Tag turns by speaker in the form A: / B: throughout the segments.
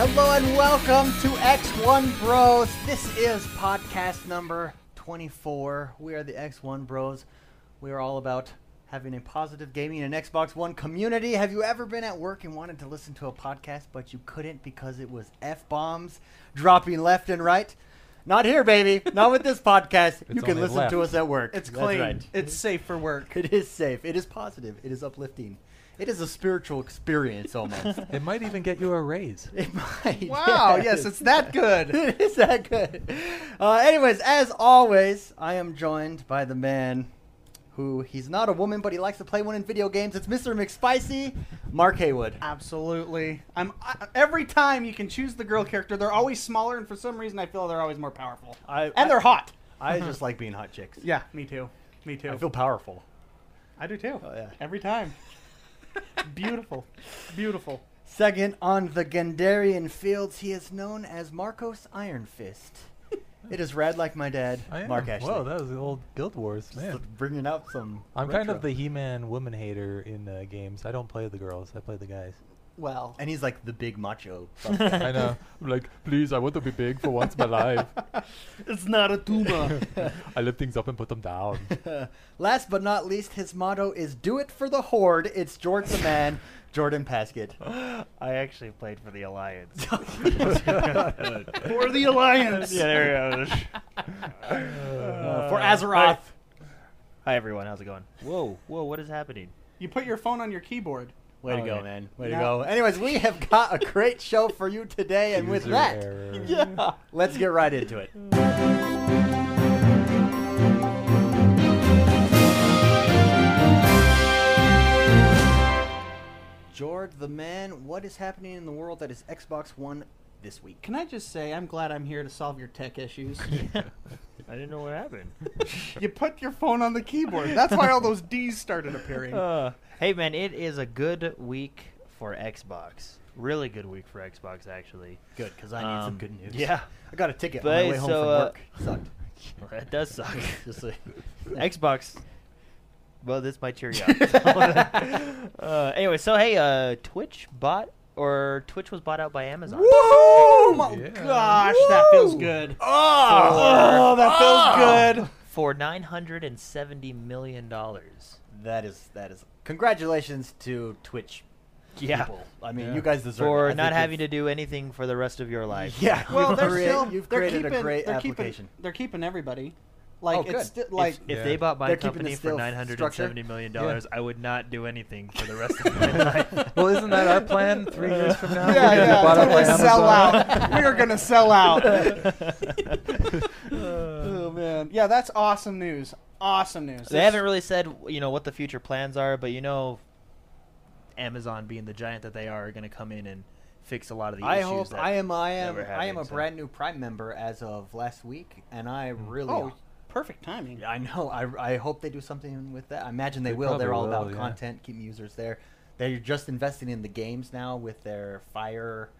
A: Hello and welcome to X1 Bros. This is podcast number 24. We are the X1 Bros. We are all about having a positive gaming and Xbox One community. Have you ever been at work and wanted to listen to a podcast, but you couldn't because it was F bombs dropping left and right? Not here, baby. Not with this podcast. you can
B: only
A: listen
B: left.
A: to us at work.
C: It's
A: That's
C: clean.
A: right.
C: It's safe for work.
A: It is safe. It is positive. It is uplifting. It is a spiritual experience almost.
B: It might even get you a raise.
A: it might.
C: Wow, yes, it's that good.
A: it is that good. Uh, anyways, as always, I am joined by the man who he's not a woman, but he likes to play one in video games. It's Mr. McSpicy, Mark Haywood.
C: Absolutely. I'm I, every time you can choose the girl character, they're always smaller and for some reason I feel they're always more powerful.
A: I,
C: And they're hot.
A: I just like being hot chicks.
C: Yeah, me too. Me too.
A: I feel powerful.
C: I do too.
A: Oh, yeah.
C: Every time. Beautiful. Beautiful.
A: Second on the Gandarian fields, he is known as Marcos Iron Fist. it is rad like my dad,
B: I am.
A: Mark Ashley.
B: Oh, Whoa, that was the old Guild Wars,
A: Just
B: man.
A: bringing out some.
B: I'm kind of
A: retro.
B: the He-Man woman hater in uh, games. I don't play the girls. I play the guys.
C: Well.
A: And he's like the big macho.
B: I know. I'm like, please, I want to be big for once in my life.
C: It's not a tumor.
B: I lift things up and put them down.
A: Last but not least, his motto is "Do it for the horde." It's George the man, Jordan Paskett.
D: I actually played for the Alliance.
C: for the alliance.
D: yeah, there it goes.
A: Uh, for
D: Uh,
A: Azeroth.
D: Hi everyone, how's it going? Whoa, whoa, what is happening?
C: You put your phone on your keyboard.
A: Way to
D: Oh,
A: go,
D: yeah.
A: man. Way to
C: Yeah.
A: go. Anyways, we have got a great show for you today, and with
B: User
A: that,
B: error.
A: yeah, let's get right into it. George the man, what is happening in the world that is Xbox One this week?
C: Can I just say I'm glad I'm here to solve your tech issues.
D: I didn't know what happened.
C: you put your phone on the keyboard. That's why all those D's started appearing.
D: Uh, hey man, it is a good week for Xbox. Really good week for Xbox, actually.
A: Good, because I need some
D: Um,
A: good news.
D: yeah.
A: I got a ticket on
D: But,
A: my way home
D: so,
A: from
D: uh,
A: work. Sucked.
D: Well, that does suck.
A: Just say-
D: Xbox. Well, this might cheer you up. uh, anyway, so hey, uh, Twitch bought or Twitch was bought out by Amazon.
C: Oh my
B: Yeah.
C: gosh, that feels good.
A: Ah!
C: Oh, that feels good.
D: for nine hundred and seventy million dollars.
A: That is that is. Congratulations to Twitch
D: Yeah,
A: people. I mean,
B: Yeah.
A: you guys deserve it. I
D: for
A: think
D: not having to
A: you've-
D: do anything for the rest of your life.
A: Yeah.
C: Well,
A: you've
C: they're
A: create-
C: still
A: You've
C: they're
A: created
C: keeping,
A: a great
C: they're
A: application.
C: Keeping, they're keeping everybody. Like
A: Oh,
C: it's
A: good.
C: sti- like
D: if,
B: Yeah.
D: if they bought my
A: They're keeping
D: company
A: the
D: for
A: still
D: nine hundred and seventy million dollars, I would not do anything for the rest of my life.
B: well, isn't that our plan? Three years from
C: yeah,
B: now, we're gonna
C: yeah,
B: be bought out
C: totally
B: by
C: sell
B: Amazon.
C: out. we are gonna sell out.
B: Uh,
C: oh man, yeah, that's awesome news. Awesome news.
D: they haven't really said, you know, what the future plans are, but you know, Amazon being the giant that they are, are going to come in and fix a lot of the
A: I
D: issues.
A: hope
D: that
A: I am I am
D: that we're
A: I am a
D: having, so-
A: brand new Prime member as of last week, and I really
C: Oh, perfect timing.
A: I know. I, I hope they do something with that. I imagine they,
B: They
A: will. They're all
B: probably will,
A: about
B: yeah.
A: content, keeping users there. They're just investing in the games now with their Fire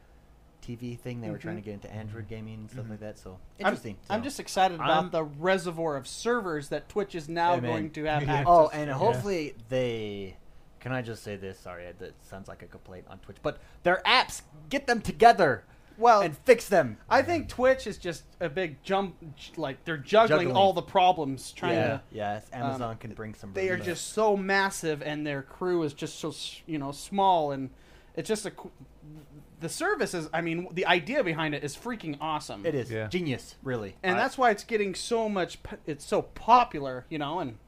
A: TV thing. They were trying to
C: Mhm.
A: get into Android gaming and stuff like that. So
C: I'm-
A: interesting.
C: I'm,
A: So-
C: just excited about
D: I'm-
C: the reservoir of servers that Twitch is now
A: Hey, man.
C: going to have
B: Yeah.
C: access.
A: Oh, and
C: to.
A: hopefully they. Can I just say this? Sorry, I- that sounds like a complaint on Twitch, but their apps get them together
C: well,
A: and fix them.
C: I think Twitch is just a big jump. j- Like they're juggling,
A: Juggling.
C: all the problems, trying
A: yeah,
C: to. um,
A: yes, Amazon can bring some.
C: They are
A: relief.
C: just so massive, and their crew is just so s- you know small, and it's just a. qu- The service is. I mean, the idea behind it is freaking awesome.
A: It is
B: Yeah.
A: genius, really.
C: and
A: I-
C: that's why it's getting so much. p- It's so popular, you know, and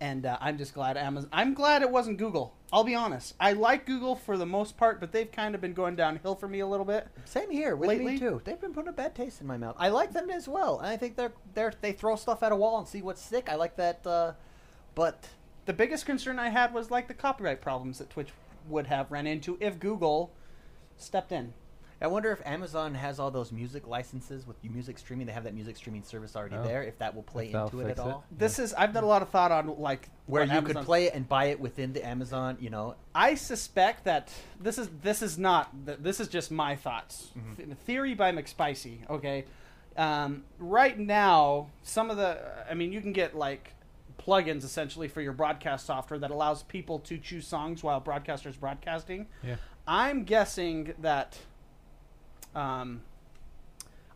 C: and uh, I'm just glad Amazon. I'm glad it wasn't Google. I'll be honest. I like Google for the most part, but they've kind of been going downhill for me a little bit.
A: Same here with me
C: Lately-
A: too. They've been putting a bad taste in my mouth. I like them as well, and I think they're they're they throw stuff at a wall and see what's sick. I like that, uh, but
C: The biggest concern I had was like the copyright problems that Twitch would have run into if Google stepped in.
A: I wonder if Amazon has all those music licenses with music streaming. They have that music streaming service already
B: Oh.
A: there. If that will play
B: If that'll
A: into it at
B: fix it.
A: all,
C: This is I've done a lot of thought on like
A: where
C: what
A: you
C: Amazon-
A: could play it and buy it within the Amazon, you know,
C: I suspect that this is this is not th- this is just my thoughts.
A: Mm-hmm.
C: Th- theory by McSpicy. Okay, um, right now some of the I mean you can get like plugins essentially for your broadcast software that allows people to choose songs while broadcasters broadcasting.
B: yeah.
C: I'm guessing that Um,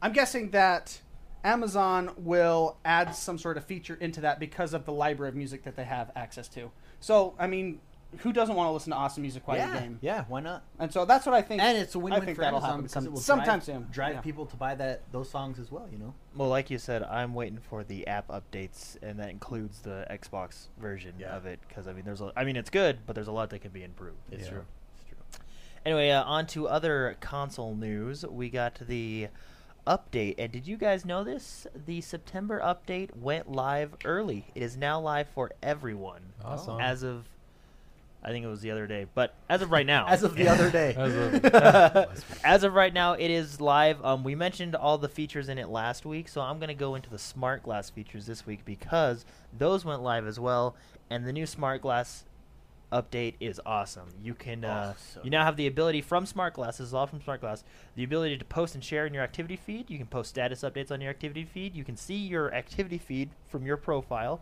C: I'm guessing that Amazon will add some sort of feature into that because of the library of music that they have access to. So, I mean, who doesn't want to listen to awesome music while you
E: yeah,
C: game?
E: yeah, why not?
C: And so that's what I think.
E: And it's a
C: I
E: win-win
C: think
E: for
C: that'll
E: Amazon
C: happen
E: because
C: some-
E: it will
C: sometime
E: drive,
C: soon.
E: drive
C: Yeah.
E: people to buy that those songs as well. You know.
D: Well, like you said, I'm waiting for the app updates, and that includes the Xbox version
E: Yeah.
D: of it. Because I mean, there's a, I mean, it's good, but there's a lot that can be improved.
B: It's
E: yeah.
B: true.
E: It's true.
D: Anyway, uh, on to other console news. We got the update, and did you guys know this? The September update went live early. It is now live for everyone.
E: Oh.
B: Awesome.
D: As of, I think it was the other day, but as of right now,
E: As of the other day.
B: As of-
D: As of right now, it is live. Um, we mentioned all the features in it last week, so I'm going to go into the smart glass features this week because those went live as well, and the new smart glass update is awesome. You can uh,
E: Awesome.
D: you now have the ability from smart glass. This is all from smart glass. The ability to post and share in your activity feed. You can post status updates on your activity feed. You can see your activity feed from your profile.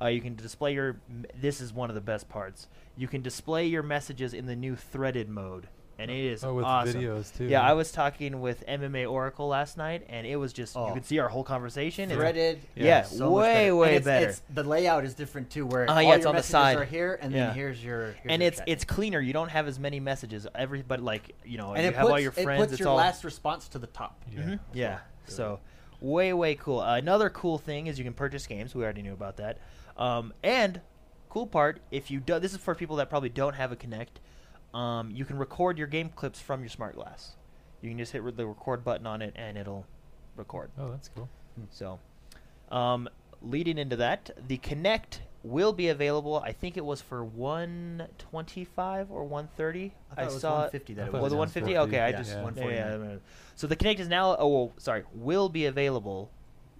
D: Uh, you can display your. This is one of the best parts. You can display your messages in the new threaded mode, and it is
B: Oh, with
D: awesome.
B: videos, too.
D: Yeah, I was talking with MMA Oracle last night, and it was just
E: Oh.
D: you could see our whole conversation. It's-
E: Threaded.
B: Yeah.
D: Yeah,
E: So much
D: way
E: better. And
D: way
E: it's,
D: better.
E: It's, the layout is different too, where
D: Oh,
E: all
D: yeah,
E: your
D: it's on the
E: messages
D: side.
E: are here, and
D: Yeah.
E: then here's your. Here's
D: and
E: your
D: it's
E: chat.
D: it's cleaner. You don't have as many messages. Every but like you know,
E: and
D: you
E: it
D: have
E: puts,
D: all your friends.
E: it puts
D: it's
E: your
D: all
E: last response to the top.
B: Yeah.
D: Mhm.
B: that's
D: Yeah.
B: all.
D: So, way way cool. another cool thing is you can purchase games. We already knew about that. Um, and cool part, if you do, this is for people that probably don't have a Connect. Um, you can record your game clips from your smart glass. You can just hit re- the record button on it, and it'll record.
B: Oh, that's cool.
D: So, um, leading into that, the Connect will be available. I think it was for 125 or 130.
E: I thought it was
D: saw
E: 150 that
B: I
E: it
B: thought it
E: was.
D: was it 150? Okay, I
E: Yeah,
D: just
B: yeah.
E: 149.
D: yeah, yeah, yeah. So the Connect is now. Oh, well, sorry, will be available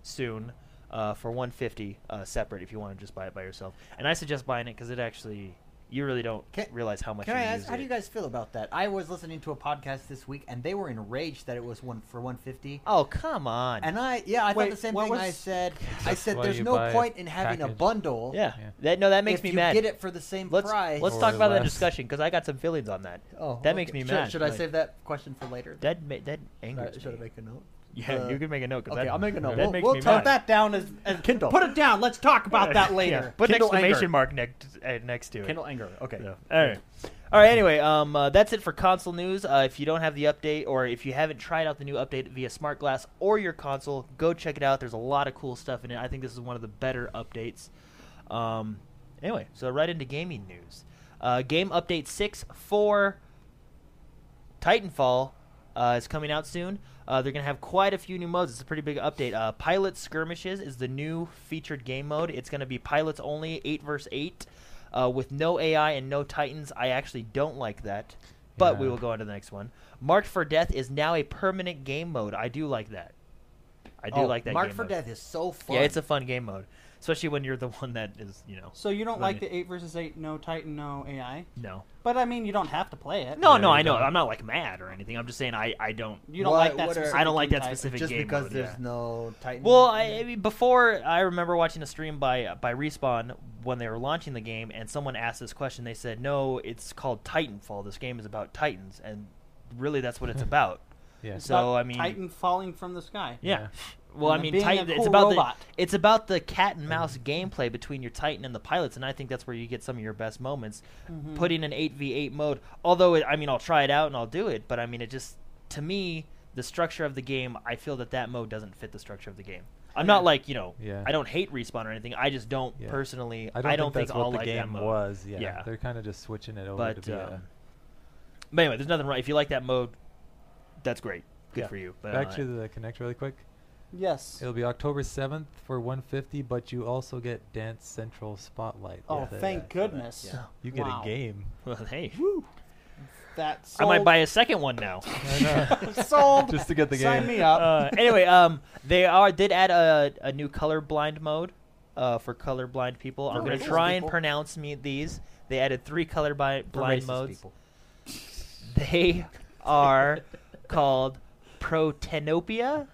D: soon. Uh, for 150 uh, separate if you want to just buy it by yourself and i suggest buying it because it actually you really don't
E: Can-
D: realize how much
E: Can
D: you
E: I ask,
D: use
E: how do
D: it.
E: you guys feel about that? I was listening to a podcast this week, and they were enraged that it was one for 150.
D: oh come on
E: And I, yeah, I
C: Wait,
E: thought the same
C: what
E: thing.
C: was-
E: I said, I
B: That's
E: said,
B: why
E: there's
B: you
E: no
B: buy a
E: point in having a
B: package.
E: bundle.
D: yeah.
B: Yeah.
D: that no that makes
E: if
D: me
E: you
D: mad
E: get it for the same
D: let's
E: price.
D: let's
B: Or
D: talk about that
B: less.
D: discussion because I got some feelings on that.
E: Oh,
D: that
E: okay.
D: makes me
E: Should-
D: mad.
E: Should I
D: like,
E: save that question for later?
D: That ma- that
E: Uh,
D: angers
E: should I
D: me.
E: make a note?
D: yeah,
E: Uh,
D: you can make a note. 'cause
E: okay,
D: that,
E: I'll make a note.
D: That
E: We'll-
D: makes
E: we'll
D: me
E: talk
D: mad.
C: Put that down as, as
E: Kindle.
C: Put it down. Let's talk about that
D: Yeah,
C: later.
D: Put an
E: Kindle anger.
D: exclamation mark next uh, next to it.
E: Kindle anger. Okay.
D: Yeah. All right. All right. Anyway, um, uh, that's it for console news. Uh, if you don't have the update, or if you haven't tried out the new update via smart glass or your console, go check it out. There's a lot of cool stuff in it. I think this is one of the better updates. Um, anyway, so right into gaming news. Uh, game update six for Titanfall uh, is coming out soon. Uh, they're going to have quite a few new modes. It's a pretty big update. Uh, Pilot Skirmishes is the new featured game mode. It's going to be pilots only, 8 versus 8, uh, with no AI and no Titans. I actually don't like that, but we
B: Yeah.
D: will go on to the next one. Marked for Death is now a permanent game mode. I do like that. I do
E: Oh,
D: like that
E: Mark
D: game
E: for
D: mode.
E: Death is so fun.
D: Yeah, it's a fun game mode, especially when you're the one that is, you know.
C: So you don't
D: Let
C: like
D: me-
C: the eight versus eight, no Titan, no AI.
D: No.
C: But I mean, you don't have to play it.
D: No,
B: Yeah,
D: no,
B: you
D: I know.
B: don't.
D: I'm not like mad or anything. I'm just saying I, I don't
C: you don't
E: Why-
C: like that.
E: what are-
C: specific
D: I don't like
C: game
D: that
C: type.
D: specific
E: just
D: game
E: because
D: mode,
E: there's
D: yeah.
E: no Titan.
D: Well, I, I mean, before I remember watching a stream by uh, by Respawn when they were launching the game, and someone asked this question. They said, "No, it's called Titanfall. This game is about Titans, and really, that's what it's about."
B: Yeah.
C: It's
D: so,
C: about
D: I mean-
C: Titan falling from the sky.
D: Yeah.
B: Yeah.
D: Well, I
C: And
D: mean,
C: being a
D: Titan, it's
C: cool
D: about
C: robot.
D: the it's about the cat and mouse gameplay between your Titan and the pilots, and I think that's where you get some of your best moments.
B: Mm-hmm.
D: Putting an eight v eight mode, although it, I mean, I'll try it out and I'll do it, but I mean, it just to me the structure of the game, I feel that that mode doesn't fit the structure of the game. I'm not like you know,
B: Yeah.
D: I don't hate respawn or anything. I just don't
B: Yeah.
D: personally.
B: I don't,
D: think,
B: that's
D: I'll
B: what the
D: like that
B: game
D: mode.
B: was. Yeah.
D: Yeah.
B: They're kind of just switching it over to
D: But
B: be
D: um,
B: a,
D: but anyway, there's nothing wrong. If you like that mode, that's great. Good
B: Yeah.
D: for you. But
B: Back
D: uh,
B: to the Connect really quick.
C: Yes.
B: It'll be October 7th for 150, but you also get Dance Central Spotlight.
C: oh,
B: with it.
C: thank goodness.
E: yeah.
B: You get
C: Wow.
B: a game.
D: well, hey,
C: That
D: I might
C: sold.
D: buy a second one now.
B: I know.
C: sold.
B: Just to get the
C: Sign
B: game.
C: me up.
D: uh, anyway, um, they are did add a, a new colorblind mode uh, for colorblind people. I'm
E: For
D: gonna
E: racist
D: try and
E: people.
D: pronounce me these. They added three colorblind
E: For
D: blind
E: racist
D: modes.
E: people.
D: They are called Protenopia,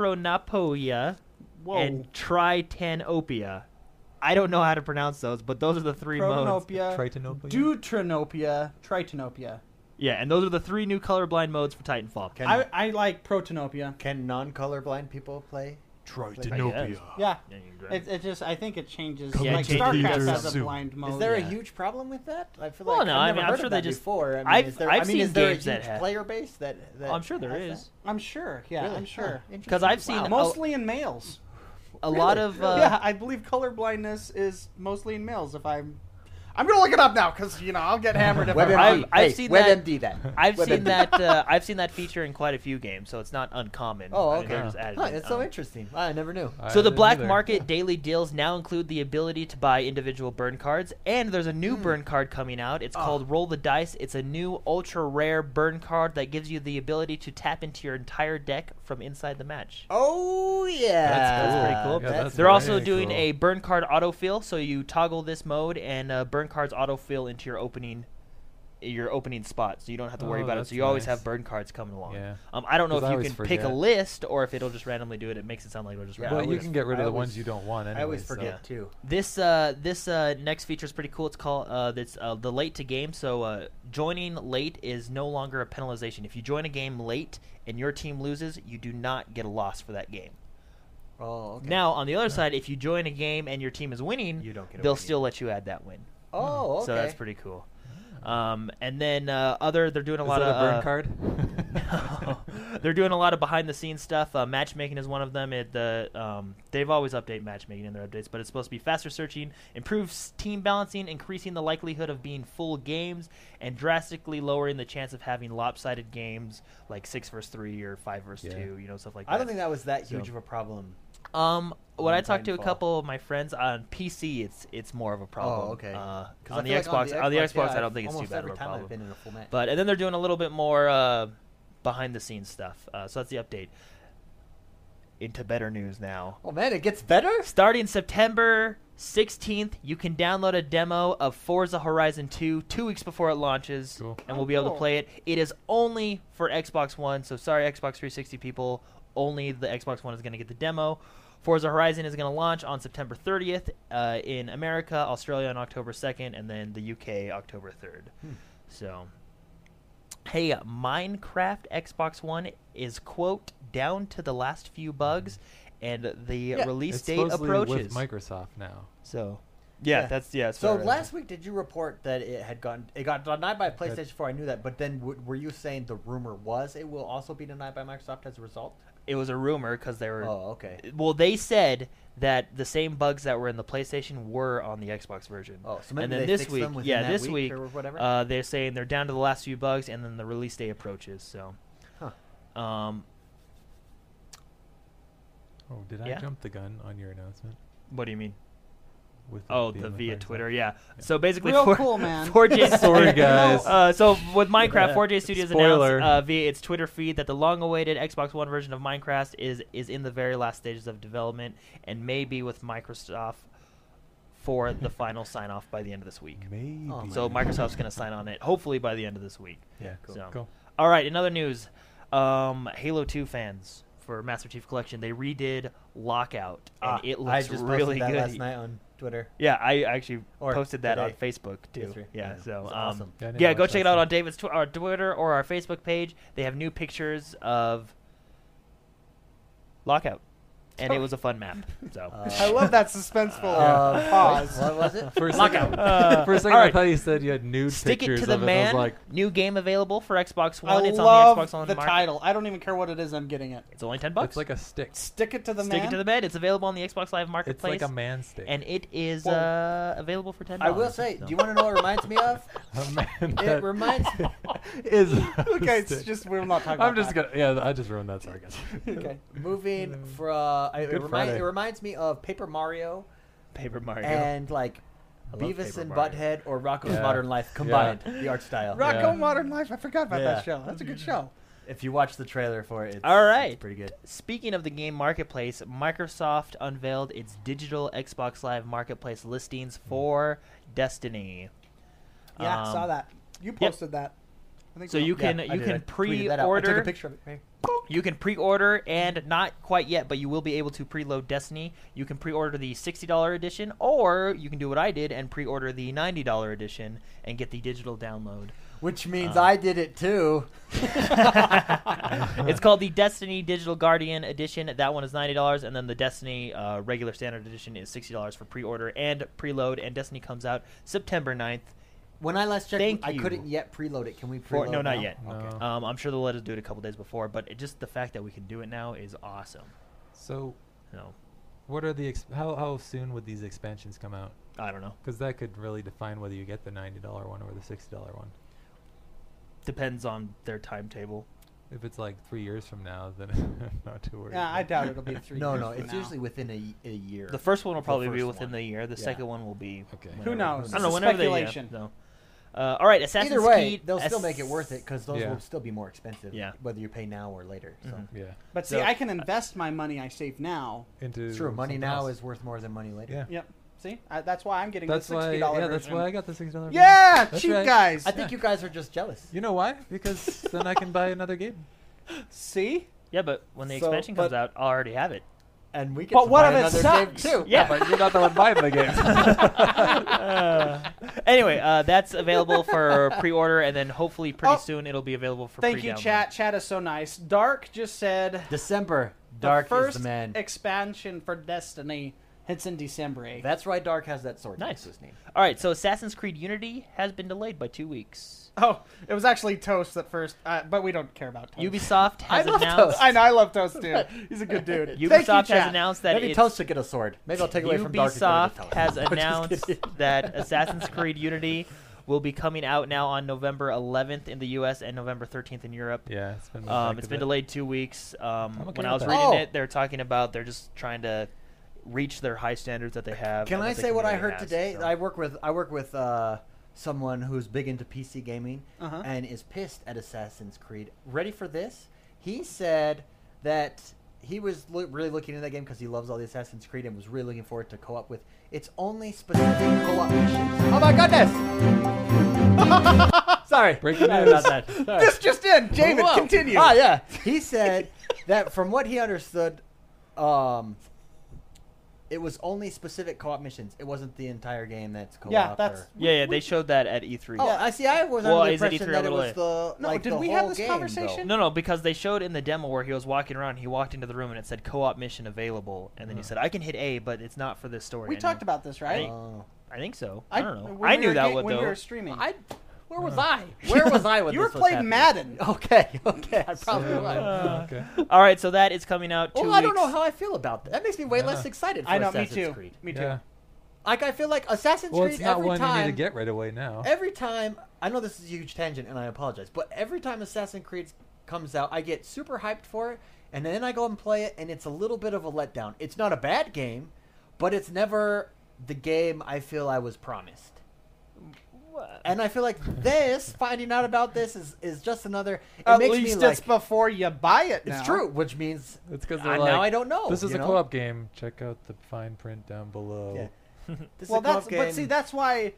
D: Detronopoia,
C: Whoa.
D: and Tritanopia. I don't know how to pronounce those, but those are the three modes.
C: Protonopia,
B: Tritanopia.
C: Deuteranopia, Tritanopia.
D: Yeah, and those are the three new colorblind modes for Titanfall.
A: Can
C: I, I like Protonopia.
A: can non-colorblind people play?
D: Tritonopia.
C: Yeah.
D: Yeah, you can grab
C: It, it just I think it changes
D: Yeah, it
C: like
D: changes
C: StarCraft
D: the
C: has a
F: zoom.
C: blind mode.
A: Is there
D: yeah.
A: a huge problem with that? I feel
D: Well,
A: like
D: no, I
A: I've never
D: mean, I'm
A: heard
D: sure
A: of
D: they
A: that
D: just-
A: before. I mean,
D: I've-
A: is there,
D: I've
A: I mean, is
D: seen
A: there a
D: games that
A: huge
D: have-
A: player base that, that
D: I'm sure there
A: has
D: is.
C: I'm sure. Yeah,
A: Really?
C: I'm sure.
A: Huh,
D: 'Cause I've
A: interesting.
D: seen-
A: Wow.
C: Mostly in males.
D: A lot
A: Really?
D: of uh,
C: yeah, I believe colorblindness is mostly in males. If I'm, I'm gonna look it up now because you know I'll get hammered if I'm
A: WebMD.
D: I've-
C: right.
D: I've
A: hey,
D: seen
A: WebMD that.
D: I've seen
A: WebMD.
D: that. Uh, I've seen that feature in quite a few games, so it's not uncommon.
A: Oh,
D: I mean,
A: okay.
D: they're just added
A: Huh,
D: in.
A: it's so
D: Um,
A: interesting. I never knew.
B: I
D: So the
B: didn't
D: black
B: either.
D: market daily deals now include the ability to buy individual burn cards, and there's a new
A: Hmm.
D: burn card coming out.
A: Ah.
D: It's called Roll the Dice. It's a new ultra rare burn card that gives you the ability to tap into your entire deck from inside the match.
A: Oh yeah,
B: That's
D: cool. pretty cool.
B: Yeah, that's
D: They're
B: very
D: also doing
B: cool.
D: a burn card autofill, so you toggle this mode and uh, burn cards autofill into your opening your opening spot, so you don't have to worry
B: Oh,
D: about it.
B: that's
D: So you always
B: nice.
D: have burn cards coming along.
B: Yeah.
D: Um, I don't know
B: 'Cause
D: if
B: I
D: you
B: always
D: can pick a
B: forget.
D: list or if it'll just randomly do it. It makes it sound like it'll just
A: Yeah,
B: well,
A: I
D: randomly.
B: you
A: always-
B: can get rid of
A: I
B: the
A: always-
B: ones you don't want. Anyway,
A: I always
B: so-
A: forget too.
D: This uh, this uh, next feature is pretty cool. It's called uh, it's, uh, the late to game. So uh, joining late is no longer a penalization. If you join a game late and your team loses, you do not get a loss for that game.
A: Oh, okay.
D: Now on the other side, if you join a game and your team is winning,
A: You don't get a
D: they'll
A: winning.
D: still let you add that win.
A: oh, okay.
D: Hmm. So that's pretty cool. Um, and then uh, other they're doing a
B: Is
D: lot
B: that
D: of
B: a burn
D: uh,
B: card?
D: they're doing a lot of behind the scenes stuff. Uh, matchmaking is one of them. It, the um, they've always update matchmaking in their updates, but it's supposed to be faster searching, improves team balancing, increasing the likelihood of being full games, and drastically lowering the chance of having lopsided games like six versus three or five versus
B: Yeah.
D: two. You know stuff like that.
A: I don't think that was that
D: So-
A: huge of a problem.
D: Um, when
A: on
D: I talked to a
A: Titanfall.
D: couple of my friends on PC, it's it's more of a problem.
A: Oh, okay.
D: Uh,
A: 'Cause I
D: on, the
A: feel like
D: Xbox, on the Xbox,
A: yeah,
D: I don't think it's too
A: almost
D: bad
A: every
D: of a
A: time
D: problem.
A: I've been in a full match.
D: But and then they're doing a little bit more uh, behind the scenes stuff. Uh, so that's the update. Into better news now.
A: oh man, it gets better.
D: Starting September 16th, you can download a demo of Forza Horizon 2 two weeks before it launches,
B: Cool.
D: and
C: Oh,
D: we'll be able to
C: cool.
D: play it. It is only for Xbox One, so sorry, Xbox 360 people. Only the Xbox One is going to get the demo. Forza Horizon is going to launch on September 30th uh, in America, Australia on October 2nd, and then the UK October 3rd.
C: Hmm.
D: So, hey, Minecraft Xbox One is, quote, down to the last few bugs, and the
A: Yeah.
D: release
B: It's
D: date
B: supposedly with
D: approaches.
B: Microsoft now.
D: So, yeah,
A: Yeah.
D: that's yeah.
A: So last week, did you report that it had gone? It got denied by
B: Good.
A: PlayStation 4. I knew that, but then w- were you saying the rumor was it will also be denied by Microsoft as a result?
D: it was a rumor because they were.
A: Oh, okay.
D: Well, they said that the same bugs that were in the PlayStation were on the Xbox version.
A: Oh, so maybe
D: and then
A: they
D: this
A: fixed
D: week,
A: them within
D: yeah,
A: that
D: this
A: week
D: week,
A: or whatever?
D: Uh, they're saying they're down to the last few bugs, and then the release day approaches. So,
A: Huh.
D: um,
B: Oh, did I
D: Yeah.
B: jump the gun on your announcement?
D: what do you mean?
B: With it
D: Oh,
B: being
D: the
B: with
D: via
B: Microsoft?
D: Twitter, yeah. So basically,
C: Real
D: for,
C: cool, man.
D: 4J
B: Sorry, guys.
D: Uh, so with Minecraft,
B: Yeah.
D: 4J Studios
B: Spoiler.
D: announced uh, via its Twitter feed that the long-awaited Xbox One version of Minecraft is is in the very last stages of development and may be with Microsoft for the final sign-off by the end of this week.
B: Maybe.
A: Oh,
D: So Microsoft's going to sign on it, hopefully by the end of this week.
B: Yeah,
A: cool.
D: So.
B: Cool.
D: All right, in other news, um, Halo 2 fans for Master Chief Collection, they redid Lockout, and
A: Ah,
D: it looks
A: I just posted
D: really
A: that
D: good.
A: last night on Twitter.
D: Yeah, I actually
A: Or
D: posted that on
A: today.
D: Facebook too.
A: Yesterday.
D: Yeah,
A: Yeah,
D: so
A: it's
D: um,
A: awesome.
B: Yeah, I didn't
D: yeah, go
B: watch
D: check it
B: that
D: out on
B: stuff.
D: David's tw- our Twitter or our Facebook page. They have new pictures of Lockout, and it was a fun map. So
A: Uh,
C: I love that suspenseful
A: Uh,
C: pause.
A: What was it?
B: For a
A: Lockout.
B: second,
D: Uh,
B: for a second I
D: alright.
B: thought you said you had nude
D: stick it
B: pictures
D: to the
B: of it.
D: man.
B: I was like,
D: new game available for Xbox
C: I
D: One. it's
C: love
D: on the Xbox One
C: the
D: market.
C: title. I don't even care what it is. I'm getting it.
D: It's only ten bucks.
B: it's like a stick.
C: Stick it to the
D: stick
C: man.
D: it to the bed. It's available on the Xbox Live
B: It's
D: Marketplace,
B: like a man stick.
D: and it is
C: Whoa.
D: uh, available for ten.
A: I will say, do you want to know what it reminds me of?
B: a man
A: It
B: that
A: reminds.
B: is.
C: okay, it's just we're not talking.
B: I'm
C: about
B: just
C: that.
B: gonna. Yeah, I just ruined that sarcasm.
C: Okay.
D: Hmm.
A: Moving from. It,
B: Good
A: remind,
B: Friday.
A: it reminds me of Paper Mario
D: Paper Mario?
A: and like
D: I love
A: Beavis
D: Paper
A: and
D: Mario.
A: Butthead or Rocco's
B: Yeah.
A: Modern Life combined, the art style.
C: Rock
B: Yeah.
C: on Modern Life. I forgot about
A: Yeah.
C: that show. That's a good show.
A: If you watch the trailer for it, it's,
D: All right.
A: it's pretty good.
D: Speaking of the game marketplace, Microsoft unveiled its digital Xbox Live marketplace listings for Destiny.
C: Yeah,
D: Um,
C: saw that. You posted that.
A: I think
D: So
A: we-
D: you
A: yeah,
D: can-
A: I
D: you
A: did.
D: can
A: I tweeted that out. I took
D: pre-order-
A: a picture of it. Right?
D: You can pre-order and not quite yet, but you will be able to preload Destiny. You can pre-order the $60 edition or you can do what I did and pre-order the $90 edition and get the digital download.
A: Which means
B: Uh.
D: Um,
A: I did it too.
D: it's called the Destiny Digital Guardian Edition. That one is ninety dollars, and then the Destiny uh, regular standard edition is sixty dollars for pre-order and preload. And Destiny comes out September 9th.
A: When I last checked,
D: Thank
A: I
D: you.
A: couldn't yet preload it. Can we preload?
D: For- no, not
A: now?
D: yet.
B: No.
A: Okay.
D: Um, I'm sure they'll let us do it a couple days before, but it, just the fact that we can do it now is awesome.
B: So,
D: You know,
B: what are the ex- how how soon would these expansions come out?
D: I don't know.
B: Because that could really define whether you get the ninety dollar one or the sixty dollar one.
D: Depends on their timetable.
B: If it's like three years from now, then I'm not too worried.
C: Yeah, I
B: but-
C: doubt it'll be three.
A: No,
C: years
A: no,
C: from
A: it's
C: now.
A: usually within a, y- a year.
D: The first one will
A: The
D: probably be
A: first
D: within
A: one.
D: the year. The
A: Yeah.
D: second one will be.
B: Okay. Who
D: whenever.
C: knows?
D: I don't
C: This
D: know.
C: is
D: Whenever they yeah,
C: speculation.
D: no. Uh, all right, Assassin's
A: Either way,
D: Creed.
A: they'll still
D: Ass-
A: make it worth it because those
B: Yeah.
A: will still be more expensive.
D: Yeah.
A: Whether you pay now or later. So
D: Mhm.
B: Yeah.
C: But see,
D: So-
C: I can invest my money I save now.
B: Into
A: it's true. Money
B: something
A: now
B: else.
A: is worth more than money later.
B: Yeah.
C: Yep. See, I, that's why I'm getting
B: That's
C: the
B: why.
C: sixty
B: Yeah,
C: dollars.
B: that's why I got the sixty dollar.
C: Yeah,
B: That's
C: cheap
B: right.
C: guys.
A: I think you guys are just jealous.
B: You know why? Because then I can buy another game.
C: See,
D: Yeah, but when the
A: So,
D: expansion comes
A: but-
D: out, I'll already have it.
A: And we get
C: But
A: to
C: what
A: buy
C: if
A: another
C: it sucks?
A: game too.
D: Yeah.
B: but you're not the one buying the game.
D: Uh, anyway, uh, that's available for pre-order, and then hopefully pretty
C: Oh.
D: soon it'll be available for.
C: thank you,
D: pre-download.
C: chat. Chat is so nice. Dark just said
A: December. Dark
C: the first
A: is the man.
C: expansion for Destiny hits in December. eh?
A: That's why Dark has that sword.
D: Nice.
A: That's his name.
D: All right, so Assassin's Creed Unity has been delayed by two weeks.
C: oh, it was actually Toast at first, uh, but we don't care about Toast.
D: Ubisoft
A: I
D: has
A: love
D: announced.
A: Toast.
C: I know I love Toast too. He's a good dude. Thank you,
D: Ubisoft has
C: chat.
D: announced that
A: Maybe
D: it's-
A: Toast should get a sword. Maybe I'll take away from Dark. and give it to
D: Ubisoft
A: Toast.
D: has
A: I'm just
D: announced
A: kidding.
D: that Assassin's Creed Unity will be coming out now on November 11th in the U.S. and November 13th in Europe.
B: yeah, it's been.
D: Um,
B: back
D: it's
B: a
D: been
B: bit.
D: delayed two weeks. Um,
B: I'm okay
D: when I
B: with that.
D: was reading
A: Oh.
D: it, they're talking about they're just trying to reach their high standards that they have.
A: Can
D: and
A: I
D: that the
A: say what I
D: community
A: heard
D: has,
A: today?
D: so.
A: I work with I work with uh, someone who's big into PC gaming
C: Uh-huh.
A: and is pissed at Assassin's Creed. Ready for this? He said that he was lo- really looking into that game because he loves all the Assassin's Creed and was really looking forward to co-op with. It's only specific co-op missions. Oh my goodness! Sorry,
B: Breaking
A: Sorry
B: news.
A: about that. Sorry.
C: This just in, Jamin,
A: Whoa.
C: continue.
A: Ah, yeah. He said that from what he understood, um, it was only specific co-op missions. It wasn't the entire game that's co-op.
C: Yeah, that's-
A: or-
D: Yeah, yeah,
C: We-
D: they showed that at E E3.
A: Oh, I see. I was
D: Well,
A: under the
D: is it
A: impression
D: E3
A: that
D: or
A: it was the
C: No,
A: like
C: did
A: the
C: we have
A: whole
C: this
A: game,
C: conversation?
D: No, no, because they showed in the demo where he was walking around, he walked into the room and it said co-op mission available, and then he
B: Oh.
D: said, "I can hit A, but it's not for this story."
C: we
D: And
C: talked
D: he-
C: about this,
A: though.
C: right?
A: Oh.
D: I think so.
C: I-
D: I, don't know.
C: when
D: I
C: we
D: knew
C: were
D: that
C: ga-
D: would
C: when
D: though.
C: we were streaming.
A: I, where was
B: Huh.
A: I? Where was I when
C: you were
A: this was
C: playing
A: happening?
C: Madden.
A: Okay, okay, I probably
B: So,
A: was.
D: Uh,
B: okay.
D: All right, so that is coming out. Two
A: oh, I don't
D: weeks.
A: know how I feel about that. That makes me way
B: Yeah.
A: less excited for
C: I know, me
A: Assassin's
C: too.
A: Creed.
C: Me too.
B: Yeah.
A: Like I feel like Assassin's
B: Well,
A: Creed
B: it's not
A: every
B: one
A: time
B: you need to get right away now.
A: Every time, I know this is a huge tangent, and I apologize, but every time Assassin's Creed comes out, I get super hyped for it, and then I go and play it, and it's a little bit of a letdown. It's not a bad game, but it's never the game I feel I was promised. And I feel like this, finding out about this, is, is just another. It
C: At
A: makes
C: least
A: me like,
C: it's before you buy it.
A: it's
C: now.
A: true, which means
B: It's because
A: uh, now I don't know.
B: This is
A: you
B: a
A: know?
B: co-op game. Check out the fine print down below.
A: Yeah. This
C: well,
A: is a co-op
C: that's but see
A: game.
C: that's why.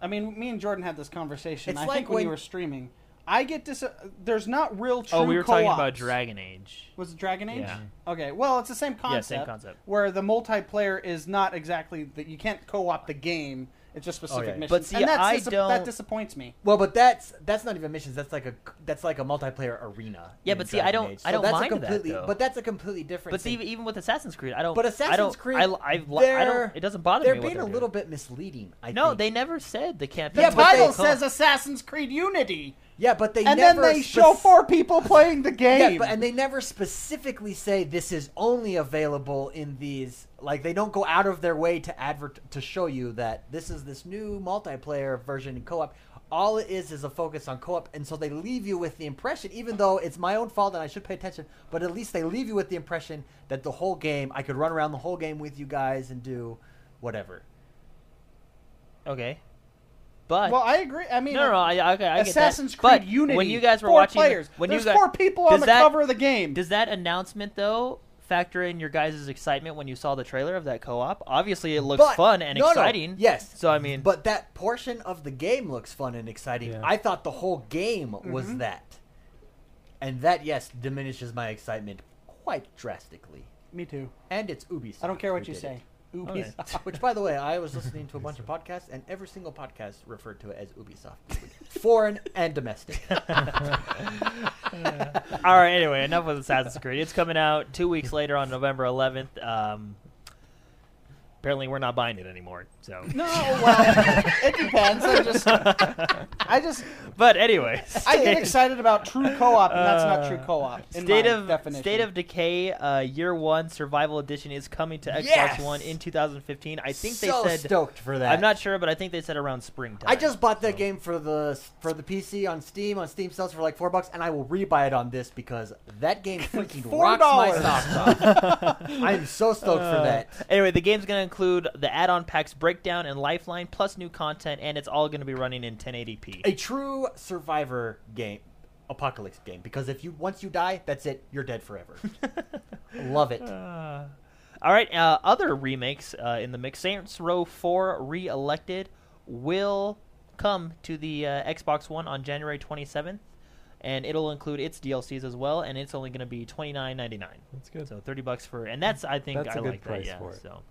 C: I mean, me and Jordan had this conversation.
A: It's
C: I
A: like
C: think when,
A: when-
C: you were streaming, I get dis. There's not real true.
D: Oh, we were talking about
C: co-ops.
D: Dragon Age.
C: Was it Dragon Age?
D: Yeah.
C: Okay. Well, it's the same concept.
D: Yeah, same concept.
C: Where the multiplayer is not exactly that you can't co-op the game. It's just specific
A: yeah.
C: missions.
D: But see,
C: and that's
D: I
C: dis-
D: don't-
C: That disappoints me.
A: Well, but that's that's not even missions. That's like a that's like a multiplayer arena.
D: Yeah,
A: in
D: but see, I
A: Dragon
D: don't-
A: Age.
D: I don't
A: that's
D: mind
A: a
D: that,
A: completely,
D: though.
A: But that's a completely different.
D: But see,
A: thing.
D: even with Assassin's Creed, I don't.
A: But
D: I
A: Assassin's
D: don't,
A: Creed,
D: I, I, I
A: they're-
D: don't. It doesn't bother
A: they're
D: me. what
A: being a
D: doing.
A: little bit misleading. I
D: No,
A: think.
D: they never said the campaign.
C: The
A: Yeah,
D: was
A: but they-
C: title
D: co-op.
C: says Assassin's Creed Unity,
A: yeah, but they
C: and
A: never
C: then they
A: spec-
C: show four people playing the game.
A: Yeah, but, and they never specifically say this is only available in these. Like they don't go out of their way to advert to show you that this is this new multiplayer version in co-op. All it is is a focus on co-op, and so they leave you with the impression, even though it's my own fault and I should pay attention, but at least they leave you with the impression that the whole game, I could run around the whole game with you guys and do whatever.
D: Okay, but
C: well, I agree. I mean,
D: no, no, no, I, okay, I get that.
C: Assassin's
D: But
C: Creed Unity.
D: When you guys were
C: four
D: watching,
C: players.
D: when
C: There's
D: you guys,
C: four people on
D: does
C: the
D: that-
C: cover of the game.
D: Does that announcement though factor in your guys' excitement when you saw the trailer of that co-op? Obviously, it looks
A: But-
D: fun and
A: no, no,
D: exciting.
A: yes.
D: So I mean,
A: But that portion of the game looks fun and exciting.
B: Yeah.
A: I thought the whole game was
D: Mm-hmm.
A: that. And that, yes, diminishes my excitement quite drastically.
C: Me too.
A: And it's Ubisoft.
C: I don't care what
A: who
C: you
A: did
C: say.
A: it.
C: Oops.
A: Which, by the way, I was listening to a bunch of podcasts, and every single podcast referred to it as Ubisoft, foreign and domestic.
D: all right. Anyway, enough with Assassin's Creed. It's coming out two weeks later on November 11th. Um, apparently, we're not buying it anymore. So
C: no, well, it depends. I just, I just,
D: But anyways,
C: I get excited about true co-op, and that's not true co-op. In
D: Uh, State
C: my
D: of
C: definition.
D: State of Decay uh, Year One Survival Edition is coming to Xbox
A: Yes!
D: One in 2015. I think
A: so
D: they said.
A: stoked for that.
D: I'm not sure, but I think they said around springtime.
A: I just bought that game for the for the PC on Steam. On Steam sells for like four bucks, and I will rebuy it on this because that game freaking
C: Four
A: rocks my
C: dollars. Uh.
A: socks off. I'm so stoked for that.
D: Uh, Anyway, the game's going to include the add-on packs Breakdown and Lifeline, plus new content, and it's all going to be running in 1080p.
A: A true survivor game, apocalypse game. Because if you once you die, that's it. You're dead forever. Love it.
D: Uh, all right, uh, other remakes uh, in the mix. Saints Row 4 Re-Elected will come to the uh, Xbox One on January 27th, and it'll include its DLCs as well, and it's only going to be 29.99.
B: That's good.
D: So 30 bucks for, and that's I think
B: That's
D: I
B: a good
D: like
B: price
D: that. Yeah.
B: for it.
D: So.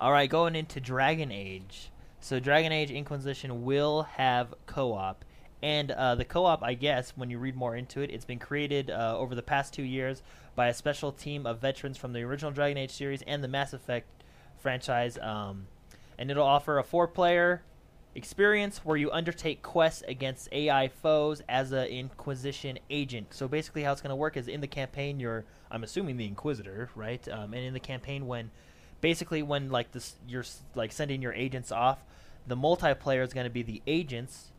D: All right, going into Dragon Age. So Dragon Age Inquisition will have co-op, and uh, the co-op, I guess, when you read more into it, it's been created uh, over the past two years by a special team of veterans from the original Dragon Age series and the Mass Effect franchise, um, and it'll offer a four-player experience where you undertake quests against AI foes as an Inquisition agent. So basically, how it's going to work is in the campaign, you're, I'm assuming, the Inquisitor, right? Um, and in the campaign, when basically when like this, you're s- like sending your agents off, the multiplayer is going to be the agents.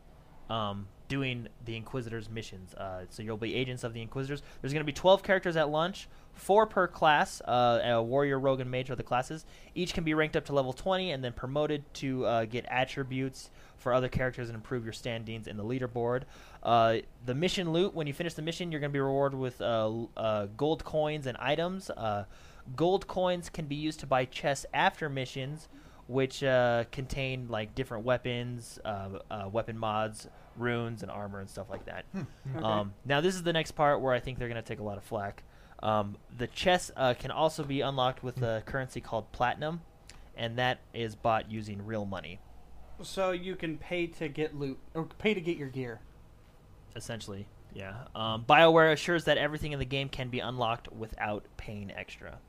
D: Um, doing the Inquisitor's missions. Uh, so you'll be agents of the Inquisitors. There's going to be 12 characters at launch, four per class. Uh, a warrior, rogue, and mage are the classes. Each can be ranked up to level 20 and then promoted to uh, get attributes for other characters and improve your standings in the leaderboard. Uh, the mission loot, when you finish the mission, you're going to be rewarded with uh, l- uh, gold coins and items. Uh, gold coins can be used to buy chests after missions, which uh, contain like different weapons, uh, uh, weapon mods, runes, and armor and stuff like that.
B: Hmm,
A: Hmm. Uh,
D: Um, now this is the next part where I think they're gonna take a lot of flack. Um, the chest uh, can also be unlocked with a currency called platinum, and that is bought using real money,
C: so you can pay to get loot or pay to get your gear.
D: essentially. Yeah. Um, Bioware assures that everything in the game can be unlocked without paying extra.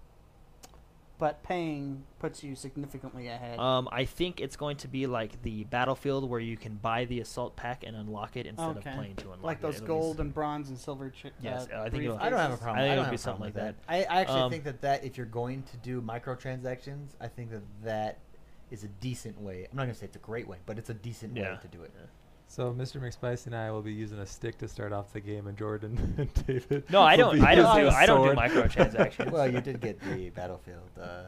C: but paying puts you significantly ahead.
D: Um, I think it's going to be like the Battlefield where you can buy the assault pack and unlock it instead
C: Okay.
D: of playing to unlock
C: like
D: it.
C: those
D: It'll be
C: gold and bronze and silver. Chi-
D: Yes,
C: uh,
D: I think it'll-
A: I don't have a
C: briefcases.
A: problem.
D: I think
A: I
D: it'll
A: don't
D: be
A: have a
D: something
A: problem
D: like
A: with I, I actually
D: Um,
A: think that that if you're going to do microtransactions, I think that that is a decent way. I'm not gonna say it's a great way, but it's a decent way
D: Yeah.
A: to do it.
B: So Mr. McSpicy and I will be using a stick to start off the game, and Jordan and David.
D: No, I
B: will
D: don't-
B: be
D: I don't
B: using
D: do-
B: a
D: I don't do
B: sword.
D: microtransactions.
A: Well, you did get the Battlefield. Uh,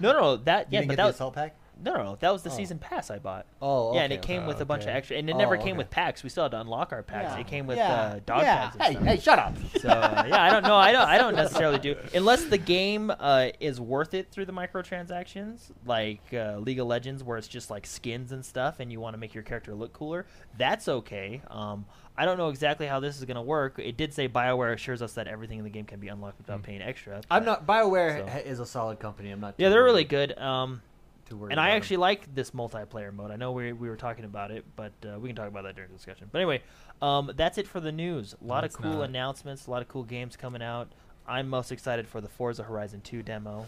D: No, no, that
A: you
D: yeah,
A: didn't
D: but
A: get
D: that
A: the
D: was,
A: assault pack.
D: no, no, that was the
A: Oh.
D: season pass I bought.
A: Oh,
D: yeah, and it
A: okay,
D: came
A: okay.
D: with a bunch of
B: okay.
D: extra, and it
A: Oh,
D: never came
A: okay.
D: with packs. We still had to unlock our packs.
C: Yeah.
D: It came with
C: Yeah.
D: uh, dog
C: Yeah.
D: tags. And
A: Hey,
D: stuff.
A: hey, shut up!
D: So uh, yeah, I don't know. I don't. I don't necessarily do unless the game uh, is worth it through the microtransactions, like uh, League of Legends, where it's just like skins and stuff, and you want to make your character look cooler. That's okay. Um, I don't know exactly how this is gonna work. It did say Bioware assures us that everything in the game can be unlocked without paying extra.
A: Hmm. I'm not.
D: but-
A: Bioware
D: So.
A: ha- is a solid company. I'm not.
D: Yeah,
A: too
D: they're
A: worried-
D: really good. Um,
A: Too worried
D: and I
A: about 'em.
D: actually like this multiplayer mode. I know we, we were talking about it, but uh, we can talk about that during discussion. But anyway, um, that's it for the news. A lot
B: No,
D: of
B: it's
D: cool
B: not.
D: announcements, a lot of cool games coming out. I'm most excited for the Forza Horizon 2 demo,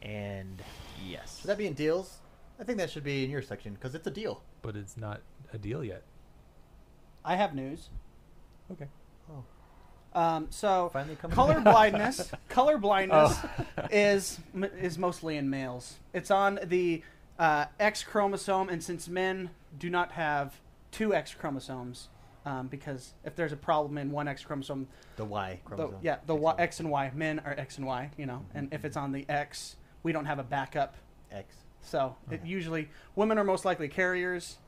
D: and yes,
A: Should that be in deals? I think that should be in your section because it's a deal.
B: But it's not a deal yet.
C: I have news.
B: Okay.
A: Oh,
C: Um, so
A: Finally coming
C: color
A: around.
C: blindness, color blindness
B: Oh.
C: is m- is mostly in males. It's on the uh, X chromosome, and since men do not have two X chromosomes, um, because if there's a problem in one X chromosome,
A: the Y
C: the,
A: chromosome. Mm-hmm.
C: yeah, the
A: X
C: y,
A: on
C: X and Y men are X and Y, you know, and if it's on the X, we don't have a backup
A: X.
C: So it usually women are most likely carriers.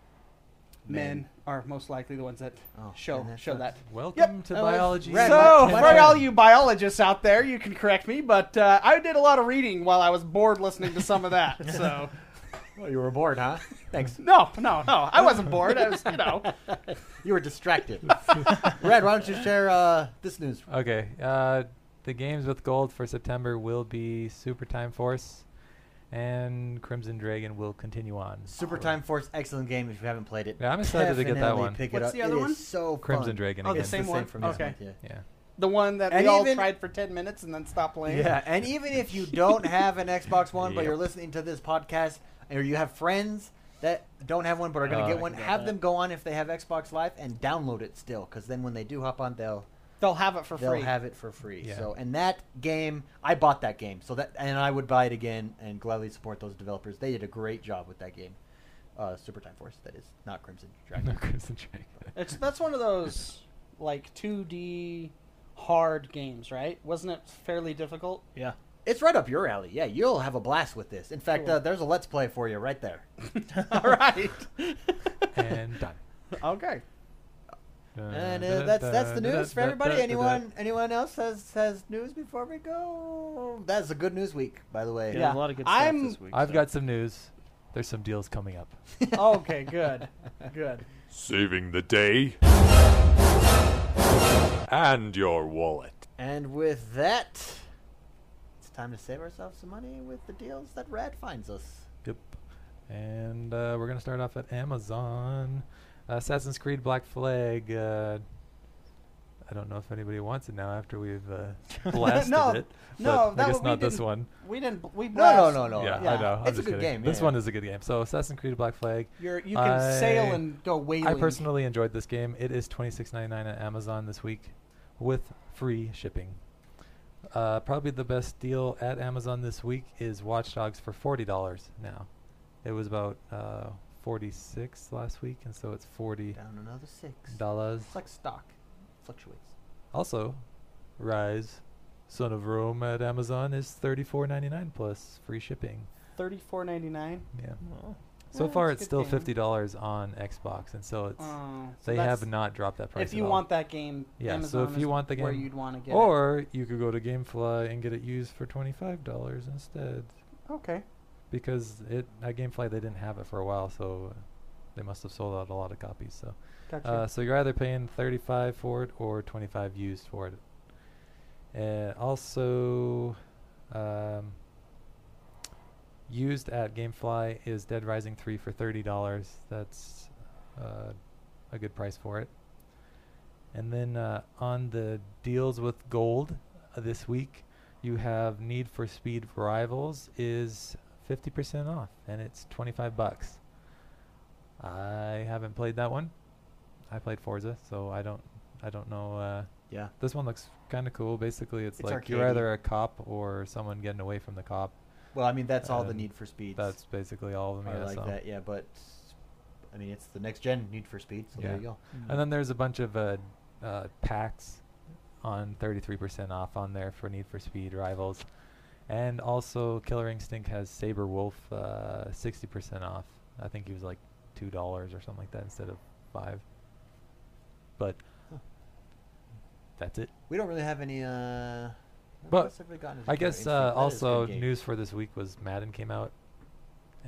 C: men, are most likely the ones that
A: Oh,
C: show
A: and that
C: show
A: sucks.
C: that.
B: Welcome to
C: that was
B: biology.
A: Red
C: so,
A: Mike
C: for
A: Tyson.
C: all you biologists out there, you can correct me, but uh, I did a lot of reading while I was bored listening to some of that. So, Oh,
A: Well, you were bored, huh? Thanks.
C: no, no, no, I wasn't bored. I was, you know,
A: You were distracted. Red, why don't you share uh, this news?
B: Okay. Uh, the games with gold for September will be Super Time Force, and Crimson Dragon will continue on.
A: Super Time Force, excellent game. If you haven't played it,
B: Yeah, I'm excited to get that
A: definitely
B: one.
A: Pick it
C: What's
A: up.
C: the other
A: It is
C: one?
A: so
B: Crimson
A: fun.
B: Dragon.
C: Oh, the
B: again.
A: It's
C: same one?
A: for me,
C: Okay.
A: Yeah.
B: Yeah.
C: the one that
A: And
C: we all
A: even-
C: tried for ten minutes and then stopped playing.
A: Yeah, and even if you don't have an Xbox One, but
B: Yep.
A: you're listening to this podcast, or you have friends that don't have one but are going to
B: Uh,
A: get one,
D: I can get
A: have
D: that.
A: them go on if they have Xbox Live and download it still, because then when they do hop on, they'll
C: they'll have it for
A: they'll
C: free.
A: have it for free.
B: Yeah.
A: So, and that game, I bought that game, so that and I would buy it again and gladly support those developers. They did a great job with that game, uh, Super Time Force. That is not Crimson Dragon.
B: No Crimson Dragon.
C: It's that's one of those like 2D hard games, right? Wasn't it fairly difficult?
D: Yeah.
A: It's right up your alley. Yeah, you'll have a blast with this. In fact,
C: Cool.
A: uh, there's a let's play for you right there.
C: All right.
B: and done.
C: okay.
A: And uh, that's that's the news for everybody. Anyone anyone else has has news before we go? That's a good news week, by the way.
D: There's
C: Yeah.
D: a lot of good stuff
C: I'm-
D: this week.
B: I've
D: so.
B: got some news. There's some deals coming up.
C: Okay, good. Good.
G: saving the day and your wallet.
A: And with that, it's time to save ourselves some money with the deals that Rad finds us.
B: Yep. And uh, we're gonna start off at Amazon. Assassin's Creed Black Flag. Uh, I don't know if anybody wants it now after we've uh, blasted
C: No,
B: it.
C: no,
B: but
C: that
B: I guess
C: we
B: not this
C: didn't-
B: one.
C: We didn't. We
A: No, no,
C: blast-
A: no, no.
B: yeah,
C: yeah.
B: I know. I'm
A: It's a
B: just
A: good
B: kidding.
A: game,
B: This
A: yeah.
B: one is a good game. So Assassin's Creed Black Flag.
C: You're, you can sail
B: I-
C: and go whaling.
B: I personally enjoyed this game. It is twenty six ninety nine at Amazon this week with free shipping. Uh, probably the best deal at Amazon this week is Watch Dogs for forty dollars now. It was about uh, forty six last week, and so it's forty
A: Down another six.
B: dollars.
A: It's like stock, fluctuates.
B: Also, Rise, Son of Rome at Amazon is thirty four ninety nine plus free shipping.
C: Thirty-four ninety-nine.
B: Yeah.
D: Well,
B: So
C: Well,
B: far,
C: that's
B: it's
C: a
B: still
C: good game.
B: fifty dollars on Xbox, and so it's
C: Oh, so
B: they
C: that's-
B: have not dropped that price.
C: If you
B: at all.
C: want that game,
B: Yeah, so
C: Amazon
B: if
C: is
B: you want the
C: where
B: game-
C: you'd want to get
B: Or you could go to GameFly and get it used for twenty five dollars instead,
C: it. okay.
B: because it at GameFly they didn't have it for a while, so uh, they must have sold out a lot of copies. So,
C: Gotcha.
B: uh, so you're either paying thirty five for it or twenty five used for it. And also, um, used at GameFly is Dead Rising three for thirty dollars. That's uh, a good price for it. And then uh, on the deals with gold uh, this week, you have Need for Speed Rivals is 50% off, and it's 25 bucks. I haven't played that one. I played Forza, so I don't, I don't know. Uh,
A: Yeah.
B: this one looks kind of cool. Basically, it's,
A: It's
B: like you're
A: arcadey.
B: either a cop or someone getting away from the cop.
A: Well, I mean that's all the
B: Um,
A: Need for Speeds.
B: That's basically all of them.
A: are
B: yeah,
A: like
B: so.
A: that. Yeah, but I mean it's the next gen Need for Speed. So there
B: Yeah.
A: you go.
D: Mm-hmm.
B: And then there's a bunch of uh, uh, packs on 33% off on there for Need for Speed Rivals. And also, Killer Instinct has Saber Wolf uh, 60% off. I think he was like $2 or something like that instead of 5 But
A: Huh.
B: that's it.
A: We don't really have any. Uh,
B: But
A: else have we gotten into
B: I
A: Killer
B: guess
A: Instinct?
B: uh,
A: That is a good
B: also,
A: game.
B: news for this week was Madden came out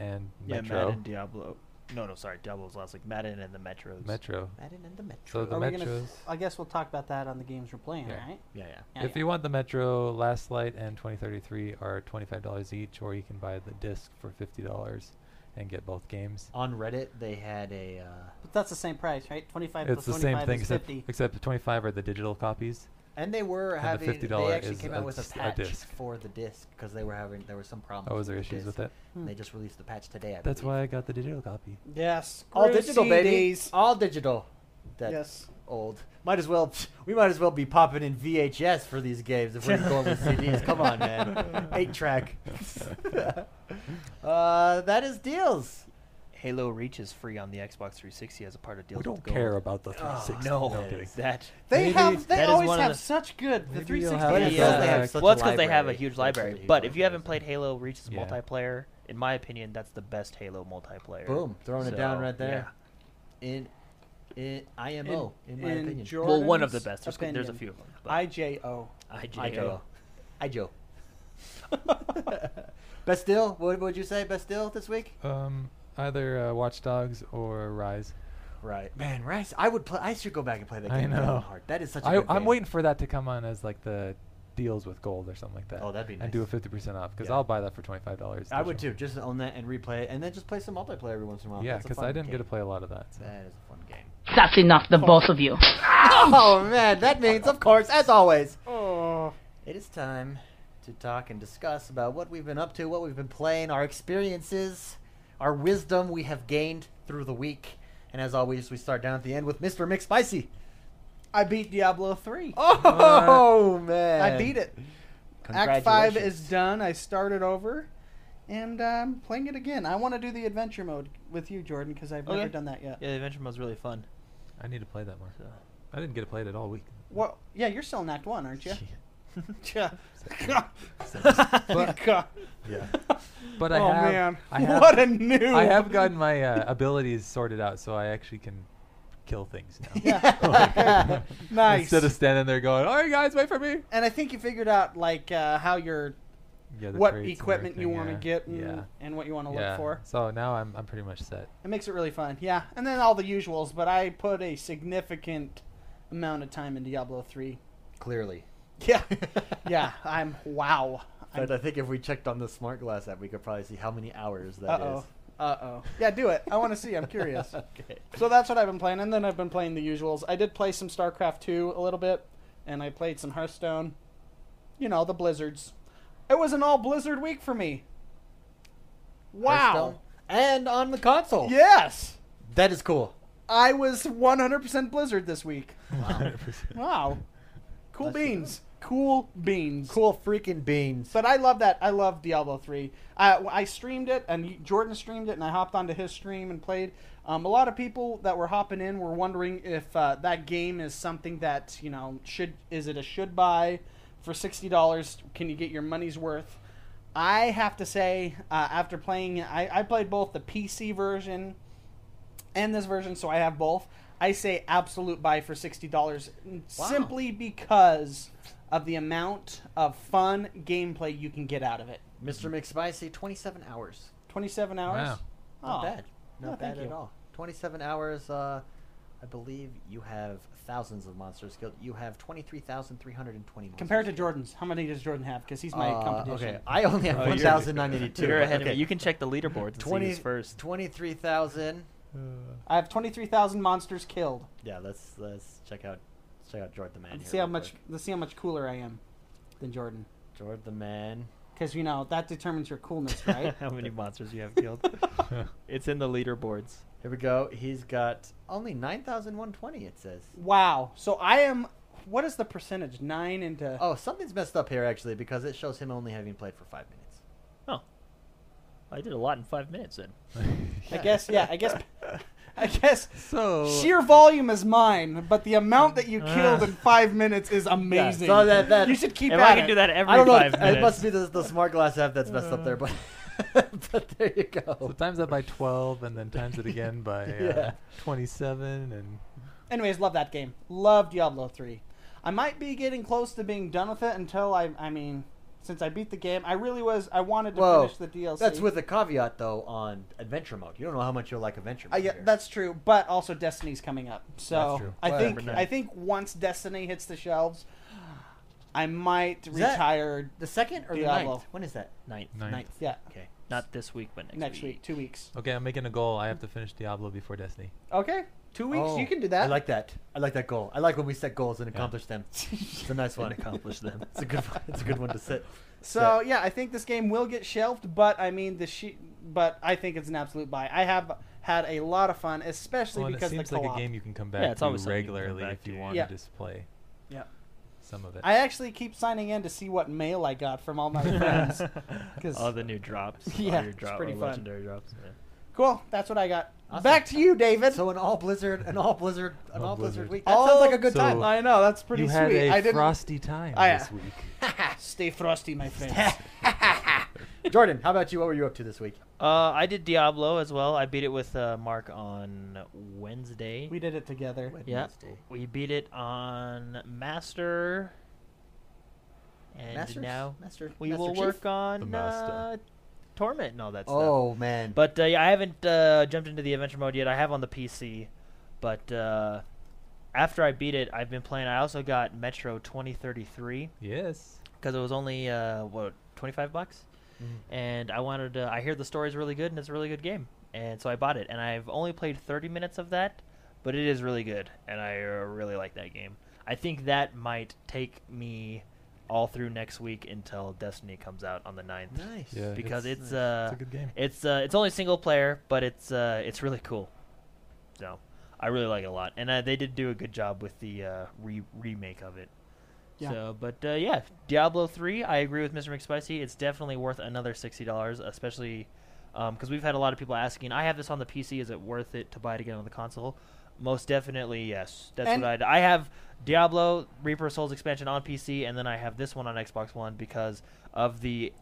B: and
D: yeah,
B: Metro.
D: Madden, Diablo. No, no, sorry, Diablo was last week. Madden and the Metros.
B: Metro.
A: Madden and the
B: So
A: Metro. Oh,
B: the
C: Are we gonna-
B: Metros.
C: I guess we'll talk about that on the games we're playing,
B: Yeah.
C: right?
A: yeah, yeah.
C: Yeah,
B: if
C: yeah.
B: you want the Metro, Last Light, and 2033 are $25 each, or you can buy the disc for $50 and get both games.
A: On Reddit, they had a. Uh,
C: But that's the same price, right? Twenty-five
B: It's the
C: plus
B: same
C: twenty-five
B: thing,
C: is
B: except,
C: fifty.
B: except the 25 are the digital copies.
A: and they were
B: And the
A: having.
B: $50
A: they actually
B: is
A: came
B: a
A: out with a
B: s- a
A: patch
B: disc.
A: for the disc because they were having there were some problems.
B: Oh, was there
A: the
B: issues with
A: disc.
B: it?
A: They just released the patch today. I
B: That's
A: believe.
B: why I got the digital copy.
C: Yes.
A: All digital, baby. eh? All digital. That
C: Yes.
A: old. Might as well. We might as well be popping in VHS for these games if we're going with CDs. Come on, man. Eight track. uh, that is deals.
D: Halo Reach is free on the Xbox 360 as a part of deal.
B: We don't care about the
A: Oh,
B: 360.
A: no.
B: I'm kidding.
D: that.
C: They
B: Maybe
C: have. They
D: that is
C: always
D: one of
C: have
D: the-
C: such good. The
B: Maybe you'll
C: 360.
B: have
A: But
B: it
A: it
B: for
A: feels
B: that.
A: they have such
D: well,
A: a
D: it's because they have a
A: library.
D: huge
A: They have such a
D: library.
A: huge
D: but if
A: library,
D: you haven't
A: so-
D: played Halo Reach's
B: Yeah.
D: multiplayer, in my opinion, that's the best Halo multiplayer.
A: Boom, throwing it down
D: So,
A: right there.
D: yeah.
A: in, in IMO, in, my
C: in
A: opinion.
C: Jordan's
D: well, one of the best. There's, there's a
C: opinion,
D: few of them. but
C: IJO.
D: IJO.
A: Hi, Joe. Bastille, what would you say, Bastille, this week?
D: Uh,
B: Um, either uh, Watch Dogs or Rise.
A: Right, man, Rice. I would play. I should go back and play that
B: I
A: game. with
B: know.
A: Heart. That is such. a
B: I,
A: good
B: I'm
A: game.
B: waiting for that to come on as like the deals with gold or something like that.
A: Oh, that'd be
B: And do a
A: nice.
B: fifty percent off because
A: Yeah.
B: I'll buy that for twenty five dollars.
A: I would too. Just own that and replay it, and then just play some multiplayer every once in a while.
B: yeah,
A: That's a
B: because
A: fun
B: I didn't get
A: game.
B: to play a lot of that. so.
A: That is a fun game.
H: That's enough, the both of you.
A: Oh man, that means, of course, as always,
C: Oh.
A: it is time to talk and discuss about what we've been up to, what we've been playing, our experiences, our wisdom we have gained through the week. And as always, we start down at the end with Mr. McSpicy.
C: I beat Diablo 3.
A: Oh man,
C: I beat it. Act 5 is
A: Congratulations.
C: done. I started over and I'm playing it again. I want to do the adventure mode with you, Jordan, because I've never
D: Okay.
C: done that yet.
D: Yeah, the adventure mode's really fun.
B: I need to play that more.
D: So.
B: I didn't get to play it at all week.
C: Well, yeah, you're still in Act 1, aren't you? Yeah.
B: But-
A: Yeah.
B: But I
C: oh,
B: have.
C: man.
B: I have,
C: what a new.
B: I have gotten my uh, abilities sorted out, so I actually can kill things now.
C: Yeah. nice.
B: Instead of standing there going, "All right, guys, wait for me."
C: and I think you figured out like uh, how your
B: Yeah, the
C: what
B: traits and
C: equipment you
B: everything,
C: want to
B: yeah.
C: get and,
B: yeah.
C: and what you want to
B: yeah.
C: look for.
B: So now I'm I'm pretty much set.
C: It makes it really fun. Yeah, and then all the usuals. But I put a significant amount of time in Diablo three.
A: Clearly.
C: Yeah, yeah. I'm wow.
A: In fact, I think if we checked on the smart glass app, we could probably see how many hours that
C: Uh
A: is.
C: oh. Uh oh. Yeah, do it. I want to see. I'm curious.
A: okay.
C: so that's what I've been playing, and then I've been playing the usuals. I did play some StarCraft two a little bit, and I played some Hearthstone. You know the blizzards. It was an all blizzard week for me. Wow.
A: Hearthstone. And on the console.
C: Yes.
A: That is cool.
C: I was 100% Blizzard this week.
B: 100%.
C: Wow. Cool
A: That's good.
C: beans. Cool beans.
A: Cool freaking beans.
C: But I love that. I love Diablo 3. I, I streamed it, and Jordan streamed it, and I hopped onto his stream and played. Um, a lot of people that were hopping in were wondering if uh, that game is something that, you know, should is it a should buy for $60? Can you get your money's worth? I have to say, uh, after playing, I, I played both the PC version and this version, so I have both. I say absolute buy for sixty dollars simply because of the amount of fun gameplay you can get out of it.
A: Mr. McSpicy, 27 hours.
C: Twenty-seven hours.
B: Wow.
A: Not
C: Oh.
A: bad. Not
C: No,
A: bad
C: thank
A: at
C: you.
A: all. 27 hours. Uh, I believe you have thousands of monsters killed. You have 23,320 monsters.
C: Compared to Jordan's, how many does Jordan have? Because he's my
A: Uh,
C: competition.
A: Okay, I only have
D: Oh, you're-
A: 1,982.
D: You're ahead
A: okay.
D: of me. You can check the leaderboards and
A: 20
D: see who's first.
A: 23,000.
C: I have twenty-three thousand monsters killed.
A: Yeah, let's let's check out let's check out Jord the man.
C: Let's
A: here
C: see how
A: real
C: much.
A: quick.
C: Let's see how much cooler I am than Jordan.
A: Jord the man.
C: Because you know that determines your coolness, right?
D: How many monsters you have killed? it's in the leaderboards.
A: Here we go. He's got only 9,120. It says.
C: wow. So I am. What is the percentage? Nine into.
A: Oh, something's messed up here actually because it shows him only having played for five minutes.
D: Oh, I did a lot in five minutes then.
C: I guess. Yeah. I guess. I guess.
B: So
C: Sheer volume is mine, but the amount that you killed in five minutes is amazing.
A: Uh. so that- that-
C: you should keep
D: if
C: at
D: I can
C: it.
D: do that every
A: I don't know.
D: five minutes.
A: It must be the, the smart glass app that's messed up there, but but there you
B: so
A: go.
B: times that by twelve, and then times it again by uh,
A: Yeah.
B: twenty-seven, and
C: Anyways, love that game. Love Diablo 3. I might be getting close to being done with it until I. I mean, since I beat the game, I really was. I wanted to
A: Whoa,
C: finish the DLC.
A: That's with a caveat though on adventure mode. You don't know how much you'll like adventure
C: I,
A: mode.
C: Uh, yeah,
A: here.
C: that's true, but also Destiny's coming up, so
B: That's true.
C: I
A: Well,
C: think
A: never know.
C: I think once Destiny hits the shelves, I might
A: that-
C: retire.
A: the second or the
C: Diablo.
A: ninth. When is that?
D: Ninth.
B: Ninth.
A: Ninth.
C: Yeah,
A: Okay.
D: Not this week, but next,
C: next week, two weeks.
B: okay, I'm making a goal. I have to finish Diablo before Destiny.
C: Okay, two weeks.
A: Oh,
C: you can do that.
A: I like that. I like that goal. I like when we set goals and
B: Yeah.
A: accomplish them. It's a nice one.
D: Didn't accomplish them.
A: It's a good. One. It's a good one to set.
C: So yeah, I think this game will get shelved, but I mean the she- but I think it's an absolute buy. I have had a lot of fun, especially
B: Well, and it
C: because
B: seems
C: the co-op.
B: like a game you can come back
D: Yeah, it's
B: to
D: always something you can come
B: regularly
D: back
B: if you
D: to,
B: want
C: yeah.
B: to just play
C: Yeah.
B: some of it.
C: I actually keep signing in to see what mail I got from all my friends. 'Cause-
D: all the new drops. all
C: Yeah,
D: your
C: it's
D: drop-
C: pretty
D: all
C: fun.
D: Legendary drops. yeah.
C: cool, that's what I got.
A: Awesome.
C: Back to you, David.
A: So an all blizzard, an all blizzard, an all,
B: All
A: blizzard
B: Blizzard.
A: week. That sounds like a good
B: So-
A: time.
C: I know that's pretty
B: you
C: sweet.
B: had a
C: I didn't Oh,
B: frosty time
C: I-
B: this week.
C: stay frosty, my friends.
A: Jordan, how about you? What were you up to this week?
D: Uh, I did Diablo as well. I beat it with uh, Mark on Wednesday.
C: We did it together.
D: yeah, we beat it on Master, and
A: Masters?
D: now
A: Master,
D: we
A: Master
D: will
A: Chief?
D: work on
B: The Master.
D: uh, Torment and all that stuff.
A: Oh man.
D: But uh, yeah, I haven't uh, jumped into the adventure mode yet. I have on the PC, but uh, after I beat it, I've been playing. I also got Metro 2033
B: Yes.
D: because it was only uh, what 25 bucks,
C: Mm-hmm.
D: and I wanted. To, I hear the story's really good and it's a really good game, and so I bought it. And I've only played 30 minutes of that, but it is really good, and I uh, really like that game. I think that might take me all through next week until Destiny comes out on the 9th
A: nice.
B: Yeah.
D: because
B: it's-
D: it's,
A: nice.
D: uh,
B: It's a good game.
D: it's uh, it's only single player, but it's uh, it's really cool. So I really like it a lot, and uh, they did do a good job with the uh, re- remake of it.
C: Yeah.
D: So, but uh, yeah, Diablo three. I agree with Mr. McSpicy. It's definitely worth another sixty dollars, especially because we've had a lot of people asking. I have this on the PC. Is it worth it to buy it again on the console? Most definitely, yes. That's
C: And-
D: what I'd. I have Diablo Reaper of Souls expansion on PC, and then I have this one on Xbox One because of the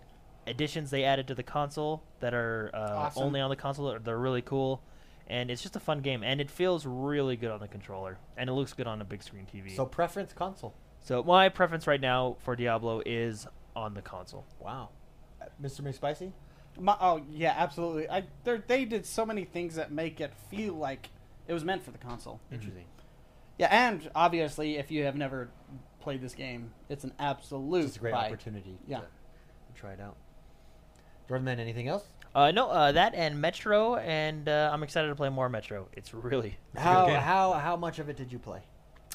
D: additions they added to the console that are uh,
C: Awesome.
D: only on the console. They're- They're really cool, and it's just a fun game, and it feels really good on the controller, and it looks good on a big screen TV.
A: So preference console.
D: So my preference right now for Diablo is on the console.
A: Wow. Uh, Mr. McSpicy.
C: My, oh yeah, absolutely. I they're- they did so many things that make it feel like it was meant for the console.
B: Mm-hmm.
A: Interesting.
C: Yeah, and obviously, if you have never played this game, it's an absolute
A: Just a great
C: buy.
A: opportunity.
C: Yeah.
A: To try it out. Jordan, man, anything else?
D: Uh, no, uh, that and Metro, and uh, I'm excited to play more Metro. It's really
A: How
B: game.
A: how how much of it did you play?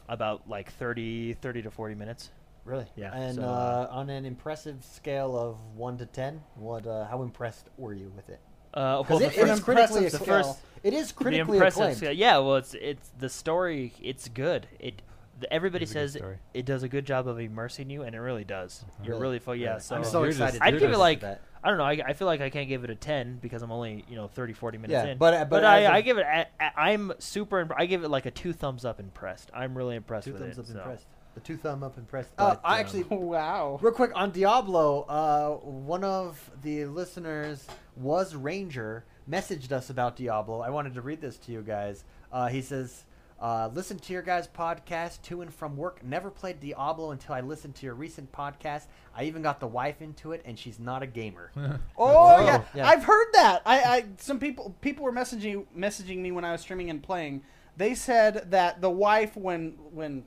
D: about like 30, 30 to 40 minutes.
A: Really?
D: Yeah,
A: And
D: so,
A: uh,
D: uh,
A: on an impressive scale of one to ten, what? Uh, how impressed were you with it?
D: Uh,
A: Because
D: well, the
A: it, it
D: first-
A: is
C: impressive
A: critically
C: scale.
A: acclaimed. it is critically
D: the impressive
A: acclaimed.
D: scale- Yeah, well, it's it's the story. It's good. It the, everybody
B: It is a good
D: says
B: story. Mm-hmm.
D: it does a good job of immersing you, and it really does. You're
A: Really?
D: really, fo- yeah.
A: Really?
D: So,
A: I'm so
B: You're just-
A: excited. to
D: I'd
A: do
D: give
A: this.
D: it like
A: That.
D: I don't know. I, I feel like I can't give it a ten because I'm only you know 30, 40 minutes
A: Yeah,
D: in.
A: but- uh, but
D: I,
A: as a-
D: I give it. A, a, I'm super. Imp- I give it like a two thumbs up impressed. I'm really impressed
A: Two
D: with
A: thumbs
D: it.
A: up
D: so.
A: impressed. The two thumb up impressed.
D: But,
A: uh, I
D: um,
A: actually Oh,
C: Wow.
A: Real quick on Diablo, uh, one of the listeners was Ranger, messaged us about Diablo. I wanted to read this to you guys. Uh, he says, uh, "Listen to your guys' podcast to and from work. Never played Diablo until I listened to your recent podcast. I even got the wife into it, and she's not a gamer.
C: Oh
A: Wow.
C: yeah.
A: Yeah.
C: I've heard that. I, I some people people were messaging messaging me when I was streaming and playing. They said that the wife when when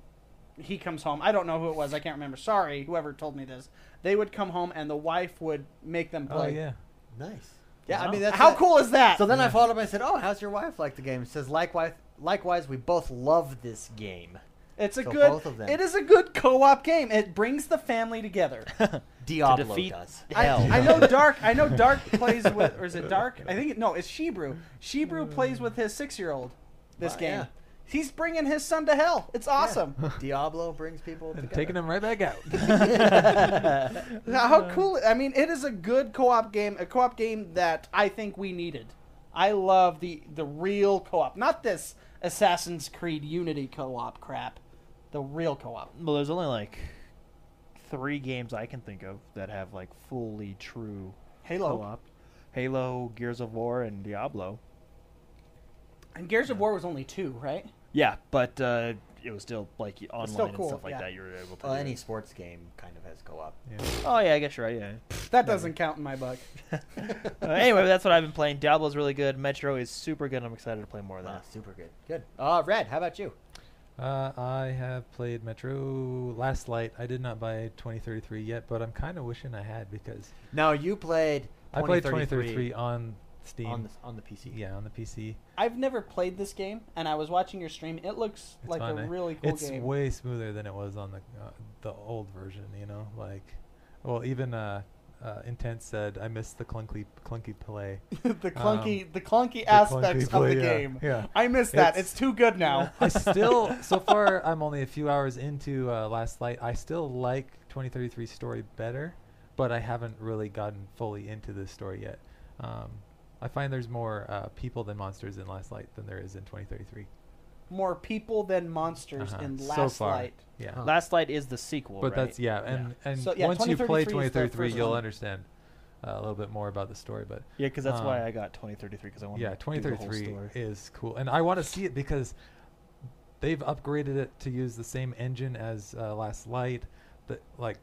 C: he comes home, I don't know who it was. I can't remember. Sorry, whoever told me this. They would come home and the wife would make them
B: Oh
C: play.
B: yeah.
A: nice. Yeah, I
D: Wow.
A: mean that's
C: How
A: that-
C: cool is that?
A: So then I followed up. and I said, "Oh, how's your wife like the game?" It says, "Likewise, likewise, we both love this game.
C: it's a
A: so
C: good.
A: both of them.
C: It is a good co-op game. It brings the family together.
A: Diablo
D: defeat-
A: does."
C: I,
D: Hell.
C: I know Dark. I know Dark plays with, or is it Dark? I think it- no, it's Shebrew. Shebrew plays with his six-year-old. This
A: Wow,
C: game,
A: yeah.
C: he's bringing his son to hell. It's awesome.
A: Diablo brings people together.
B: Taking them right back out.
C: How cool! I mean, it is a good co-op game. A co-op game that I think we needed. I love the the real co-op, not this Assassin's Creed Unity co-op crap. The real co-op.
D: Well, there's only like three games I can think of that have like fully true
C: Halo
D: co-op: Halo, Gears of War, and Diablo.
C: and Gears of War was only two, right?
D: Yeah, but uh, it was still like online
C: still
D: and
C: cool,
D: stuff like
C: yeah.
D: that. You were able to.
A: Well,
D: do
A: any
D: it.
A: sports game kind of has co-op.
D: Oh yeah, I guess you're right. Yeah.
C: That doesn't count in my book.
D: Uh, anyway, that's what I've been playing. Diablo's really good. Metro is super good. I'm excited to play more of
A: Wow,
D: that.
A: super good. Good. Uh, Red, how about you?
B: Uh, I have played Metro Last Light. I did not buy 2033 yet, but I'm kind of wishing I had because
A: Now you played.
B: I played
A: 2033
B: 2033 on Steam.
A: on the on the PC.
B: yeah, on the PC.
C: I've never played this game, and I was watching your stream. It looks
B: It's
C: like
B: fine, eh?
C: a really cool
B: it's
C: game.
B: way smoother than it was on the uh, the old version. You know, like, well, even uh, uh, Intense said I missed the clunky clunky play.
C: the clunky,
B: um,
C: the clunky
B: the
C: aspects
B: clunky play,
C: of the
B: yeah,
C: game.
B: yeah.
C: I miss that.
B: It's-
C: It's, too good now.
B: I still, so far, I'm only a few hours into uh, Last Light. I still like 2033 story better, but I haven't really gotten fully into this story yet. Um, I find there's more uh, people than monsters in Last Light than there is in 2033.
C: More people than monsters
B: Uh-huh.
C: in
B: So
C: Last
B: far.
C: Light.
B: Yeah.
A: Huh.
D: Last Light is the sequel,
B: Oh. But
D: right?
B: that's yeah, and and
C: So, yeah,
B: once you
C: 2033
B: play
C: is the
B: 2033,
C: first
B: you'll
C: one.
B: understand. uh, a little bit more about the story. But
I: Yeah, because that's why
B: um,
I: I got 2033 because I want
B: yeah,
I: to do the whole
B: 2033
I: story.
B: is cool, and I want to see it because they've upgraded it to use the same engine as uh, Last Light. But like,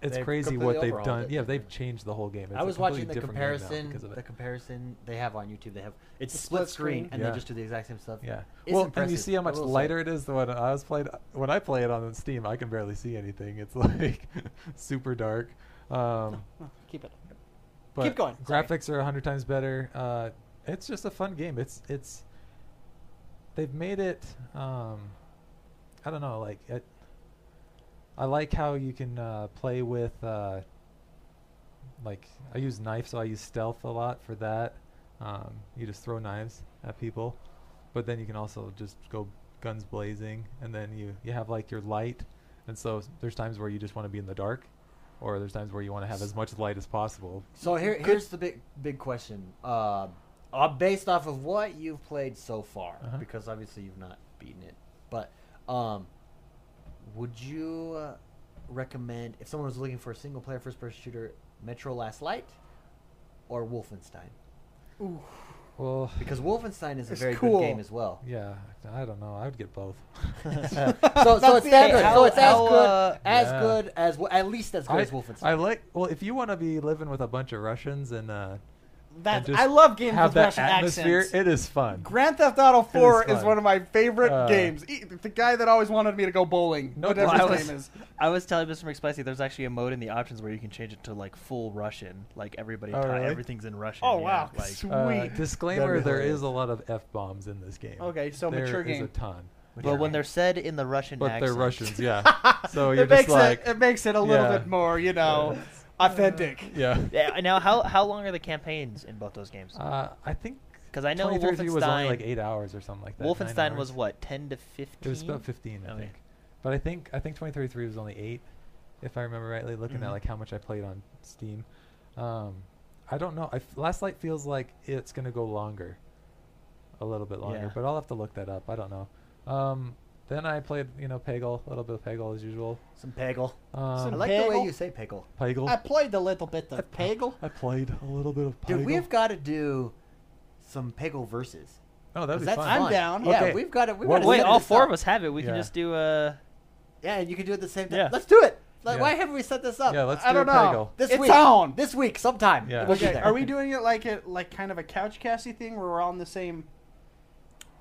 B: it's
A: They've
B: crazy
A: completely
B: what they've
A: overhauled
B: done.
A: it.
B: Yeah, they've changed the whole game. It's
A: I
B: a
A: was watching the
B: completely different game now
A: comparison.
B: because of it.
A: The comparison they have on YouTube. They have it's
C: The
A: a split
C: split
A: screen,
C: screen.
A: and
B: Yeah.
A: they just do the exact same stuff.
B: Yeah.
A: It's
B: well, and you
A: impressive,
B: see how
A: I
B: much
A: will say.
B: lighter it is than when I was played when I play it on Steam. I can barely see anything. It's like super dark. Um,
C: Oh, keep it.
B: but
C: Keep going, sorry.
B: Graphics are a hundred times better. Uh, it's just a fun game. It's it's. They've made it. Um, I don't know. Like it, I like how you can uh, play with. Uh, like I use knife, so I use stealth a lot for that. Um, you just throw knives at people, but then you can also just go guns blazing, and then you you have like your light, and so s- there's times where you just want to be in the dark, or there's times where you want to have as much light as possible.
A: So here, here's the big big question. Uh, uh, based off of what you've played so far,
B: Uh-huh.
A: because obviously you've not beaten it, but um, would you uh, recommend if someone was looking for a single player first person shooter, Metro Last Light or Wolfenstein?
B: Well,
A: Because Wolfenstein is a
C: It's
A: very
C: cool.
A: good game as well.
B: yeah, I don't know. I would get both.
A: So, so it's that
D: Hey,
A: good.
D: how-
A: so it's as
D: how,
A: good,
D: uh,
A: as
B: Yeah.
A: good as well, at least as good
B: I,
A: as Wolfenstein.
B: I like. Well, if you want to be living with a bunch of Russians and uh,
C: That
B: just
C: I love games
B: have
C: with
B: that
C: Russian
B: atmosphere,
C: accents.
B: it is fun.
C: Grand Theft Auto 4
B: is
C: is,
B: fun.
C: one of my favorite
B: Uh,
C: games. E- The guy that always wanted me to go bowling,
B: No,
C: whatever
B: I
C: his
B: was-
C: name is.
D: I was telling Mr. McSpicy there's actually a mode in the options where you can change it to like full Russian, like everybody
B: Oh,
D: ta-
B: really?
D: everything's in Russian.
C: Oh
D: yeah,
C: wow,
D: Like,
C: sweet.
B: Uh, disclaimer:
A: That'd be
B: There
A: hilarious.
B: is a lot of f bombs in this game.
C: Okay, so
B: There
C: mature
B: is
C: game.
B: a ton,
D: but when they're said in the Russian
B: but
D: accent,
B: they're Russians. Yeah, so you're
C: it makes
B: just like,
C: it it makes it a little
B: Yeah.
C: bit more, you know, authentic.
B: yeah.
D: Yeah. Now, how how long are the campaigns in both those games?
B: Uh, I think
D: 'Cause I know
B: 2033 was only
D: Wolfenstein-
B: like eight hours or something like that. nine
D: Wolfenstein was
B: hours.
D: what ten to fifteen.
B: It was about fifteen, I
D: Okay.
B: think. But I think I think 2033 was only eight, if I remember rightly. Looking at
D: Mhm.
B: like how much I played on Steam, um, I don't know. I f- Last Light feels like it's gonna go longer, a little bit longer.
D: Yeah.
B: But I'll have to look that up. I don't know. Um, then I played you know Peggle, a little bit of Peggle as usual.
A: Some Peggle. I
B: Um,
A: like the way
C: Peggle?
A: you say Peggle.
B: Peggle.
C: played a little bit of Peggle.
B: I played a little bit of Peggle.
A: Dude, we've got to do some Peggle verses.
B: oh, that'd
A: 'Cause
B: be
A: that's
B: fun.
C: I'm down.
A: Yeah,
B: Okay.
A: we've got to. We've
B: Well,
A: got to
D: Wait,
B: Look
D: all four of us have it. We
B: Yeah.
D: can just do uh, a.
A: Yeah, and you can do it at the same time.
D: Yeah.
A: Let's do it. Like,
B: Yeah.
A: Why haven't we set this up? Uh,
B: Yeah, let's
C: I
B: do a
C: don't know.
B: Peggle.
A: This
C: it's
A: week.
C: on.
A: This week, sometime.
B: Yeah.
A: We'll be
C: Okay,
A: there.
C: are we doing it like it like kind of a couch Cassie thing where we're all in the same?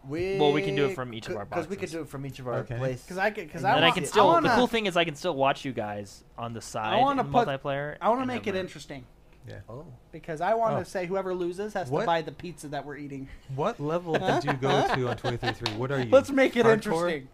A: We
D: Well, we can do it from each of our
A: Because we could
D: boxes.
A: do it from each of our
B: Okay.
A: places.
C: Because I could because
A: And
C: I want
D: and I
A: want-
D: can
A: I
D: still.
C: wanna,
D: the cool thing is I can still watch you guys on the side
C: wanna
D: in
C: put-
D: multiplayer.
C: I want to
D: and
C: make it
D: then we're-
C: interesting
B: Yeah.
A: Oh.
C: because I want
B: Oh.
C: to say whoever loses has
B: What?
C: to buy the pizza that we're eating.
B: What level did you go to on 2033? What are you?
C: Let's make it
B: hardcore?
C: interesting.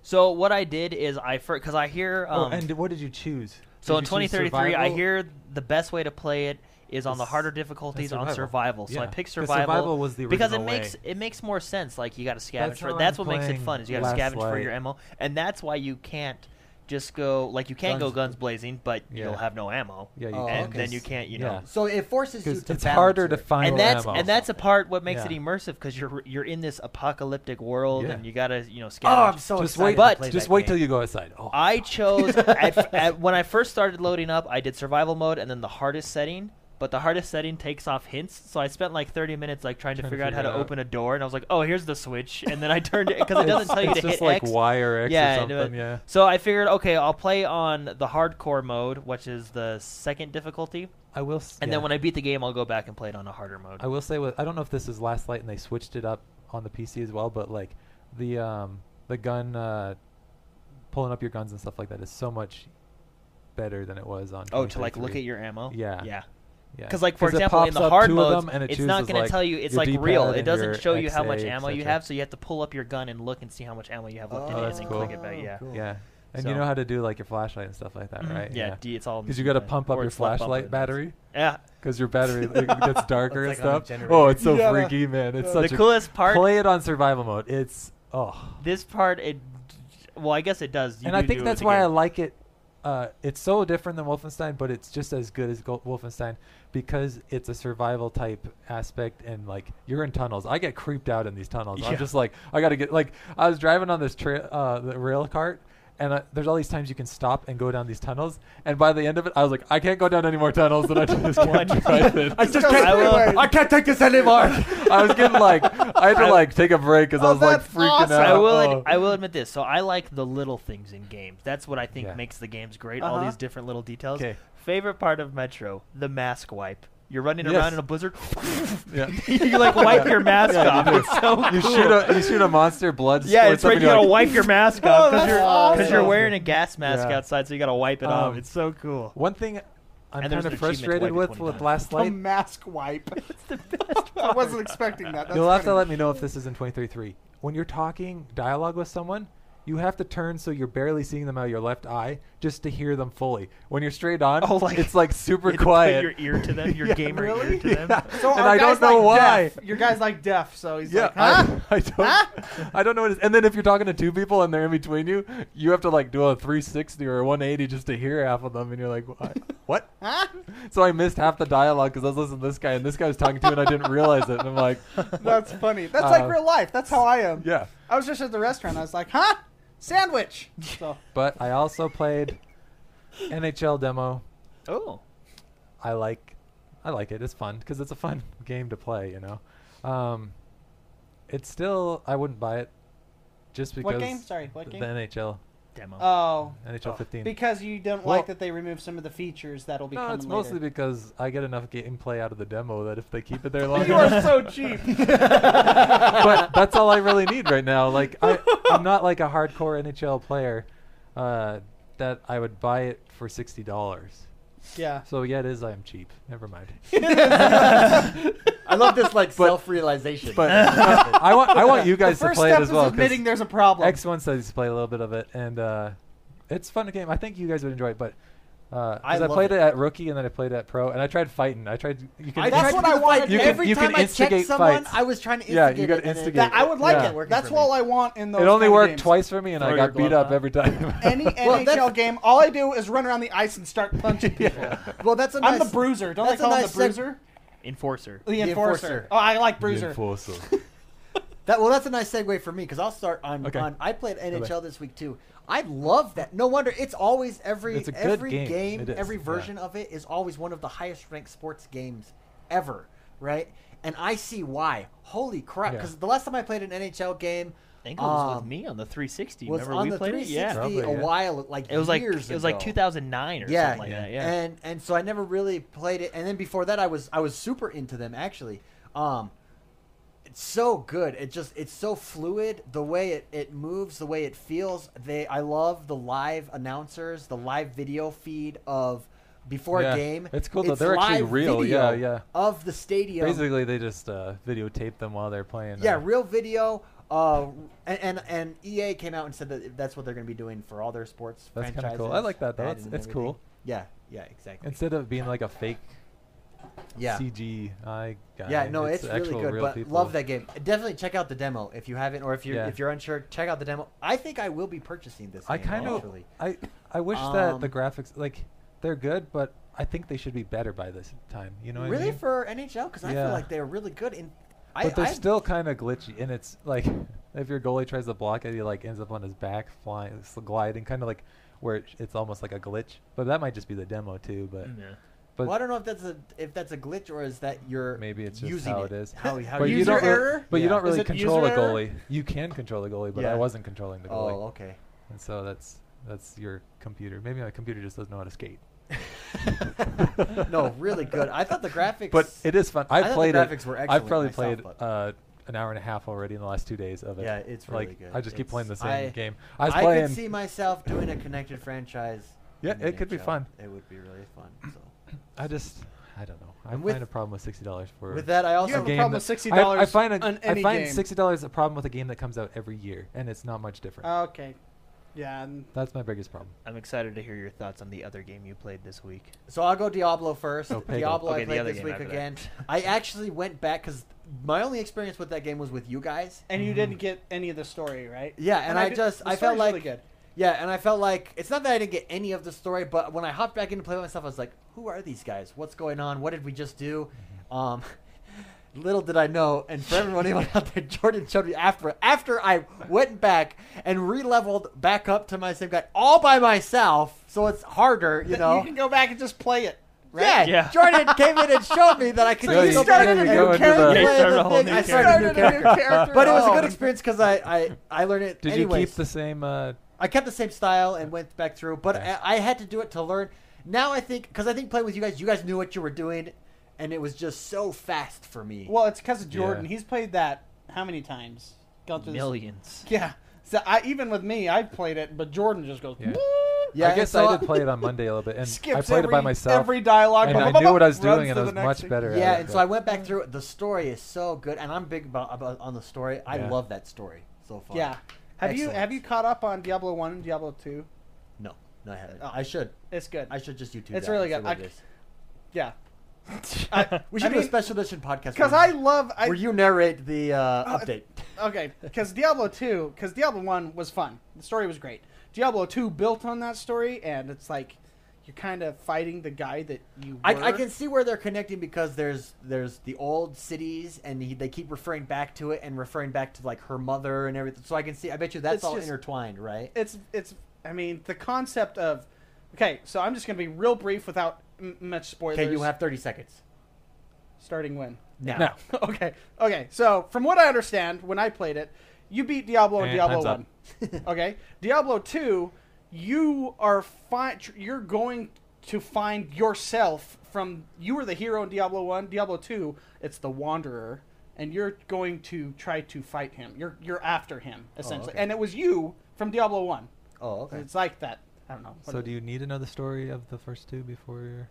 D: So what I did is I first because I hear. Um,
B: oh, and what did you choose?
D: So
B: Did
D: in
B: you choose
D: 2033, I
B: survival?
D: hear the best way to play it is on the
B: Is-
D: harder difficulties
B: that's
D: on
B: survival.
D: survival. So I
B: Yeah.
D: picked
B: 'Cause
D: survival,
B: survival was the
D: because it
B: original
D: makes
B: way.
D: it makes more sense. Like you got to scavenge
B: That's
D: for
B: how
D: that's
B: I'm
D: what makes it
B: playing
D: fun is you got to
B: Last
D: scavenge for your
B: Light.
D: ammo, and that's why you can't just go like you can't go
B: Guns-
D: guns blazing, but you'll
B: Yeah.
D: have no ammo,
B: Yeah, you
A: Oh,
B: can.
D: and
A: okay.
D: then you can't you know.
B: Yeah.
A: So it forces you
B: Because
A: to
B: it's
A: balance
B: harder to
A: it.
B: find
D: And that's
B: ammo.
D: and that's a part what makes
B: Yeah.
D: it immersive because you're you're in this apocalyptic world
B: Yeah.
D: and you gotta you know scavenge.
A: Oh, I'm so
B: just
A: excited.
B: wait,
A: to
D: But-
A: play
B: just
A: that
B: wait
A: game.
B: till you go outside. Oh,
D: I chose at, at, when I first started loading up. I did survival mode and then the hardest setting, but the hardest setting takes off hints. So I spent like 30 minutes like trying, to, figure out how to
B: it out.
D: open a door, and I was like, "Oh, here's the switch," and then I turned it because it doesn't tell you
B: it's
D: to
B: just
D: hit
B: like
D: X.
B: Y or X
D: yeah,
B: or
D: and, uh,
B: something. Yeah.
D: So I figured, okay, I'll play on the hardcore mode, which is the second difficulty,
B: I will. s-
D: and
B: yeah.
D: then when I beat the game, I'll go back and play it on a harder mode.
B: I will say, with, I don't know if this is Last Light and they switched it up on the PC as well, but like the um the gun uh pulling up your guns and stuff like that is so much better than it was on.
D: oh, to like
B: 2033.
D: look at your ammo.
B: Yeah.
D: Yeah.
B: Yeah.
D: Because like for
B: 'Cause it
D: example in
B: pops
D: the
B: up
D: hard
B: two of
D: modes,
B: them, and it
D: it's not
B: chooses,
D: going
B: like,
D: to tell you. It's
B: your
D: like
B: D-pad
D: real. It
B: and your
D: doesn't show you how much
B: XA,
D: ammo you
B: etc..
D: have, so you have to pull up your gun and look and see how much ammo you have left
A: Oh,
D: in it,
B: that's
D: and then
B: cool.
D: click it back. Yeah,
A: Cool.
B: Yeah. And
D: So- Mm-hmm.
B: you know how to do like your flashlight and stuff like that, right?
D: yeah, D, it's all
B: Because you got to
D: uh,
B: pump up
D: or
B: your
D: it's left bumper
B: flashlight
D: that
B: battery.
D: is. Yeah.
B: Because your battery it gets darker
A: It's
B: and
A: like on a
B: stuff.
A: generator.
B: Oh, it's so
C: You gotta-
B: freaky, man! It's
C: uh,
B: such
D: the
B: a
D: coolest part.
B: Play it on survival mode. It's oh,
D: This part, it. Well, I guess it does. You
B: and I
D: do do
B: think
D: it
B: that's
D: with the
B: why I
D: game.
B: like it. Uh, it's so different than Wolfenstein, but it's just as good as Go- Wolfenstein because it's a survival type aspect, and like you're in tunnels. I get creeped out in these tunnels. I'm
D: Yeah.
B: just like, I gotta get like I was driving on this tra- uh, the rail cart. and I, there's all these times you can stop and go down these tunnels. And by the end of it, I was like, I can't go down any more tunnels than I just can't drive in. I just
E: can't- I will-
B: I can't take this anymore. I was getting like, I had to like take a break because I was like
E: Oh, that's
B: freaking
E: awesome.
B: out.
D: I will. ad-
B: Oh.
D: I will admit this. So I like the little things in games. That's what I think
B: Yeah.
D: makes the games great. All
C: Uh-huh.
D: these different little details.
B: 'Kay.
D: Favorite part of Metro: the mask wipe. You're running
B: Yes.
D: around in a blizzard.
B: Yeah.
D: you like wipe your mask
B: Yeah, you
D: off.
B: do.
D: It's so
B: You
D: cool.
B: shoot a you shoot a monster blood.
D: yeah,
B: squirts
D: it's
B: up
D: right.
B: and
D: You
B: you're
D: gotta
B: like, Oh,
D: wipe your mask
C: Oh,
D: off because
C: that's
D: you're because
C: awesome.
D: you're wearing a gas mask
B: Yeah.
D: outside, so you gotta wipe it off.
B: Um,
D: It's so cool.
B: One thing I'm
D: And there's
B: kind of
D: an achievement to
B: frustrated
D: wipe it
B: with
D: 20
B: with
D: times.
B: Last
C: A
B: Light.
C: mask wipe. It's the best. I wasn't expecting that. That's
B: You'll have to
C: funny.
B: let me know if this is in 23.3. When you're talking dialogue with someone, you have to turn so you're barely seeing them out of your left eye just to hear them fully. When you're straight on,
D: Oh, like-
B: it's like super
D: You had to put
B: quiet.
D: your ear to them, your gamer ear to
B: Yeah.
D: them.
C: So
B: and
C: our
B: I
C: guy's
B: don't know
C: like
B: why.
C: Deaf. Your guy's like deaf, so he's
B: Yeah,
C: like, huh?
B: I, I don't. I don't know what it is. And then if you're talking to two people and they're in between you, you have to like do a 360 or a 180 just to hear half of them, and you're like, "Wha- what?
C: Huh?
B: So I missed half the dialogue because I was listening to this guy and this guy was talking to, you and I didn't realize it. And I'm like,
C: That's funny. That's
B: Uh,
C: like real life. That's how I am.
B: yeah.
C: I was just at the restaurant. I was like, huh? Sandwich. So
B: But I also played NHL demo.
D: Oh,
B: I like, I like it. It's fun because it's a fun game to play. You know, um, it's still I wouldn't buy it just because
C: what game? Sorry, what
B: the
C: game?
B: NHL
D: demo.
C: oh,
B: NHL 15.
C: because you don't
B: Well-
C: like that they remove some of the features that'll be.
B: no,
C: coming
B: it's mostly
C: later.
B: because I get enough gameplay out of the demo that if they keep it there long
C: you are
B: enough,
C: so cheap.
B: but that's all I really need right now. Like I, I'm not like a hardcore NHL player uh, that I would buy it for sixty dollars.
C: yeah.
B: So yeah, it is. I'm cheap. Never mind.
A: I love this like
B: But-
A: self-realization.
B: But uh, I want I want you guys
C: the
B: to
C: first
B: play it
C: step
B: as well.
C: is
B: 'cause
C: admitting there's a problem.
B: X1 says to play a little bit of it, and uh, it's a fun game. I think you guys would enjoy it, but. Uh, 'cause I,
A: love
B: played
A: it.
B: it. at rookie and then I played at pro and I tried fighting. I tried. You can
A: I
C: That's
A: tried
C: what
A: to
C: I
A: do the
C: wanted
A: fight.
B: to do.
A: Every
B: You can
A: time I checked
B: instigate
A: someone,
B: fights.
A: I was trying to
B: Yeah, you
A: instigate
B: gotta
A: it, and it-
B: instigate.
C: that I would like
B: Yeah.
C: it. That's
A: for me.
C: all I want in those.
B: It only
C: kind of
B: worked
C: games.
B: twice for me and I
D: Throw your
B: got beat
D: glove
B: up
D: out.
B: every time.
C: Any
A: Well, that's-
C: NHL game, all I do is run around the ice and start punching people.
A: Well, that's a
C: I'm
A: nice.
C: the bruiser. Don't they
A: that's a
C: call him
A: nice
C: the
A: seg-
C: bruiser?
D: Enforcer.
C: The enforcer.
A: enforcer.
C: Oh, I like bruiser.
A: That well, that's a nice segue for me because I'll start on,
B: Okay.
A: on. I played NHL this week too. I love that. No wonder it's always every
B: It's a good
A: every
B: game.
A: game,
B: It is,
A: every
B: yeah.
A: version of it is always one of the highest ranked sports games ever, right? And I see why. Holy crap!
B: Yeah.
A: Because the last time I played an NHL game
D: I think it was with
A: um,
D: me on the 360.
A: was
D: Remember
A: on
D: we
A: the
D: played
A: 360
D: it? Yeah.
B: Probably,
A: a
B: yeah.
A: while, like
D: It was like
A: years
D: it was like
A: ago.
D: 2009 or something like that. Yeah.
A: And and so I never really played it. And then before that, I was I was super into them actually. Um, it's so good. It just it's so fluid. The way it, it moves, the way it feels. They I love the live announcers, the live video feed of before
B: Yeah.
A: a game.
B: It's cool that they're actually
A: live
B: real.
A: video
B: Yeah, yeah.
A: Of the stadium.
B: Basically, they just uh, videotape them while they're playing.
A: Yeah,
B: uh,
A: real video. Uh, and, and and EA came out and said that that's what they're going to be doing for all their sports.
B: That's kinda
A: franchises.
B: cool. I like that, though.
A: and
B: That's- it's
A: everything.
B: cool.
A: Yeah, yeah, exactly.
B: instead of being like a fake
A: yeah,
B: CGI guy.
A: yeah. No, it's,
B: actual
A: really good.
B: real
A: But
B: people.
A: love that game. Definitely check out the demo if you haven't, or if you are
B: Yeah.
A: if you're unsure, check out the demo. I think I will be purchasing this.
B: I
A: game,
B: kind of
A: actually.
B: I I wish that the
A: Um,
B: graphics like they're good, but I think they should be better by this time. You know what I
A: really
B: mean?
A: for NHL because I
B: Yeah.
A: feel like they're really good. In I,
B: but they're
A: I-
B: still kind of glitchy, and it's like if your goalie tries to block it, he like ends up on his back, flying, s- gliding, kind of like where it, it's almost like a glitch. But that might just be the demo too. But
D: Yeah.
B: but
A: Mm, well, I don't know if that's a if that's a glitch or is that you're
B: Maybe it's just
A: using
B: how it is.
A: How, how
B: but
A: you
B: you
C: User
B: don't really-
C: error?
B: but
A: Yeah.
B: you don't
A: Is
B: really
C: it
B: control the
C: user error?
B: goally. You can control the goalie, but I
A: Yeah.
B: wasn't controlling the goalie,
A: Oh, okay.
B: and so that's that's your computer. Maybe my computer just doesn't know how to skate.
A: no, really good. I thought the graphics.
B: But it is fun.
A: I thought
B: I've
A: the
B: played it.
A: graphics were
B: I've
A: excellent
B: probably
A: myself,
B: played
A: but-
B: uh, an hour and a half already in the last two days of it.
A: Yeah, it's
B: like,
A: really good.
B: I just keep playing the
A: It's-
B: same
A: I-
B: game. I
A: I,
B: was playing.
A: could see myself doing a connected franchise.
B: Yeah,
A: in the
B: it could be
A: NHL.
B: fun.
A: It would be really fun. So.
B: I just. I don't know. I
A: And with-
B: find a problem with sixty dollars for.
A: With that, I
B: a
A: also
C: have a
B: game
C: problem
B: that-
C: with $60
B: I, I find a,
C: on
B: I
C: any
B: find
C: game.
B: sixty dollars a problem with a game that comes out every year, and it's not much different.
A: Uh,
C: Okay. Yeah. And
B: That's my biggest problem.
D: I'm excited to hear your thoughts on the other game you played this week.
A: So I'll go Diablo first.
B: Oh, Peggle.
A: Diablo
D: Okay,
A: I
D: the
A: played
D: other
A: this
D: game
A: week
D: after that.
A: again. I actually went back because my only experience with that game was with you guys.
C: and you didn't get any of the story, right?
A: Yeah, and, I,
C: did-
A: just
C: the
A: I felt
C: story's
A: like
C: really good.
A: yeah, and I felt like it's not that I didn't get any of the story, but when I hopped
B: Mm-hmm.
A: back in to play by myself, I was like, "Who are these guys? What's going on? What did we just do?" Um, Little did I know, and for everyone anyone out there, Jordan showed me after after I went back and re-leveled back up to my same guy all by myself. So it's harder, you know.
C: you can go back and just play it.
A: Yeah,
C: Right?
D: Yeah.
A: Jordan came in and showed me that I could
B: So
A: just
B: you
A: go back
B: started
A: and
B: a new
A: play
B: character. Yeah, you
A: the
D: started a whole
A: thing.
D: new
A: I started a
D: character.
A: new character.
C: character.
A: But it was a
C: on.
A: good experience because I, I, I learned it.
B: Did
A: anyways.
B: you keep the same? Uh,
A: I kept the same style and went back through, but
B: Okay.
A: I, I had to do it to learn. Now I think because I think playing with you guys, you guys knew what you were doing, and it was just so fast for me.
C: Well, it's because of Jordan.
B: Yeah.
C: He's played that how many times? Gone through this-
D: Millions.
C: Yeah. So I even with me, I've played it, but Jordan just goes.
B: yeah.
A: yeah,
B: I
A: and
B: guess
A: so
B: I did play it on Monday a little bit, and
C: Skips
B: I played
C: every,
B: it by myself,
C: Every dialogue,
B: and
C: blah,
B: I
C: blah,
B: knew
C: blah,
B: what I was
C: runs
B: doing, and
C: to
B: I
C: the
B: was
C: next
B: much
C: thing.
A: Yeah,
B: better. at it,
A: and
B: but-
A: so I went back through. it. The story is so good, and I'm big about, about on the story. I
B: Yeah.
A: love that story so far.
C: Yeah. Have you
A: Excellent.
C: have you caught up on Diablo One and Diablo Two?
A: No, no, I haven't.
C: Oh.
A: I should.
C: It's good.
A: I should just YouTube.
C: It's
A: that
C: really
A: and see what
C: good. I
A: it
C: c-
A: is.
C: yeah.
A: We should
C: I
A: do
C: mean-
A: a special edition podcast
C: Because
A: where
C: I
A: you-
C: love. I,
A: where you narrate the uh, update.
C: Okay, because Diablo 2, because Diablo 1 was fun. The story was great. Diablo 2 built on that story, and it's like you're kind of fighting the guy that you were.
A: I, I can see where they're connecting because there's there's the old cities and he, they keep referring back to it and referring back to like her mother and everything. So I can see. I bet you that's
C: It's
A: all
C: just-
A: intertwined, right?
C: It's, it's, I mean, the concept of. Okay, so I'm just going to be real brief without m- much spoilers.
A: Okay, you have thirty seconds
C: Starting when?
A: now.
B: No.
C: okay, okay. So, from what I understand, when I played it, you beat Diablo and
B: Eh,
C: Diablo
B: time's up.
C: 1. okay? Diablo 2, you are fi- tr- you're going to find yourself from you were the hero in Diablo 1, Diablo 2, it's the wanderer and you're going to try to fight him. You're you're after him
A: Oh,
C: essentially.
A: okay.
C: And it was you from Diablo 1.
A: Oh, okay.
C: It's like that. I don't know.
B: So do you need to know the story of the first two before you're?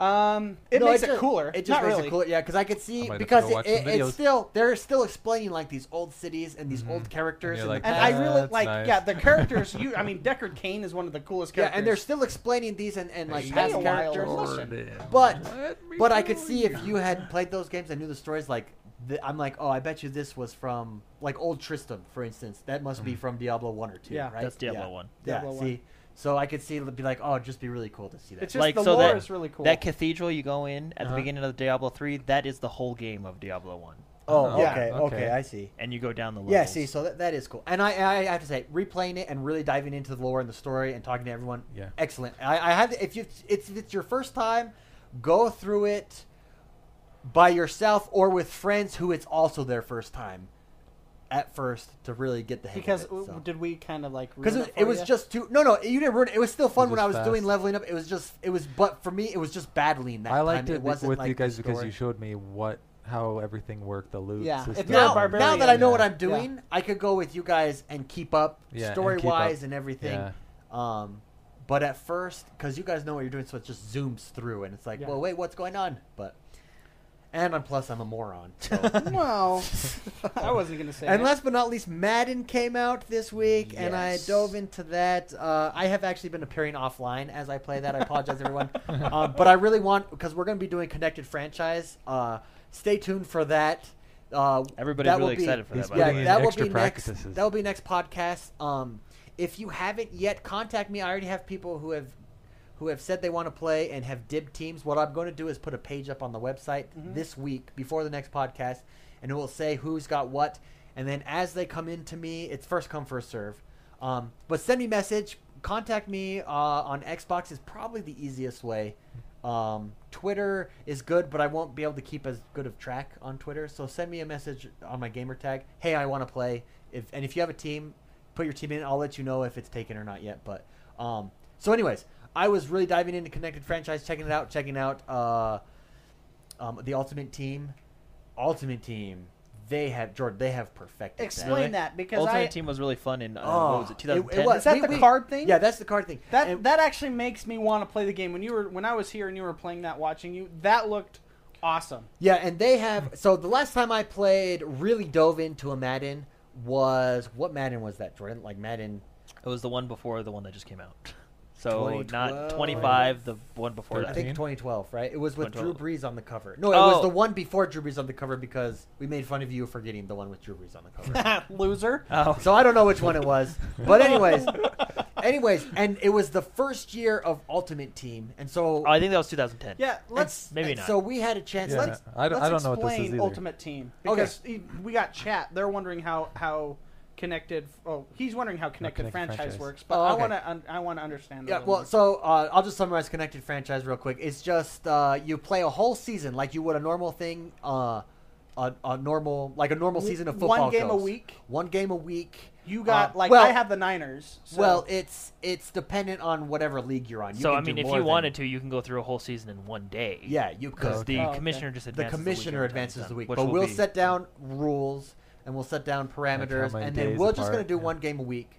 C: um it
A: No,
C: makes it,
A: just-
C: cooler.
A: It just
C: Not
A: makes
C: really.
A: it cooler, yeah. Because I could
B: I might
A: see
B: have to
A: because
B: go
A: it,
B: watch some
A: it- it's
B: videos. Mm-hmm.
A: still they're still explaining like these old cities and these old characters
B: you're
A: and,
B: like,
A: the
C: And
A: past.
C: I really
B: Ah, That's
C: like
B: nice.
C: yeah, the characters you I mean Deckard Kane is one of the coolest
A: yeah,
C: characters.
A: and they're still explaining these and, and like
C: It's been
A: past
C: a while.
A: characters.
C: Listen.
A: But but I could see if you had played those games and knew the stories. Like th I'm like, oh, I bet you this was from like old Tristram, for instance. That must be from Diablo one or two,
C: Yeah.
A: right?
D: That's Diablo
A: yeah.
D: 1.
A: Yeah.
C: Diablo
A: see, so I could see it'd be like, oh, it'd just be really cool to see that.
C: It's just
D: Like,
C: the
D: so
C: lore
D: that-
C: is really cool.
D: That cathedral you go in at
A: Uh-huh.
D: the beginning of Diablo 3, that is the whole game of Diablo
A: oh,
D: 1.
C: Yeah.
A: okay,
B: okay,
A: okay,
B: okay,
A: I see.
D: And you go down the levels.
A: Yeah, see, so that, that is cool, and I, I have to say, replaying it and really diving into the lore and the story and talking to everyone,
B: Yeah.
A: excellent. I, I have if you it's if it's your first time, go through it by yourself or with friends who it's also their first time, at first to really get the hang
C: because
A: of it. so.
C: did we kind of like
A: Because
C: ruin
A: it,
C: for
A: it was
C: ya?
A: just too. No, no, you didn't ruin it. It was still fun
B: It
A: when
B: was
A: I was doing
B: fast.
A: leveling up. It was just, it was. But for me, it was just battling that
B: I liked
A: time.
B: it,
A: It wasn't
B: with
A: like
B: you
A: the
B: guys because you
A: story.
B: showed me what how everything worked, the loot
C: Yeah, if
B: system.
C: you're a
A: now, now
C: barbarian,
A: that I know what
B: yeah.
A: I'm doing, I could go with you guys and keep up
B: Yeah, and keep
A: story wise
B: up.
A: and everything.
B: Yeah.
A: Um, but at first, because you guys know what you're doing, so it just zooms through, and it's like,
C: Yeah.
A: well, wait, what's going on? But and I'm, plus, I'm a moron. So.
C: Well, I wasn't gonna say.
A: And
C: that.
A: last but not least, Madden came out this week, and I
D: Yes.
A: dove into that. Uh, I have actually been appearing offline as I play that. I apologize, everyone. um, but I really want because we're going to be doing connected franchise. Uh, stay tuned for that. Uh,
D: Everybody's
A: that will
D: really
A: be-
D: excited for
B: He's
D: that. by the
A: yeah,
D: way.
B: putting in
A: that will
B: extra
A: be next.
B: practices.
A: That will be next podcast. Um, if you haven't yet, contact me. I already have people who have who have said they want to play and have dib teams. What I'm going to do is put a page up on the website
D: Mm-hmm.
A: this week before the next podcast, and it will say who's got what. And then as they come in to me, it's first come first serve. Um, but send me a message. Contact me uh, on Xbox is probably the easiest way. Um, Twitter is good, but I won't be able to keep as good of track on Twitter. So send me a message on my gamer tag. Hey, I want to play. If and if you have a team, put your team in. I'll let you know if it's taken or not yet. But um, so, anyways, I was really diving into Connected Franchise, checking it out, checking out uh, um, the Ultimate Team. Ultimate Team, they have Jordan. They have perfected. that.
C: explain
D: Really?
C: that because
D: Ultimate
C: I
D: Team was really fun in, uh,
A: Oh,
D: what was it, 2010?
A: It, was.
C: Is that
A: We-
C: the
A: we-
C: card thing?
A: Yeah, that's the card thing.
C: that
A: And-
C: that actually makes me want to play the game. When you were when I was here and you were playing that, watching you, that looked awesome.
A: Yeah, and they have. So the last time I played, really dove into a Madden was what Madden was that Jordan? Like Madden.
D: It was the one before the one that just came out. So not
A: 2012.
D: 25, the one before
A: I
D: that.
A: think
B: 13?
A: 2012, right? It was with Drew
D: 2012.
A: Brees on the cover. No, it
D: Oh.
A: was the one before Drew Brees on the cover because we made fun of you for getting the one with Drew Brees on the cover.
C: Loser.
D: Oh,
A: so I don't know which one it was, but anyways, anyways, and it was the first year of Ultimate Team, and so
D: Oh, I think that was 2010.
C: Yeah, let's
D: maybe
A: and
D: not.
A: So we had a chance.
B: Yeah.
A: Let's,
B: I, d-
C: let's
B: I don't know what this is
C: explain
B: either.
C: Ultimate Team
A: Okay.
C: because he- we got chat. They're wondering how how connected. Oh, he's wondering how connected,
B: Connected
C: franchise,
B: Franchise.
C: works. But
A: Oh,
C: I
A: okay.
C: want to un- I want to understand. that a
A: yeah.
C: little
A: Well,
C: more.
A: so uh, I'll just summarize Connected Franchise real quick. It's just uh, you play a whole season like you would a normal thing, uh, a, a normal like a normal
C: W-
A: season of
C: one
A: football.
C: game a
A: goes.
C: week?
A: One game a week.
C: you got
A: uh,
C: like
A: well-
C: I have the Niners. So
A: Well, it's it's dependent on whatever league you're on. You
D: so
A: can
D: I
A: do
D: mean, if
A: more
D: you
A: than-
D: wanted to, you can go through a whole season in one day.
A: yeah, you could.
D: because the
C: Oh, okay.
D: commissioner just
A: the
D: advances
A: commissioner
D: week every time
A: advances the
D: it's done,
A: week,
D: which
A: but
D: will
A: we'll
D: be-
A: set down rules and we'll set down parameters,
B: many
A: and then
B: days
A: we're just going
B: apart,
A: to do
B: yeah.
A: one game a week.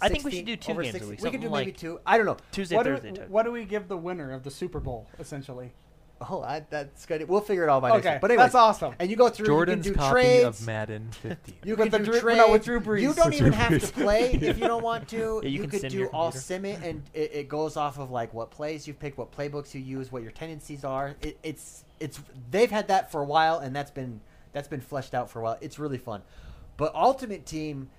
D: I think we
A: 16
D: should do two
A: over
D: games a
A: 16
D: week,
A: We could do
D: something
A: maybe
D: like-
A: two. I don't know.
D: Tuesday,
C: what do,
D: Thursday.
C: we,
D: type.
C: what do we give the winner of the Super Bowl essentially?
A: Oh, I, that's good. We'll figure it out by next
C: okay,
A: week. But anyway,
C: that's awesome.
A: And you go through.
B: Jordan's
A: you can do
B: copy
A: trades.
B: of Madden 15.
A: You
C: With
A: can
C: the
A: do
C: Drew-
A: trades.
C: no, with Drew Brees.
A: You don't
B: With
A: even
B: Drew
A: have to
B: Brees.
A: play if you
B: Yeah.
A: don't want to.
D: Yeah, you can
A: could
D: sim your
A: do all
D: computer.
A: sim it, and it, it goes off of like what plays you've picked, what playbooks you use, what your tendencies are. It, it's it's they've had that for a while, and that's been that's been fleshed out for a while. It's really fun, but Ultimate Team,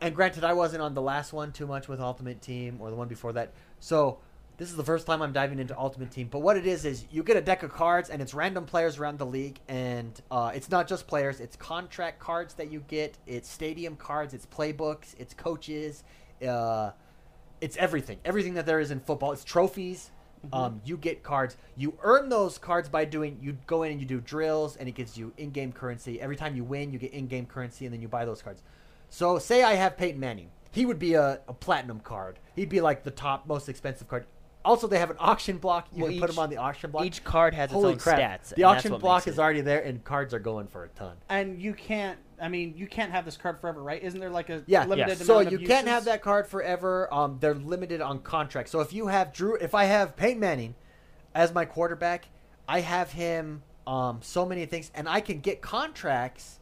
A: and granted, I wasn't on the last one too much with Ultimate Team or the one before that, so. This is the first time I'm diving into Ultimate Team, but what it is is you get a deck of cards, and it's random players around the league, and uh, it's not just players; it's contract cards that you get, it's stadium cards, it's playbooks, it's coaches, uh, it's everything, everything that there is in football. It's trophies.
D: Mm-hmm.
A: Um, you get cards. You earn those cards by doing. You go in and you do drills, and it gives you in-game currency. Every time you win, you get in-game currency, and then you buy those cards. So, say I have Peyton Manning, he would be a, a platinum card. He'd be like the top most expensive card. Also, they have an auction block. You
D: Well,
A: can put
D: each-
A: him on the auction block.
D: Each card has
A: Holy
D: its own
A: crap!
D: stats.
A: the
D: and that's
A: auction
D: what
A: block
D: makes
A: is
D: it.
A: already there, and cards are going for a ton.
C: and you can't. I mean, you can't have this card forever, right? Isn't there like a
A: Yeah,
C: limited amount
A: so
C: of
A: you can't
C: uses?
A: have that card forever. Um, they're limited on contract. So if you have Drew, if I have Peyton Manning as my quarterback, I have him um, so many things, and I can get contracts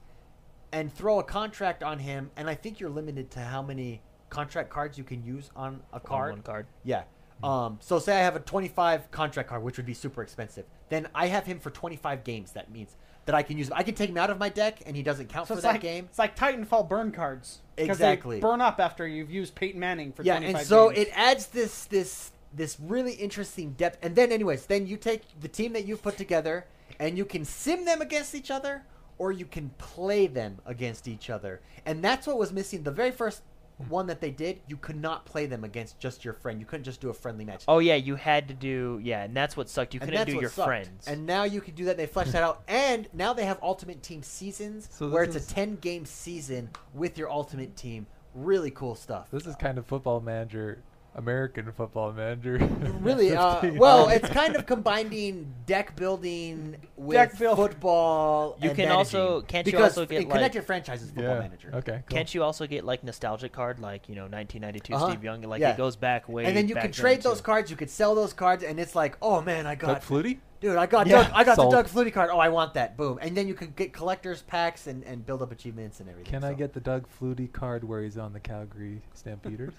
A: and throw a contract on him. And I think you're limited to how many contract cards you can use on a
D: On
A: card.
D: One card. Hmm.
A: Yeah. Um, so say I have a 25 contract card, which would be super expensive. Then I have him for 25 games. That means that I can use. I can take him out of my deck, and he doesn't count
C: So
A: for
C: it's
A: that
C: like,
A: game.
C: It's like Titanfall burn cards. 'Cause they
A: Exactly.
C: burn up after you've used Peyton Manning for
A: yeah
C: 25
A: and so
C: games.
A: it adds this this this really interesting depth and then anyways then you take the team that you've put together and you can sim them against each other or you can play them against each other and that's what was missing the very first one that they did you could not play them against just your friend you couldn't just do a friendly match
D: Oh yeah, you had to do yeah, and that's what sucked. You
A: and
D: couldn't do
A: what
D: your
A: sucked.
D: friends.
A: and now you can do that they flesh that out and now they have ultimate team seasons
B: So
A: where
B: this
A: it's a
B: is-
A: 10 game season with your ultimate team really cool stuff
B: This is kind of football manager, American football manager.
A: really uh,
B: 15.
A: well it's kind of combining deck building with
C: Deck build-
A: football
D: You
A: and
D: can also-
A: managing.
D: can't you
A: because
D: also get,
A: in
D: like-
A: connected franchises football
B: yeah.
A: manager
B: Okay. Cool.
D: Can't you also get like nostalgic card like you know 1992
A: Uh-huh.
D: Steve Young? Like
A: Yeah.
D: it goes back way.
A: and then you
D: back
A: can trade
D: then,
A: those
D: too.
A: cards you could sell those cards and it's like oh man i
B: Doug
A: got
B: Flutie?
A: dude i got
D: Yeah.
A: Doug, i got
B: Sold.
A: the doug flutie card oh i want that boom and then you can get collectors packs and, and build up achievements and everything
B: Can I
A: so.
B: get the Doug Flutie card where he's on the Calgary Stampeders?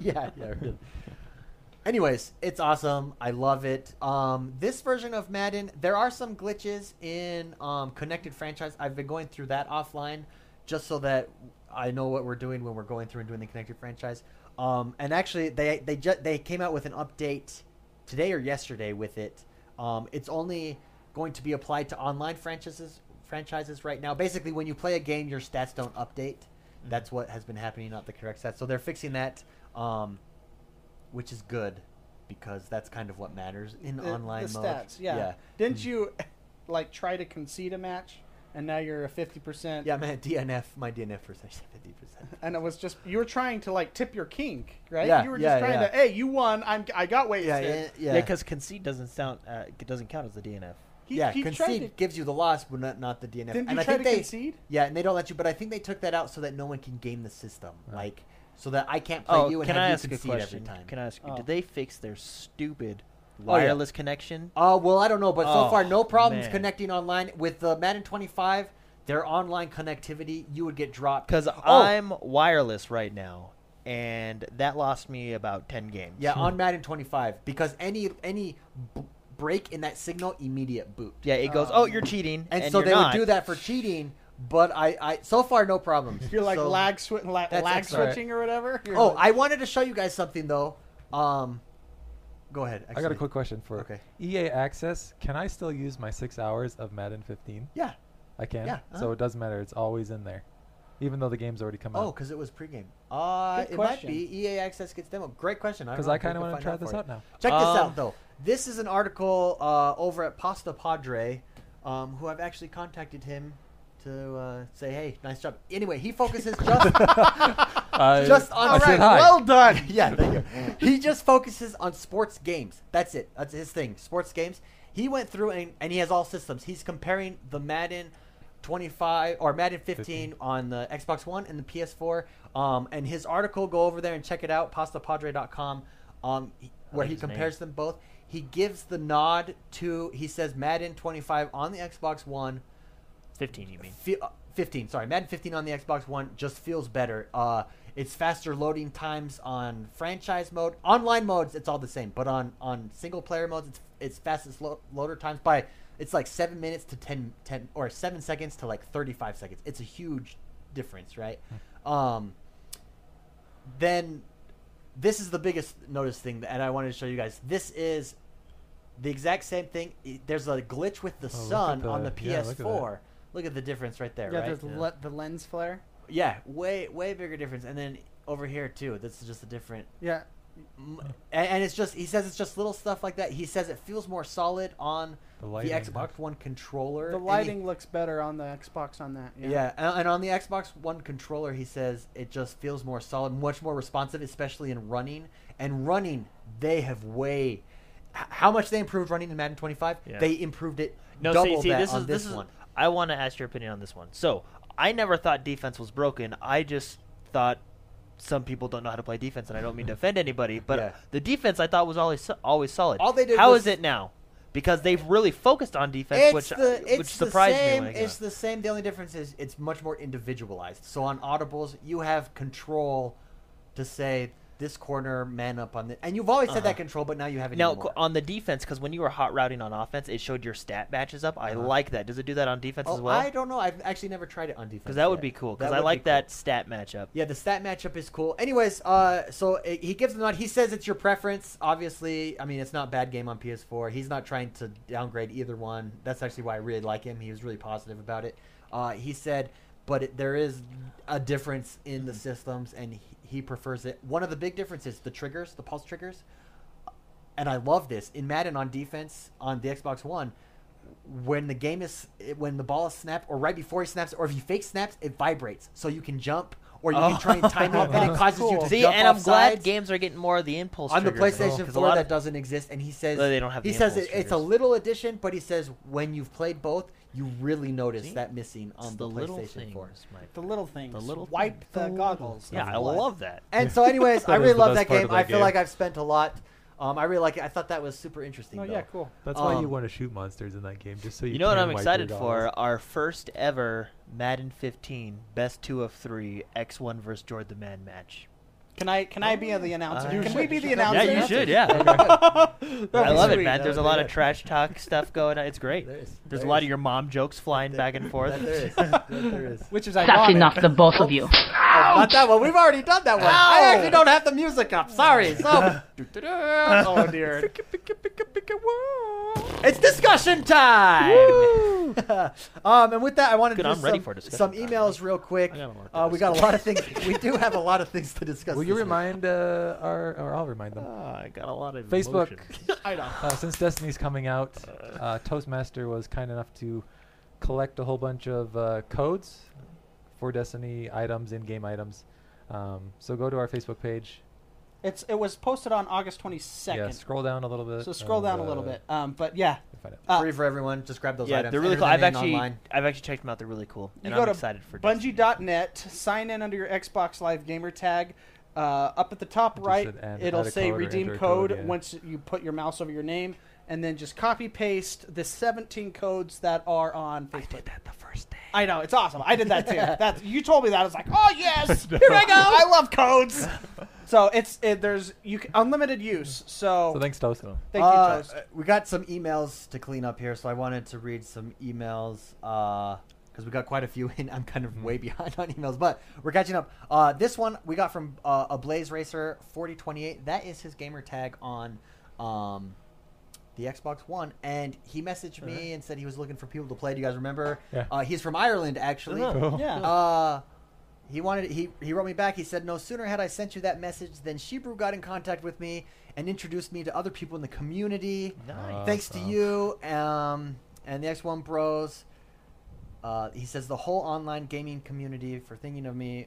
A: yeah, yeah. really. Anyways, it's awesome. I love it. Um, this version of Madden, there are some glitches in um, Connected Franchise. I've been going through that offline just so that I know what we're doing when we're going through and doing the Connected Franchise. Um, and actually, they they ju- they came out with an update today or yesterday with it. Um, it's only going to be applied to online franchises franchises right now. Basically, when you play a game, your stats don't update. That's what has been happening, not the correct stats. So they're fixing that, um, which is good because that's kind of what matters in
C: The-
A: online
C: the
A: mode.
C: stats, yeah.
A: yeah, Mm.
C: Didn't you like try to concede a match, and now you're a fifty percent?
A: yeah. Man, DNF, my DNF percentage is fifty percent.
C: And it was just you were trying to like tip your kink, right?
A: Yeah,
C: you were
A: yeah,
C: just trying
A: yeah.
C: to, hey, you won. I'm I got wasted.
A: Yeah, yeah, yeah.
D: Yeah, because concede doesn't sound uh, it doesn't count as the DNF.
C: He,
A: yeah,
C: he tried
A: concede
C: to.
A: gives you the loss, but not, not the DNF.
C: Didn't
A: and
C: you
A: I
C: try to
A: think they,
C: concede?
A: Yeah, and they don't let you. But I think they took that out so that no one can game the system,
B: Right.
A: like so that I can't play
D: oh,
A: you and
D: can
A: have
D: I
A: you
D: ask a
A: concede every
D: question?
A: time.
D: Can I ask? you
C: Oh.
D: Did they fix their stupid
A: Oh, yeah.
D: wireless connection?
A: Uh, well, I don't know, but so
D: Oh,
A: far no problems
D: man.
A: connecting online with the Madden 25. Their online connectivity, you would get dropped
D: Because
A: Oh,
D: I'm wireless right now, and that lost me about ten games.
A: yeah
B: Hmm.
A: on Madden 25 because any any b- break in that signal, immediate boot.
D: yeah. It goes.
C: Oh,
D: Oh,
C: man.
D: you're cheating,
A: And, so
D: you're
A: they
D: not.
A: would do that for cheating, but I, I so far no problems.
C: You're like
A: So-
C: lag, swi- la-
A: that's
C: lag
A: excellent.
C: switching or whatever. You're
A: Oh,
C: like-
A: I wanted to show you guys something though. Um, go ahead.
B: I got a
A: actually.
B: quick question for
A: Okay.
B: EA Access. Can I still use my six hours of Madden 15?
A: Yeah.
B: I can.
A: Yeah,
B: So
A: uh-huh.
B: it doesn't matter. It's always in there, even though the game's already come
A: Oh,
B: out.
A: because it was pregame. Uh,
C: Good
A: it might
C: question.
A: be EA Access gets demo. Great question.
B: Because
A: don't know.
B: I
A: We
B: kind of
A: can
B: want to
A: find
B: try this
A: for you.
B: out now.
A: Check this
D: Um,
A: out though. This is an article uh, over at Pasta Padre, um, who I've actually contacted him to uh, say, "Hey, nice job." Anyway, he focuses just
B: Uh,
A: just on
B: I
A: right,
B: said hi.
A: well done. yeah, thank you. He just focuses on sports games. That's it. That's his thing. Sports games. He went through and, and he has all systems. He's comparing the Madden 25 or Madden 15,
B: 15.
A: on the Xbox One and the PS4. Um, and his article, go over there and check it out, pastapadre.com, um, he- where
D: like
A: he
D: his name.
A: compares them both. He gives the nod to, he says Madden 25 on the Xbox One,
D: Fifteen, you mean?
A: Fe- uh, 15 sorry madden 15 on the xbox one just feels better uh, it's faster loading times on franchise mode online modes it's all the same but on on single player modes it's it's fastest lo- loader times by it's like 7 minutes to 10, 10 or 7 seconds to like 35 seconds it's a huge difference right
B: Hmm.
A: um then this is the biggest notice thing and i wanted to show you guys this is the exact same thing I- there's a glitch with the
B: Oh, look at
A: sun on
B: the-
A: the
B: yeah, look at that.
A: ps4 Look at the difference right there,
C: yeah,
A: right?
C: there's le- the lens flare.
A: Yeah, way way bigger difference. And then over here too, this is just a different.
C: Yeah,
A: m- And, and it's just he says it's just little stuff like that. He says it feels more solid on
B: The
A: the,
B: lighting.
A: Xbox One controller.
C: the
A: and he-
C: lighting looks better on the Xbox on that.
A: yeah, and- and on the Xbox One controller, he says it just feels more solid, much more responsive, especially in running. And running, they have way. h- How much they improved running in Madden 25?
D: Yeah.
A: They improved it
D: No,
A: double
D: see, see
A: that
D: this
A: on
D: is
A: this,
D: this is.
A: one.
D: I want to ask your opinion on this one. So I never thought defense was broken. I just thought some people don't know how to play defense, and I don't mean to offend anybody, but
A: Yeah.
D: the defense I thought was always so- always solid.
A: All they did
D: How
A: was-
D: is it now? Because they've really focused on defense,
A: it's
D: which uh,
A: the, it's
D: which
A: the
D: surprised me.
A: same,
D: When it came
A: It's
D: out.
A: the same. The only difference is it's much more individualized. So on audibles, you have control to say this corner man up on the, and you've always had
D: Uh-huh.
A: that control, but now you have it.
D: Now
A: anymore.
D: qu- on the defense, because when you were hot routing on offense, it showed your stat matches up. I like that. Does it do that on defense
A: Uh-huh. oh,
D: as well?
A: I don't know. I've actually never tried it on defense.
D: Because that would
A: yet.
D: be cool. Because
A: That
D: I
A: would be
D: like
A: cool.
D: that stat matchup.
A: Yeah, the stat matchup is cool. Anyways, uh, so i he gives the nod. He says it's your preference. Obviously, I mean it's not a bad game on PS4. He's not trying to downgrade either one. That's actually why I really like him. He was really positive about it. Uh, he said, but it, there is a difference in the systems, and he, he prefers it. One of the big differences: the triggers, the pulse triggers and I love this in Madden on defense on the Xbox One. When the game is when the ball is snapped, or right before he snaps, or if he fake snaps, it vibrates, so you can jump or you
D: Oh.
A: can try and time out, and it
C: That's
A: causes you
C: cool.
A: to
D: See,
A: jump
D: and I'm
A: off
D: glad
A: sides.
D: games are getting more of the impulse
A: on the
D: triggers now,
A: PlayStation
D: 'cause a
A: 4
D: lot
A: that
D: of-
A: doesn't exist, and he says
D: No, they don't have
A: He
D: the
A: says it,
D: impulse
A: it's a
D: triggers.
A: little addition, but he says when you've played both, you really notice
D: See?
A: that missing on
D: It's
A: the,
D: little
A: PlayStation 4.
D: things, Mike.
C: the little things.
D: The little
C: wipe
D: things.
C: the,
D: The
C: goggles.
D: Yeah,
C: of
D: I
C: blood.
D: love that.
A: And so, anyways, I
B: That is
A: really
B: the
A: love
B: best
A: that
B: part
A: game.
B: of that
A: I feel
B: game.
A: like I've spent a lot. Um, I really like it. I thought that was super interesting.
C: Oh
A: though.
C: yeah, cool.
B: That's why you
A: Um,
B: want to shoot monsters in that game, just so you.
D: You know what
B: can
D: I'm
B: wipe your
D: excited
B: dollars.
D: for? Our first ever Madden 15 best two of three X1 versus Jordan the Man match.
C: Can I can I be the announcer?
D: Uh,
C: can
D: You
C: we
A: should,
C: be
A: Oh, you
C: the
A: should.
C: announcer?
D: Yeah, you should. Yeah,
C: That'd
D: I
C: be
D: love it,
C: sweet.
D: man.
A: That
D: There's a
A: would
D: lot
A: be
D: of
A: good.
D: trash talk stuff going on. It's great.
A: There is.
D: There's a
A: There
D: lot
A: is.
D: of your mom jokes flying back and forth.
A: That there is. That there is.
C: Which is
H: That's
C: ironic.
H: enough, the both of you.
A: Oh, not that one. We've already done that one. I actually don't have the music up. Sorry. So
C: oh dear.
A: it's discussion time. um, and with that, I wanted
D: Good,
A: to do
D: I'm ready
A: some,
D: for discussion
A: some
D: time.
A: emails real quick.
D: I got a lot to
A: Uh, we got a lot of things. we do have a lot of things to discuss.
B: Will you
A: this week.
B: remind uh, our, or I'll remind them.
D: Ah, I got a lot of
B: Facebook.
D: emotion.
C: I know.
B: Uh, since Destiny's coming out, uh, Toastmaster was kind enough to collect a whole bunch of uh, codes for Destiny items, in-game items. Um, so go to our Facebook page.
C: It's it was posted on August 22nd.
B: Yeah, scroll down a little bit.
C: so scroll
B: and,
C: down a little
B: uh,
C: bit. Um, but yeah,
B: you'll find it.
C: uh,
A: Free for everyone. Just grab those
D: Yeah,
A: items.
D: they're really
A: Enter
D: cool.
A: them
D: I've
A: in
D: actually,
A: online.
D: I've actually checked them out. They're really cool,
C: you
D: and
C: go
D: I'm
C: to
D: excited for Destiny.
C: Bungie.net, sign in under your Xbox Live gamer tag. Uh, up at the top
B: It just
C: right,
B: said add-
C: it'll
B: add a
C: say
B: code or
C: redeem
B: enter a
C: code,
B: code, yeah.
C: once you put your mouse over your name, and then just copy paste the 17 codes that are on Facebook. I did that the first day. I know it's awesome. I did that too. That's you told me that. I was like, oh yes, here I go. I love codes. so it's it, there's you can, unlimited use. So,
B: So thanks, Toast.
C: thank
A: Uh,
C: you, Toast.
A: uh, We got some emails to clean up here, so I wanted to read some emails because because we got quite a few in. I'm kind of way behind on emails, but we're catching up. Uh, this one we got from uh, a Blaze Racer 4028. That is his gamer tag on um, the Xbox One, and he messaged me and said he was looking for people to play. Do you guys remember?
B: Yeah.
A: Uh, he's from Ireland, actually.
D: Oh,
B: Cool.
C: yeah.
A: Uh, he wanted he he wrote me back. He said, "No sooner had I sent you that message than Shebrew got in contact with me and introduced me to other people in the community.
D: Nice.
A: Thanks to
B: Awesome.
A: you um, and the X1 Bros." Uh, he says the whole online gaming community for thinking of me.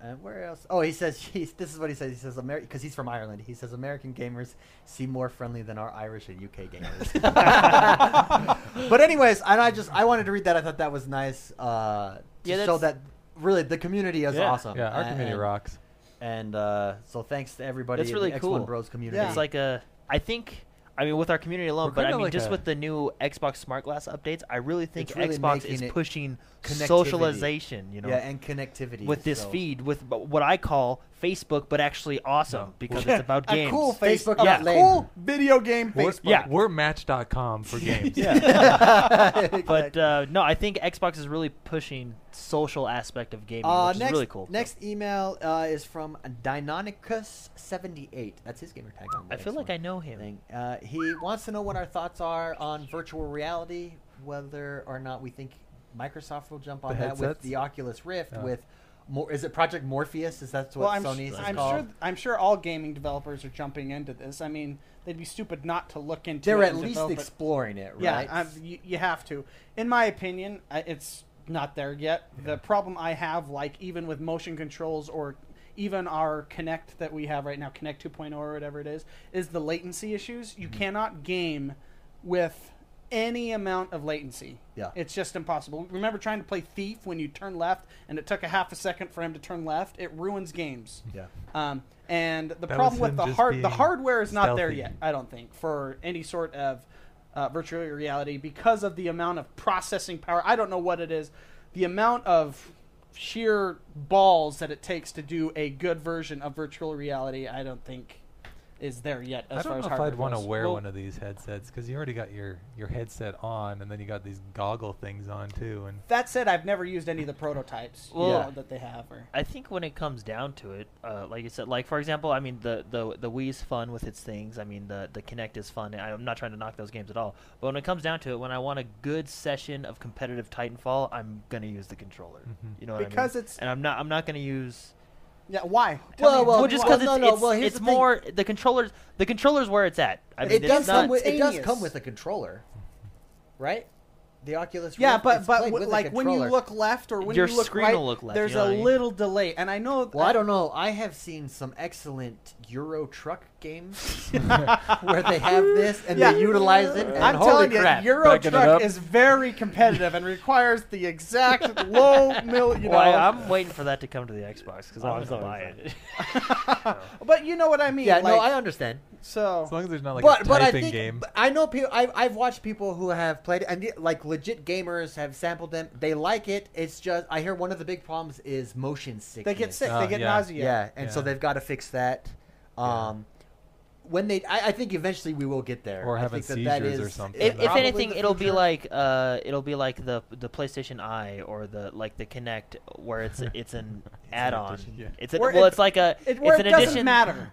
A: And where else? Oh, he says he's, this is what he says. He says America because he's from Ireland. He says American gamers seem more friendly than our Irish and UK gamers. but anyways, and I just I wanted to read that. I thought that was nice uh, to
D: Yeah,
A: show
D: that's-
A: that really the community is
D: Yeah.
A: awesome.
B: Yeah, our
A: A-
B: community
A: and,
B: rocks.
A: And uh, so thanks to everybody.
D: That's
A: in
D: really
A: the
D: cool.
A: X1 Bros community.
C: Yeah.
D: It's like a. I think. I mean, with our community alone,
B: We're
D: but I
B: kinda
D: mean,
B: like
D: just
B: a-
D: with the new Xbox Smart Glass updates, I really think
A: It's really
D: Xbox
A: making
D: is
A: it
D: pushing
A: connectivity.
D: socialization. You know,
A: yeah, and connectivity
D: with this
A: so-
D: feed, with b- what I call Facebook, but actually awesome because
C: Yeah,
D: it's about
C: a
D: games.
C: cool
A: Facebook
C: Facebook,
A: not
C: a
A: lame.
C: cool video game
B: We're,
C: Facebook.
D: Yeah.
B: we're Match.com for games.
D: But uh, no, I think Xbox is really pushing social aspect of gaming,
A: Uh,
D: which
A: next,
D: is really cool.
A: Next email uh, is from Deinonychus78. That's his gamer tag. On the
D: I feel
A: next
D: like
A: one.
D: I know him.
A: Thing. Uh, he wants to know what our thoughts are on virtual reality, whether or not we think Microsoft will jump on
B: The
A: that with
B: headsets?
A: the Oculus Rift.
B: Yeah.
A: With more, is it Project Morpheus? Is that what
C: Oh. well, I'm,
A: Sony's is
C: s- I'm
A: called?
C: sure. I'm sure all gaming developers are jumping into this. I mean, they'd be stupid not to look into.
A: They're
C: it
A: at
C: and
A: least
C: develop it.
A: exploring it, right?
C: Yeah, I'm, you, you have to. In my opinion, I- it's not there yet. The problem I have, like even with motion controls or even our Connect that we have right now, Connect 2.0 or whatever it is, is the latency issues.
A: Mm-hmm.
C: You cannot game with any amount of latency.
A: Yeah.
C: It's just impossible. Remember trying to play Thief when you turn left and it took a half a second for him to turn left? It ruins games.
A: yeah.
C: Um, and the
B: That
C: problem with
B: was him
C: the
B: just
C: hard the
B: being
C: hardware is not there
B: stealthy.
C: yet. I don't think for any sort of uh, virtual reality because of the amount of processing power. I don't know what it is. The amount of sheer balls that it takes to do a good version of virtual reality. I don't think is there yet. As
B: I don't
C: far
B: know
C: as
B: if I'd
C: hardware
B: want to
C: goes.
B: wear
C: Well,
B: one of these headsets because you already got your, your headset on, and then you got these goggle things on too. And
C: That said, I've never used any of the prototypes you
D: Well-
C: know, that they have. Or
D: I think when it comes down to it, uh, like you said, like for example, I mean the the the Wii's fun with its things. I mean the the Kinect is fun. and I'm not trying to knock those games at all. But when it comes down to it, when I want a good session of competitive Titanfall, I'm gonna use the controller.
A: Mm-hmm.
B: Mhm.
D: You know what
C: Because
D: I mean?
C: it's-
D: and I'm not I'm not gonna use
C: yeah, why?
A: Well,
C: me-
A: well,
D: well, just because
A: no,
D: it's,
A: no,
D: it's,
A: well, here's
D: it's
A: the thing.
D: more the controllers the controllers where it's at. I mean,
A: it
D: it's
A: does
D: not-
A: come with it does
C: instantaneous.
A: come with a controller, right? The Oculus.
C: Yeah,
A: Rift,
C: but
A: it's
C: but
A: played
C: w-
A: with a
C: like when you
A: controller.
C: look left or when
D: Your
C: you look
D: screen
C: right,
D: will look left,
C: there's
D: you know
C: a
D: what I mean?
C: little delay, and I know.
A: Well, I don't know. I have seen some excellent Euro truck games where they have this and
C: Yeah.
A: they utilize it. And
C: I'm
A: holy
C: telling
A: crap.
C: you, Euro
B: Backing it
C: Truck
B: up.
C: is very competitive and requires the exact low mill. You know, Oh,
D: Well, I, am waiting for that to come to the Xbox because I'm gonna buy it.
C: but you know what I mean.
A: yeah, no,
C: like,
A: I understand.
C: so
B: as long as there's not like a
A: but but I
B: typing
A: think
B: game,
A: but I know people. I, I've watched people who have played it, and the- like legit gamers have sampled them. They like it. It's just I hear one of the big problems is motion sickness.
C: they get sick,
B: Uh,
C: they get
B: yeah.
A: Yeah,
C: nausea.
A: and so
B: Yeah.
A: they've got to fix that. Um, When they, I, I think eventually we will get there.
B: Or
A: I
B: having
A: think that that
B: seizures or
A: is-
B: something.
A: is
D: if, if
A: probably
D: anything,
A: the
D: it'll be
A: future.
D: like uh, it'll be like the the PlayStation Eye or the like the Kinect, where it's it's an add-on.
B: addition, yeah.
D: It's a,
C: Where
D: well,
C: it-
D: it's like a
C: It,
D: it's
C: where it
D: an
C: doesn't
D: addition.
C: matter.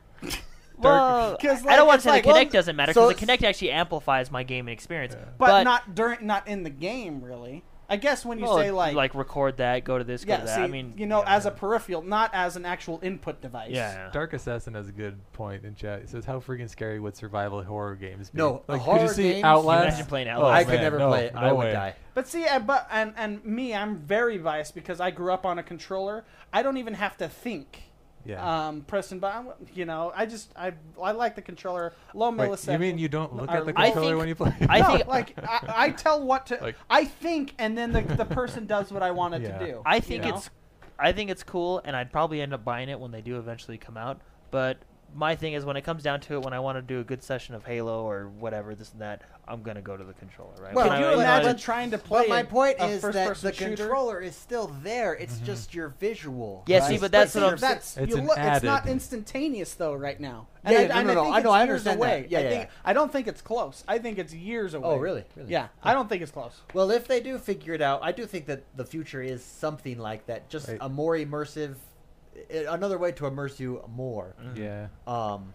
D: Well,
C: 'Cause,
D: I
C: like,
D: don't want
C: it's
D: to say
C: like,
D: the
C: well,
D: Kinect doesn't matter
A: so
D: because the
A: it's-
D: Kinect actually amplifies my gaming experience.
B: Yeah.
C: But, not during, not in the game, really. I guess when you
D: well,
C: say like,
D: Oh, record that, go to this, go
C: yeah,
D: to that.
C: see,
D: I mean,
C: you know,
D: yeah.
C: as a peripheral, not as an actual input device.
D: yeah.
B: Dark Assassin has a good point in chat. It says, "How freaking scary would survival horror games be?"
A: No,
B: like
A: horror
B: could you see
A: games-
B: Outlast?
D: Imagine playing
B: Oh,
D: Outlast.
A: I could
B: man,
A: never
B: no,
A: play it.
B: No
A: I would
B: way.
A: die.
C: But see, I, but and and me, I'm very biased because I grew up on a controller. I don't even have to think.
B: Yeah.
D: Uh,
C: Um, pressing button, you know, I just I I like the controller low
B: Wait,
C: millisecond.
B: you mean you don't look at the
D: uh, I
B: controller
D: think-
B: when you play?
D: I
C: no,
D: think-
C: like I, I tell what to
B: Like-
C: I think, and then the, the person does what I wanted
B: Yeah.
C: to do.
D: I
C: you
D: think
C: know?
D: it's, I think it's cool, and I'd probably end up buying it when they do eventually come out. But my thing is when it comes down to it, when I want to do a good session of Halo or whatever, this and that, I'm gonna go to the controller, right?
E: Well,
D: When
E: could
D: I-
E: you
D: when I-
E: imagine
C: trying to play?
E: But my point
C: a
E: is that
C: first-person
E: the
C: shooter?
E: controller is still there. It's
B: Mm-hmm.
E: just your visual.
D: Yeah,
E: right?
D: see, but that's
E: Like,
D: what I'm
E: your-
D: saying.
C: That's
B: It's
C: you
B: an
C: look. It's not
B: added.
C: instantaneous though, right now.
E: Yeah,
C: I-
E: yeah, no,
C: and
E: no, no,
C: think
E: I
C: it's
E: know, I
C: years
E: understand that.
C: away.
E: Yeah,
C: I
E: yeah,
C: think
E: yeah.
C: I don't think it's close. I think it's years away.
A: Oh, really? Really?
C: Yeah, I don't think it's close.
A: Well, if they do figure it out, I do think that the future is something like that. Just
B: Right.
A: a more immersive, i- another way to immerse you more.
B: Yeah.
D: Mm-hmm.
A: Um,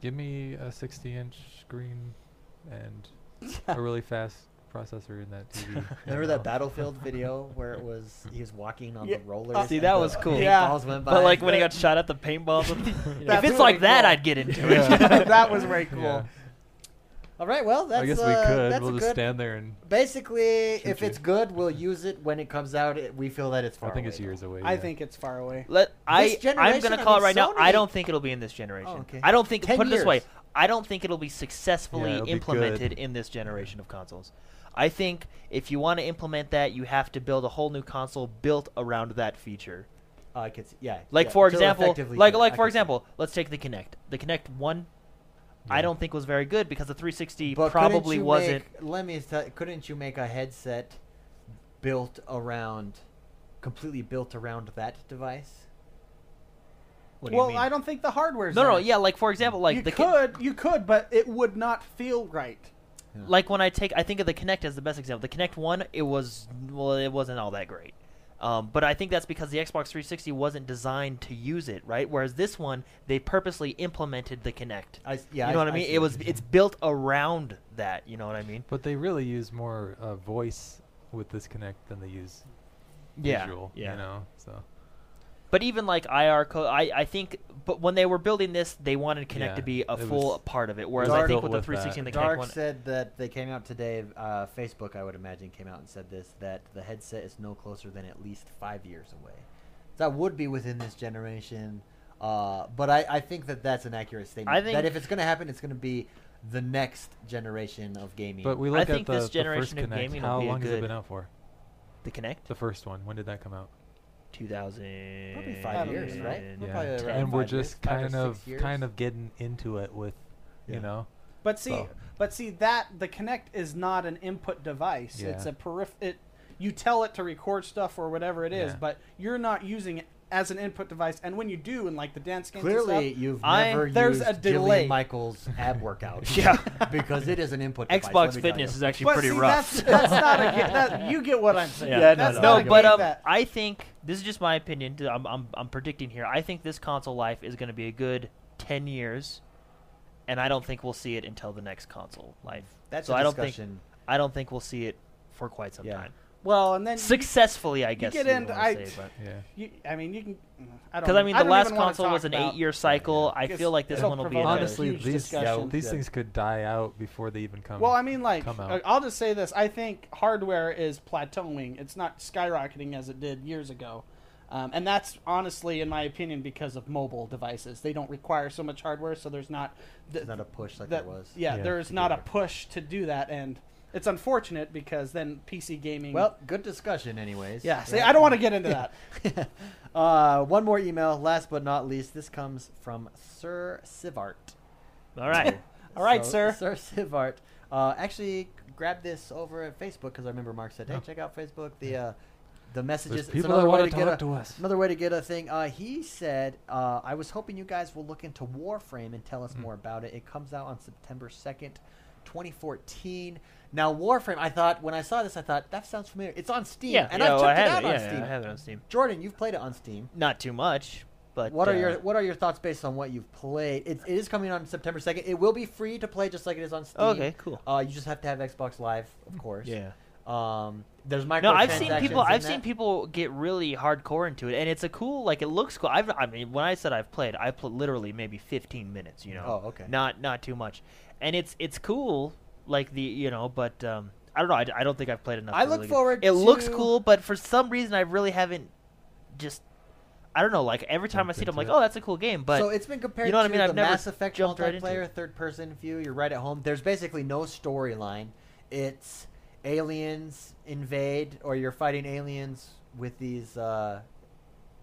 B: Give me a 60 inch screen and a really fast processor in that TV. and
A: remember that
B: I'll-
A: Battlefield video where it was he was walking on
C: Yeah.
A: the rollers?
D: See,
A: and
D: that
A: the
D: was cool.
C: Yeah.
A: paintballs went by?
D: But like when he got shot at the paintballs, if
C: That's
D: it's like
C: really
D: that,
C: cool.
D: I'd get into it.
B: Yeah.
C: that was way cool.
B: Yeah.
A: all right, well, that's
B: I guess
A: uh,
B: we could.
A: That's
B: We'll
A: a
B: just
A: good.
B: stand there and.
A: Basically,
B: Shoot
A: if it's
B: you.
A: good, we'll use it when it comes out. It, we feel that it's far
B: I think
A: away,
B: it's years away.
C: I
B: yeah.
C: think it's far away.
D: Let I I'm
A: generation,
D: gonna
A: I
D: call
A: mean,
D: it right now. I
A: Sony-
D: don't think it'll be in this generation.
A: Oh, okay.
D: I don't think.
A: Ten
D: put it this way,
A: years.
D: I don't think it'll be successfully
B: it'll be
D: implemented
B: good.
D: in this generation of consoles. I think if you want to implement that, you have to build a whole new console built around that feature.
A: though. Uh, I could see, yeah.
D: Like
A: yeah,
D: for
A: to
D: example,
A: effectively
D: like
A: do it,
D: like
A: I
D: for
A: could see.
D: example, let's take the Kinect. The Kinect one, I
B: Yeah.
D: don't think was very good because the 360
A: But couldn't
D: probably
A: you
D: wasn't.
A: make- let me. T- couldn't you make a headset built around, completely built around that device?
D: What do you
C: well,
D: mean?
C: I don't think the hardware's
D: No, no,
C: there.
D: yeah, like for example, like
C: you
D: the Kin-
C: could, you could, but it would not feel right.
D: like when I take, I think of the Kinect as the best example. The Kinect One, it was well, it wasn't all that great, um, but I think that's because the Xbox 360 wasn't designed to use it, right? Whereas this one, they purposely implemented the Kinect.
A: I s- yeah,
D: you know
A: I-
D: what I
A: I
D: mean.
A: see
D: it
A: what
D: was,
A: you're
D: it's built around that. You know what I mean?
B: But they really use more uh, voice with this Connect than they use visual.
D: yeah.
B: You know, so
D: But even like IR code, I, I think, but when they were building this, they wanted Kinect
B: Yeah,
D: to be a
B: it
D: full
B: was-
D: part of it. Whereas I
A: Dark-
D: think with the
B: with that.
D: 360 and the Kinect
A: Dark
D: One,
A: said that they came out today. Uh, Facebook, I would imagine, came out and said this that the headset is no closer than at least five years away. That would be within this generation, uh, but I, I think that that's an accurate statement.
D: I think-
A: that if it's going to happen, it's going to be the next generation of gaming.
B: but we look at
D: think
B: the,
D: this
B: the
D: generation of
B: first Kinect.
D: gaming will
B: How
D: be a
B: long has
D: good-
B: it been out for?
D: the Kinect,
B: The first one. When did that come out?
D: 2000,
A: Probably five years, right? We're
B: yeah,
A: probably around
B: and we're
A: five years,
B: just
A: five or
B: kind
A: six
B: of
A: years.
B: kind of getting into it with,
A: Yeah.
B: you know,
C: But see,
B: So-
C: but see that the Kinect is not an input device.
B: Yeah.
C: It's a peripher. It you tell it to record stuff or whatever it is,
B: Yeah.
C: but you're not using it as an input device. And when you do, in like the dance games, and
A: Clearly,
C: stuff,
A: you've
D: I-
A: never
C: there's
A: used
C: a delay.
A: Jillian Michaels ab workout.
D: Yeah.
A: because it is an input. device, let
D: Xbox
A: me tell
D: Fitness
A: you.
D: is actually
C: but
D: pretty
C: see,
D: rough.
C: That's, that's not a ga- that, you get what I'm saying.
D: Yeah,
C: that's
D: no,
C: not a
D: but
C: game
D: um,
C: that-
D: I think this is just my opinion. dude, I'm, I'm, I'm predicting here. I think this console life is going to be a good ten years, and I don't think we'll see it until the next console life.
A: That's
D: so
A: a
D: I don't think
A: discussion.
D: I don't think we'll see it for quite some
A: Yeah.
D: time.
C: well, and then you-
D: Successfully, I guess.
C: get
D: you
C: into-
D: wanna
C: I-
D: say, but-
B: yeah.
C: You, I mean, you can. I don't.
D: Because I mean, the
C: don't
D: last
C: even wanna
D: console
C: talk
D: was an
C: about-
D: eight-year cycle. I
C: It's-
D: feel like this
C: so
D: one will be.
C: provocative.
D: another-
B: Honestly,
C: huge
B: these
C: discussion.
B: these
A: Yeah.
B: things could die out before they even come.
C: Well, I mean, like,
B: come
C: uh,
B: out.
C: I'll just say this: I think hardware is plateauing. It's not skyrocketing as it did years ago, um, and that's honestly, in my opinion, because of mobile devices. They don't require so much hardware, so there's not the,
A: It's not a push like
C: that-
A: there was.
C: Yeah,
B: Yeah.
C: there is not a push to do that, and it's unfortunate because then PC gaming.
A: Well, good discussion, anyways.
C: yeah. See, I don't want to get into that.
A: uh, one more email. Last but not least, this comes from Sir Sivart.
D: All right.
C: All right,
A: So, Sir
C: sir.
A: Sivart. Uh, actually, grab this over at Facebook because I remember Mark said, "Hey,
B: Oh.
A: check out Facebook." The uh, the messages.
B: There's
A: It's
B: people
A: another
B: that
A: way
B: want
A: to
B: to
A: get
B: talk
A: a-
B: to us.
A: Another way to get a thing. Uh, he said, uh, "I was hoping you guys will look into Warframe and tell us
B: Hmm.
A: more about it. It comes out on September second, 2014." Now, Warframe. I thought when I saw this, I thought that sounds familiar. It's on Steam,
D: Yeah,
A: and
D: yeah,
A: I
D: well,
A: checked
D: I
A: it
D: have
A: out
D: it.
A: on
D: yeah,
A: Steam.
D: I have it on Steam.
A: Jordan, you've played it on Steam.
D: Not too much, but
A: What
D: uh,
A: are your What are your thoughts based on what you've played? It, it is coming on September second. It will be free to play just like it is on Steam.
D: Okay, cool.
A: Uh, you just have to have Xbox Live, of course.
D: Yeah.
A: Um, there's microtransactions.
D: No, I've seen people.
A: in
D: I've
A: that.
D: seen people get really hardcore into it, and it's a cool. Like it looks cool. I've, I mean, when I said I've played, I played literally maybe 15 minutes. You know.
A: Oh, okay.
D: Not not too much, and it's it's cool. Like the you know, but um, I don't know. I, I don't think I've played enough.
A: I
D: to
A: look
D: really-
A: forward
D: It looks
A: to-
D: cool, but for some reason, I really haven't. Just, I don't know. Like every time I
B: Jumped
D: see it, I'm
B: into
D: like,
B: it.
D: oh, that's a cool game. But
A: so it's been compared
D: you know what
A: to
D: I mean?
A: the
D: I've never
A: Mass Effect
D: jumped right into
A: multiplayer
D: it.
A: third person view. You're right at home. There's basically no storyline. It's aliens invade, or you're fighting aliens with these uh,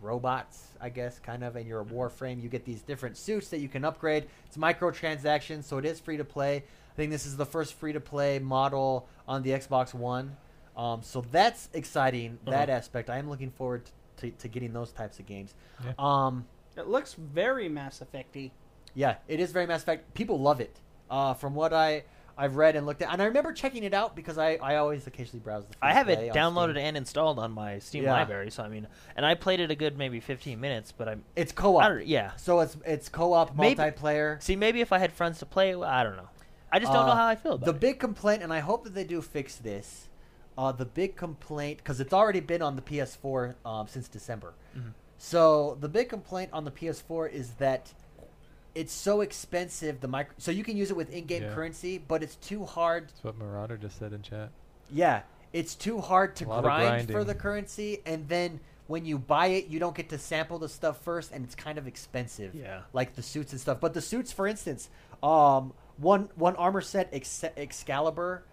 A: robots, I guess, kind of, and you're a
D: Mm-hmm.
A: Warframe. You get these different suits that you can upgrade. It's microtransactions, so it is free to play. I think this is the first free to play model on the Xbox One. Um, so that's exciting, that
D: Uh-huh.
A: aspect. I am looking forward to, to, to getting those types of games.
B: Yeah.
A: Um,
C: It looks very Mass Effecty.
A: yeah, it is very Mass Effect. People love it. Uh, from what I I've read and looked at, and I remember checking it out because I, I always occasionally browse the. Free
D: I have
A: play
D: it
A: on Steam.
D: downloaded and installed on my Steam
A: Yeah.
D: library, so I mean, and I played it a good maybe 15 minutes, but I'm,
A: It's co-op.
D: I don't, yeah.
A: So it's it's co-op
D: Maybe-
A: multiplayer.
D: See, maybe if I had friends to play, well, I don't know. I just don't know
A: Uh,
D: how I feel about
A: the
D: it.
A: big complaint, and I hope that they do fix this. Uh, the big complaint, because it's already been on the PS4 um, since December.
D: Mm-hmm.
A: So the big complaint on the PS4 is that it's so expensive. The micro, so you can use it with in-game
B: Yeah.
A: currency, but it's too hard
B: That's what Marauder just said in chat.
A: Yeah, it's too hard to
B: A lot of
A: grind for
B: grinding.
A: the currency, and then when you buy it, you don't get to sample the stuff first, and it's kind of expensive.
D: Yeah.
A: like the suits and stuff. But the suits, for instance, um, one one armor set Ex- Excalibur.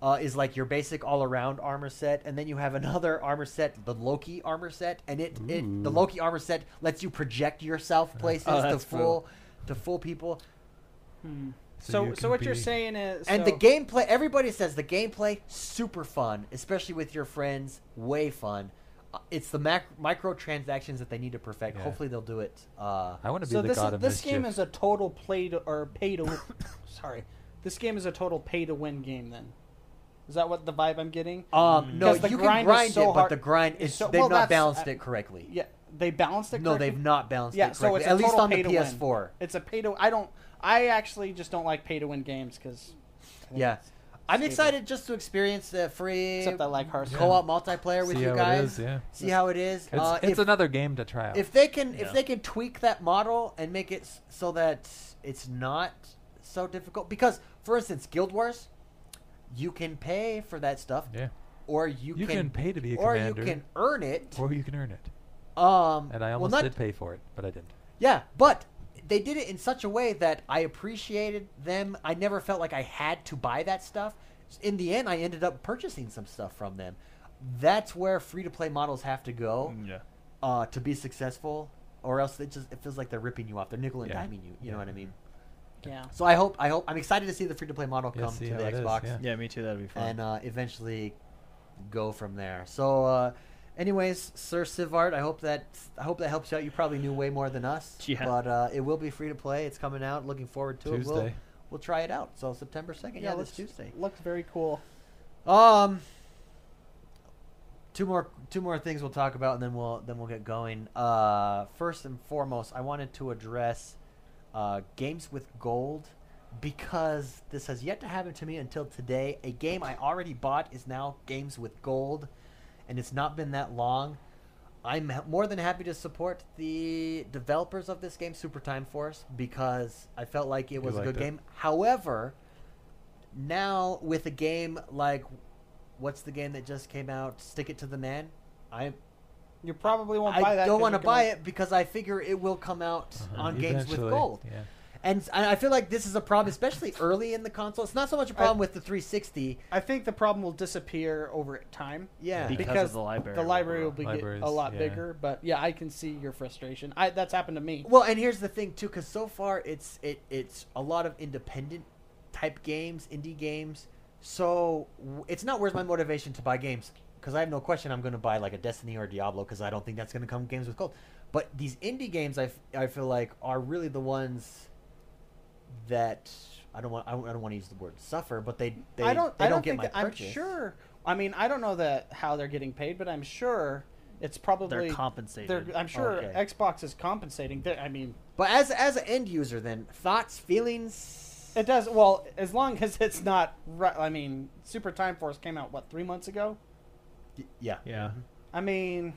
A: Uh, is like your basic all-around armor set, and then you have another armor set, the Loki armor set, and it, it the
B: Ooh. Oh,
A: Loki armor set lets you project yourself places to
B: that's cool.
A: fool to fool people.
C: Hmm.
B: So
C: So,
B: you
C: so
B: can
C: what you're
B: be-
C: saying is,
A: And
C: so-
A: the gameplay, everybody says the gameplay super fun, especially with your friends, way fun. Uh, It's the mac- microtransactions that they need to perfect.
B: Yeah. Mm.
A: Hopefully, they'll do it. Uh,
B: I want to be
C: So
B: the
C: this
B: god
C: is,
B: of
C: this
B: mischief.
C: game is a total play to or pay to. sorry, this game is a total pay to win game. Then, is that what the vibe I'm getting?
A: um, no,
C: Because the
A: you
C: grind
A: can
C: is
A: grind
C: so
A: it, but
C: hard-
A: the grind
C: it's
A: is
C: so-
A: they've
C: well,
A: not
C: that's-
A: balanced
C: I-
A: it correctly.
C: Yeah, they balanced it.
A: no,
C: correctly?
A: they've not balanced
C: Yeah,
A: it
C: so
A: correctly.
C: it's a
A: At least
C: total
A: on the
C: pay to win.
A: PS4.
C: It's a pay to. I don't. I actually just don't like pay to win games because.
A: Yeah, I'm
C: stable.
A: excited just to experience the free
C: Except I like Hearthstone.
A: co-op multiplayer with
B: See
A: you
B: how
A: guys.
B: it is. Yeah.
A: See how it is.
B: It's,
A: uh,
B: it's
A: if-
B: another game to try out.
A: if they can
D: Yeah.
A: if they can tweak that model and make it s- so that it's not so difficult because for instance guild wars you can pay for that stuff
B: yeah.
A: or you,
B: You can pay to be a
A: or
B: commander.
A: you can earn it
B: Or you can earn it.
A: um
B: And I
A: well,
B: almost
A: not,
B: did pay for it, but I didn't.
A: yeah but they did it in such a way that i appreciated them i never felt like i had to buy that stuff in the end i ended up purchasing some stuff from them that's where free to play models have to go
D: yeah.
A: uh, to be successful, or else it just it feels like they're ripping you off. They're nickel and
B: Yeah.
A: diming you. You know what I mean?
C: Yeah.
A: So I hope I hope I'm excited to see the free to play model
B: Yeah,
A: come
B: see
A: to
B: how
A: the
B: it is,
A: Xbox
B: yeah.
D: Yeah, me too. That'd be fun.
A: and uh, eventually go from there. So, uh, anyways, Sir Sivart, I hope that I hope that helps you out. You probably knew way more than us,
D: Yeah.
A: but uh, it will be free to play. It's coming out. Looking forward to it. We'll,
B: Tuesday.
A: we'll try it out. So September second. Yeah, this
C: looks-
A: Tuesday.
C: Looks very cool.
A: Um, two more two more things we'll talk about, and then we'll then we'll get going. Uh, first and foremost, I wanted to address uh, games with gold because this has yet to happen to me until today. A game I already bought is now games with gold, and it's not been that long. I'm ha- more than happy to support the developers of this game, Super Time Force, because I felt like it was a
B: liked
A: good
B: it.
A: game. However, now with a game like what's the game that just came out stick it to the man i
C: You probably won't buy that.
A: i don't
C: 'cause
A: want to
C: you can
A: buy
C: only-
A: it because i figure it will come out
B: Uh-huh.
A: on games with
B: Eventually,
A: gold
B: Yeah.
A: and, and i feel like this is a problem especially early in the console it's not so much a problem with the 360
C: I think the problem will disappear over time.
A: yeah
D: because,
C: because
D: of the library.
C: The library will be get
B: Libraries,
C: a lot
B: yeah.
C: bigger, but yeah, I can see your frustration. I that's happened to me.
A: well and here's the thing too because so far it's it it's a lot of independent type games indie games so w- it's not where's my motivation to buy games because i have no question i'm going to buy like a destiny or a diablo because i don't think that's going to come games with gold but these indie games I, f- I feel like are really the ones that i don't want i don't, I don't want to use the word suffer but they they
C: I don't.
A: they
C: I don't,
A: get
C: think.
A: my
C: that- I'm
A: purchase.
C: sure. I mean, I don't know that how they're getting paid, but I'm sure it's probably
D: They're compensated.
C: they're- I'm sure
A: Okay.
C: Xbox is compensating. They're- I mean,
A: but as as an end user then thoughts feelings
C: it does well as long as it's not. ru- I mean, Super Time Force came out what three months ago.
A: Y- yeah
D: yeah.
C: I mean,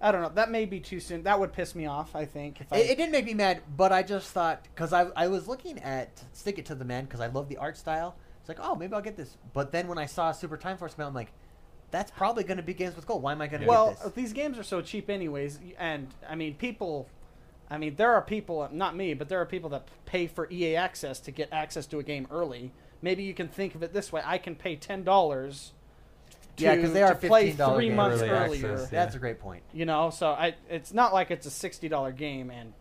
C: I don't know. That may be too soon. That would piss me off. I think. If I,
A: It, it didn't make me mad, but I just thought because I I was looking at Stick It to the Man because I love the art style. It's like, oh, maybe I'll get this. But then when I saw Super Time Force come out, I'm like, that's probably going to be games with gold. Why am I going to
C: well,
A: get this?
C: these games are so cheap, anyways, and I mean, people. I mean, there are people, not me, but there are people that pay for EA access to get access to a game early. Maybe you can think of it this way: I can pay ten dollars
A: Yeah, 'cause they are
C: to play
A: $15
C: three
A: game
C: months
B: early
C: earlier.
B: access,
A: That's
B: Yeah.
A: a great point.
C: You know, so I it's not like it's a sixty dollar game, and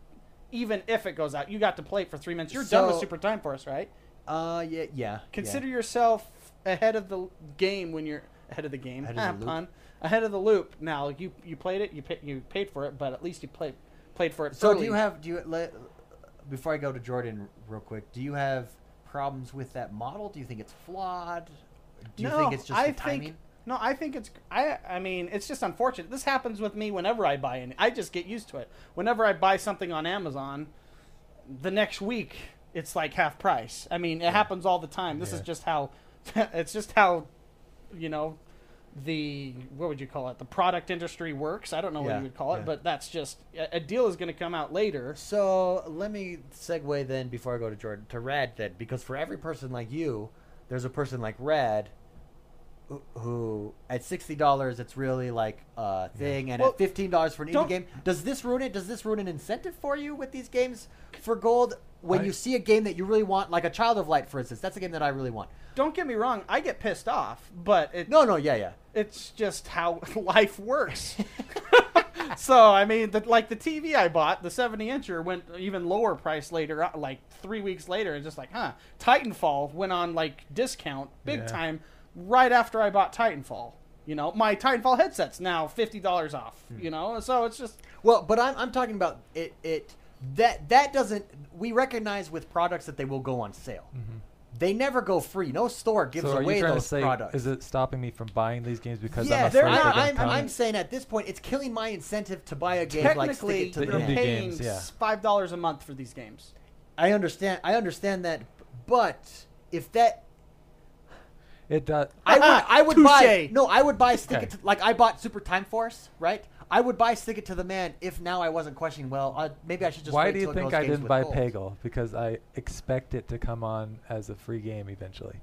C: even if it goes out, you got to play it for three minutes. You're done with
A: So-
C: Super Time Force, right?
A: Uh, yeah, yeah.
C: Consider yourself ahead of the game when you're ahead of the game.
A: Ahead
C: ah,
A: of the loop.
C: pun. Ahead of the loop. Now you you played it, you pay, you paid for it, but at least you played played for it.
A: So
C: early.
A: do you have do you let, before I go to Jordan real quick? Do you have problems with that model? Do you think it's flawed? Do you
C: no,
A: think it's just
C: I
A: the timing?
C: Think, no, I think it's I I mean, it's just unfortunate. This happens with me whenever I buy any I just get used to it. Whenever I buy something on Amazon, the next week it's like half price. I mean, it happens all the time. This is
B: Yeah.
C: just how it's just how you know the what would you call it? The product industry works. I don't know what
A: Yeah,
C: you would call it,
B: yeah.
C: but that's just a a deal is going to come out later.
A: So let me segue then before I go to Jordan to Rad then, because for every person like you, there's a person like Rad, who, who at sixty dollars it's really like a thing, and
C: Well,
A: at fifteen dollars for an indie
C: don't-
A: game, does this ruin it? Does this ruin an incentive for you with these games for gold? When
B: I-
A: you see a game that you really want, like a Child of Light, for instance, that's a game that I really want.
C: Don't get me wrong, I get pissed off, but it
A: No, no, yeah, yeah.
C: it's just how life works. so I mean, the, like the TV I bought, the 70 incher went even lower price later, on- like three weeks later, and just like, huh? Titanfall went on like discount big
B: Yeah.
C: time right after I bought Titanfall. You know, my Titanfall headset's now fifty dollars off.
B: Hmm.
C: You know, so it's just
A: Well, but I'm, I'm talking about it. It that that doesn't. We recognize with products that they will go on sale. They never go free. No store gives
B: so are
A: away
B: you trying
A: those
B: to say
A: products.
B: is it stopping me from buying these games because
A: yeah,
B: I'm
A: they're
B: afraid
A: not-
B: they
A: I'm,
B: don't
A: I'm
B: come?
A: saying at this point, it's killing my incentive to buy a game like Stick
C: technically
A: It to the,
B: The
C: you're
B: indie
A: Man.
C: paying
B: games, yeah.
C: five dollars a month for these games.
A: I understand. I understand that, but if that.
B: It does.
A: I would, I would buy
C: Touche.
A: no. I would buy stick
B: Okay.
A: it to, like I bought Super Time Force, right? I would buy stick it to the man if now I wasn't questioning. Well, uh, maybe I should just.
B: Why
A: wait
B: do you
A: till it
B: think
A: goes
B: I
A: games
B: didn't
A: with
B: buy
A: gold.
B: Pagel? Because I expect it to come on as a free game eventually.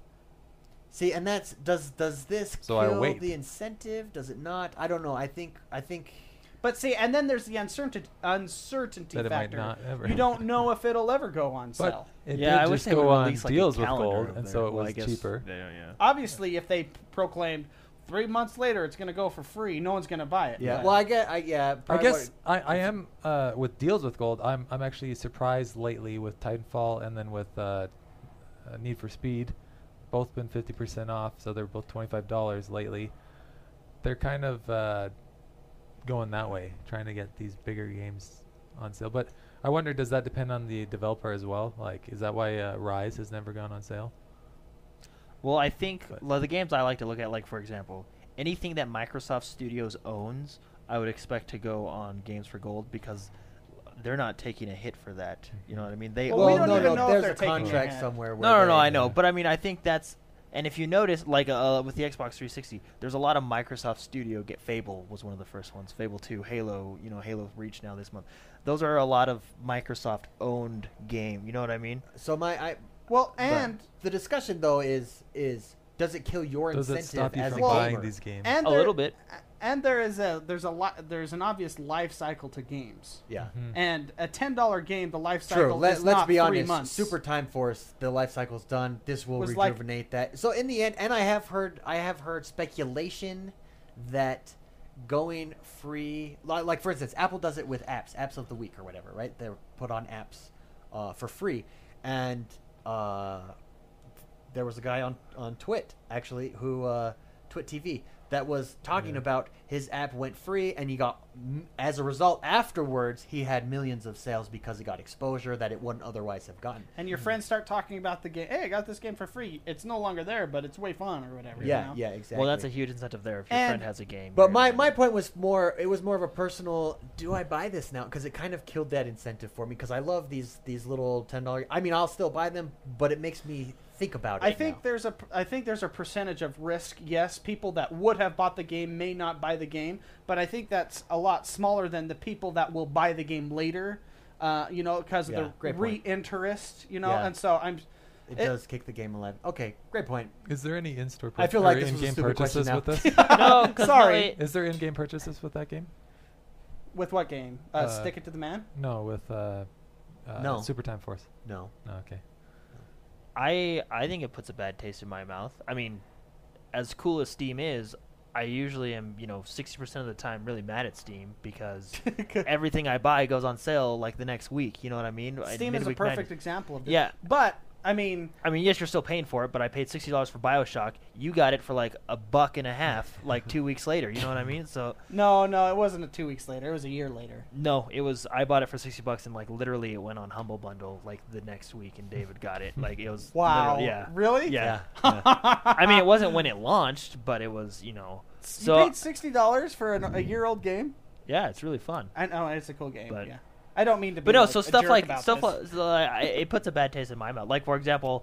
A: See, and that's does does this
B: So I
A: kill
B: wait.
A: the incentive? Does it not? I don't know. I think I think
C: But see, and then there's the uncertainty uncertainty
B: That it might
C: factor.
B: not ever.
C: You don't know if it'll ever go on sale.
B: But it
D: Yeah, I
B: did
D: wish
B: just
D: they would
B: go on
D: release, like, a
B: deals with
D: calendar
B: gold,
D: of
B: and
D: their-
B: so it
I: Well, I
B: was
I: guess
B: cheaper.
I: They don't, yeah.
C: Obviously, if they p- proclaimed three months later it's going to go for free, no one's going to buy it.
A: yeah.
C: But-
A: Well, I get I yeah.
B: I
A: probably
B: guess I, I am uh, with deals with gold. I'm I'm actually surprised lately with Titanfall and then with uh, uh, Need for Speed, both been fifty percent off, so they're both twenty five dollars lately. They're kind of uh, going that way, trying to get these bigger games on sale. But I wonder, does that depend on the developer as well? Like, is that why uh, Rise has never gone on sale?
D: Well, I think
B: But-
D: well, the games I like to look at, like for example, anything that Microsoft Studios owns, I would expect to go on Games for Gold because they're not taking a hit for that. You
A: Mm-hmm.
D: know what I mean? They
C: Well,
D: own
C: we don't
D: the-
C: even know if
A: there's
C: they're
A: a
C: taking
A: contract
C: it.
A: somewhere. Where
D: No, no, no.
A: they-
D: I know, but I mean, I think that's. And if you notice, like uh, with the Xbox 360, there's a lot of Microsoft Studio. Get Fable was one of the first ones. Fable 2, Halo, you know, Halo Reach now this month. Those are a lot of Microsoft-owned game. You know what I mean?
A: So my I
C: well,
A: but
C: and
A: the discussion though is is does it kill your
B: Does it
A: incentive
B: stop you
A: as a
B: from
C: Well-
B: buying
A: gamer?
B: these games?
C: and
D: A
C: there-
D: little bit.
C: And there is a there's a lot there's an obvious life cycle to games.
A: Yeah.
B: Mhm.
C: And a ten dollar game, the life Mm-hmm. cycle
A: Mm. True. Let,
C: is
A: let's
C: not
A: be
C: three
A: honest.
C: months.
A: Super Time Force, the life cycle's done. This will
C: Was like-
A: rejuvenate that. So in the end, and I have heard, I have heard speculation that going free, like, like for instance, Apple does it with apps, apps of the week or whatever, right? They're put on apps uh, for free, and uh, there was a guy on on Twit actually who uh, Twit TV that was talking
B: Yeah.
A: about his app went free and he got m- as a result afterwards he had millions of sales because he got exposure that it wouldn't otherwise have gotten.
C: and your friends start talking about the game. Hey, I got this game for free. It's no longer there, but it's way fun or whatever. you
A: Yeah,
C: know?
A: yeah, exactly.
D: Well, that's a huge incentive there if your
C: And-
D: friend has a game.
A: But
D: you're
A: my,
D: gonna-
A: my point was more it was more of a personal do I buy this now because it kind of killed that incentive for me because I love these these little ten dollar I mean I'll still buy them but it makes me think about it.
C: I think
A: now.
C: there's a I think there's a percentage of risk. Yes, people that would have bought the game may not buy the game, but I think that's a lot smaller than the people that will buy the game later. Uh, you know, because
A: Yeah,
C: of the
A: great point.
C: re-interest. You know,
A: Yeah.
C: and so I'm.
A: it,
C: it-
A: does kick the game alive. Okay, great point.
B: Is there any in-store pur-
A: I feel
B: or
A: like this was a
B: in-game
A: stupid question
B: purchases with this?
D: No, 'cause
C: Sorry.
D: really-
B: Is there in-game purchases with that game?
C: With what game? Uh,
B: Uh,
C: Stick it to the man.
B: No, with uh, uh,
A: No.
B: Super Time Force.
A: No.
B: No, okay.
D: I I think it puts a bad taste in my mouth. I mean, as cool as Steam is, I usually am, you know, sixty percent of the time really mad at Steam because
C: Steam
D: everything I buy goes on sale like the next week. You know what I mean? At
C: is a
D: midweek 90.
C: perfect example of this.
D: Yeah.
C: But I mean,
D: I mean, yes, you're still paying for it, but I paid sixty dollars for Bioshock. You got it for like a buck and a half, like two weeks later. You know what I mean? So
C: no, no, it wasn't a two weeks later. It was a year later.
D: no, it was I bought it for sixty bucks, and like literally, it went on Humble Bundle like the next week, and David got it. Like it was
C: Wow.
D: literally- yeah,
C: Really?
D: yeah. yeah. I mean, it wasn't when it launched, but it was you know.
C: you
D: So
C: paid sixty dollars for an, a year-old game.
D: yeah, it's really fun.
C: I know it's a cool game.
D: But-
C: yeah. I don't mean to. Be
D: But no,
C: like,
D: so
C: a
D: stuff
C: jerk
D: like
C: about
D: stuff
C: this.
D: like, so, like, I- it puts a bad taste in my mouth. Like for example,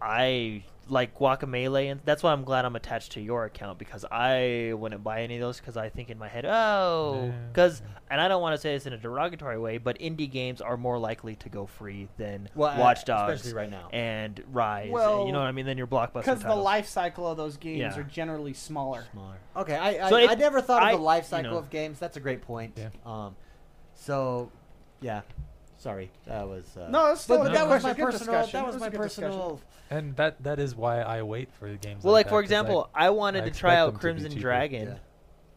D: I like Guacamele, and that's why I'm glad I'm attached to your account because I wouldn't buy any of those because I think in my head, oh,
B: Yeah.
D: because and I don't want to say this in a derogatory way, but indie games are more likely to go free than
A: Well, uh,
D: Watch Dogs
A: especially right now.
D: and Rise.
C: Well,
D: and, you know what I mean? Then your blockbuster
C: because the
D: titles.
C: life cycle of those games
D: Yeah.
C: are generally smaller.
A: Smaller. Okay, I I,
D: So it-
A: I never thought of
D: I-
A: the life
D: you
A: cycle
D: know.
A: of games. That's a great point.
B: Yeah.
A: Um, so, yeah, sorry, that was uh,
C: No, it's still
A: but,
C: a
A: but
C: good
A: that was my
C: question, good
A: personal.
C: discussion.
A: That
C: It
A: was
C: was a
A: my
C: good discussion.
A: personal.
B: And that that is why I wait for the games.
D: Well, like
B: that,
D: for
B: 'cause I-
D: example, I, wanted
B: I
D: to
B: expect
D: try out
B: them to be
D: Crimson
B: cheaper.
D: Dragon
A: Yeah.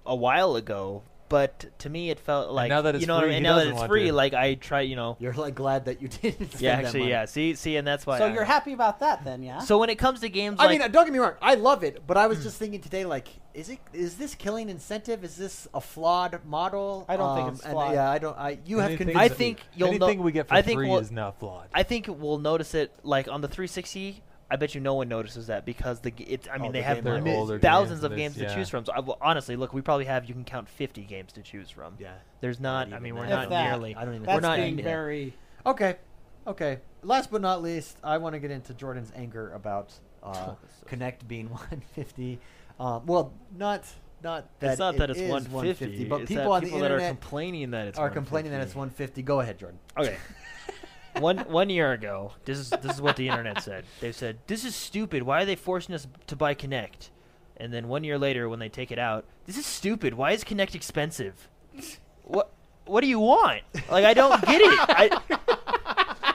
D: a while ago, but to me it felt like
B: now that it's
D: you know what I
B: free,
D: mean?
B: he
D: And now that
B: doesn't
D: it's
B: want
D: free,
B: to.
D: like I try, you know.
A: You're like glad that you didn't. Spend
D: Yeah,
A: that
D: actually,
A: money.
D: yeah. See, see, and that's why.
C: So
D: I-
C: you're happy about that then, yeah?
D: So when it comes to games,
A: I
D: like,
A: mean, uh, don't get me wrong. I love it, but I was just thinking today, like, is it is this killing incentive? Is this a flawed model? Um,
C: I don't think it's
A: and, uh,
C: flawed.
A: yeah, I don't. I you have
B: Anything
A: convinced.
B: that-
D: I think you'll know-
B: anything we get for
D: I think
B: free
D: we'll-
B: is not flawed.
D: I think we'll notice it like on the 360. I bet you no one notices that because the g- it, I mean
A: Oh,
D: they
A: the
D: have
A: game They're
B: older games
D: thousands of
B: and
D: games
B: it's-
D: to
B: yeah.
D: choose from. So I, well, honestly, look, we probably have you can count 50 games to choose from.
A: Yeah.
D: There's not. I
A: even
D: mean, we're
A: that.
D: not
C: If that.
D: nearly.
A: I don't even.
C: That's
D: we're not
C: being
D: in-
C: very.
A: Okay. Okay. Last but not least, I want to get into Jordan's anger about uh,
D: Oh,
A: Connect being 150. Um, well, not not that
D: it's not
A: it
D: that it's
A: is
D: 150,
A: 150, but
D: it's
A: people
D: that
A: on
D: people
A: the
D: that are
A: internet
D: complaining that it's
A: are complaining that it's 150.
D: 150.
A: Go ahead, Jordan.
D: Okay. one one year ago, this is this is what the internet said. They said, "This is stupid. Why are they forcing us to buy Connect?" And then one year later, when they take it out, this is stupid. Why is Connect expensive? What what do you want? Like I don't get it. I,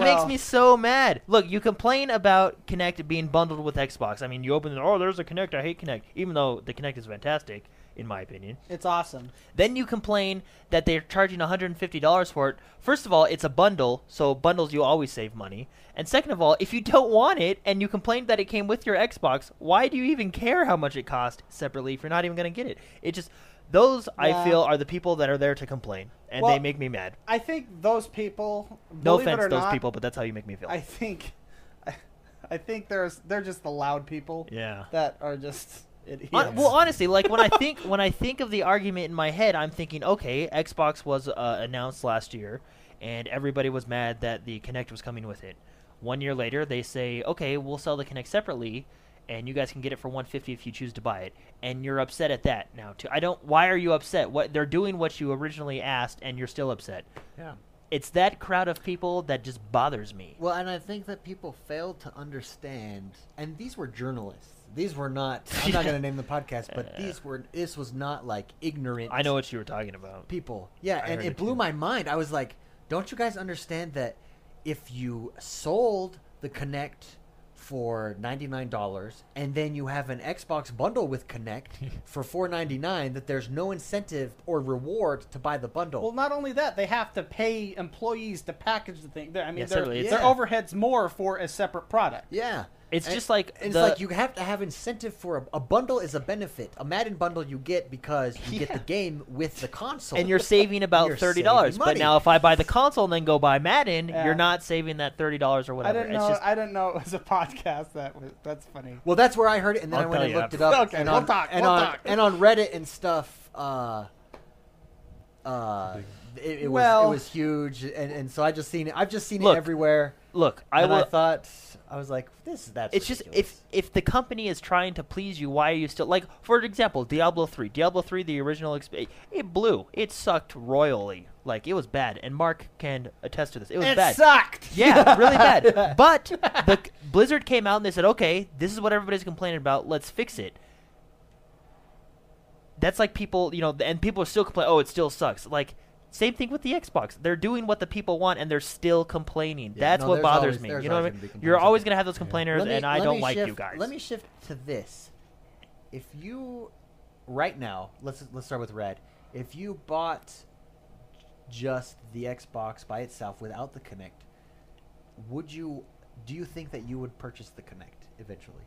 C: Well-
D: makes me so mad. Look, you complain about Connect being bundled with Xbox. I mean, you open it, oh, there's a Connect. I hate Connect, even though the Connect is fantastic in my opinion.
C: It's awesome.
D: Then you complain that they're charging $150 for it. First of all, it's a bundle, so bundles you always save money. And second of all, if you don't want it and you complained that it came with your Xbox, why do you even care how much it cost separately if you're not even going to get it? It just those
C: Yeah.
D: I feel are the people that are there to complain and
C: Well,
D: they make me mad.
C: I think those people.
D: No
C: believe it
D: offense
C: or
D: to those
C: not,
D: people, but that's how you make me feel.
C: I think, I, I think there's they're just the loud people
D: yeah.
C: that are just idiots.
D: Hon- well, honestly, like when I think when I think of the argument in my head, I'm thinking, okay, Xbox was uh, announced last year, and everybody was mad that the Kinect was coming with it. One year later, they say, okay, we'll sell the Kinect separately, and you guys can get it for 150 if you choose to buy it. And you're upset at that now too. I don't. Why are you upset? What they're doing what you originally asked, and you're still upset.
A: Yeah.
D: It's that crowd of people that just bothers me.
A: Well, and I think that people fail to understand, and these were journalists. These were not. I'm not going to name the podcast, but these were. This was not like ignorant.
D: I know what you were talking about.
A: people. Yeah,
D: I
A: and
D: heard
A: it
D: it
A: blew
D: too.
A: my mind. I was like, don't you guys understand that if you sold the Connect for $99 and then you have an Xbox bundle with Connect for $4.99 that there's no incentive or reward to buy the bundle?
C: Well, not only that, they have to pay employees to package the thing. They're- I mean,
D: Yes,
C: their,
D: certainly,
C: their
A: it's-
C: overheads more for a separate product.
A: yeah.
D: It's
A: And-
D: just like
A: it's
D: the-
A: like you have to have incentive for a, a bundle is a benefit. A Madden bundle you get because you get the game with the console.
D: and you're saving about
A: You're
D: thirty dollars.
A: saving
D: But
A: money.
D: now, if I buy the console and then go buy Madden,
C: Yeah.
D: you're not saving that thirty dollars or
C: I
D: whatever.
C: didn't
D: it's
C: know.
D: just
C: I didn't know it was a podcast. That was that's funny.
A: Well, that's where I heard it, and then
D: I'll
A: I went
D: tell
A: and
D: you
A: looked it
D: after.
A: up.
C: Okay,
A: and
C: we'll
A: on,
C: talk,
A: And
C: we'll
A: on,
C: talk.
A: and on Reddit and stuff, uh, uh, it, it was
C: Well-
A: it was huge, and, and so I just seen it. I've just seen
D: Look,
A: it everywhere.
D: look. I
A: and
D: will.
A: I thought I was like, this that's.
D: it's just if if the company is trying to please you, why are you still like? For example, Diablo three. Diablo three, the original, exp- it- it blew. It sucked royally. Like it was bad. And Mark can attest to this. It was
C: It
D: bad.
C: sucked.
D: Yeah, really bad. But the Blizzard came out and they said, "Okay, this is what everybody's complaining about. Let's fix it." That's like people, you know, and people are still complaining. Oh, it still sucks. Like same thing with the Xbox. They're doing what the people want, and they're still complaining.
A: Yeah,
D: That's
A: no,
D: what
A: there's
D: bothers
A: always-
D: me.
A: there's
D: You know
A: always
D: what I
A: gonna be
D: mean? You're
A: complaints
D: always
A: out
D: gonna have those complainers,
A: Let me-
D: and I
A: let me
D: don't like you
A: shift-
D: guys.
A: Let me shift to this. if you right now let's let's start with red. If you bought just the Xbox by itself without the Connect, would you do you think that you would purchase the Connect eventually,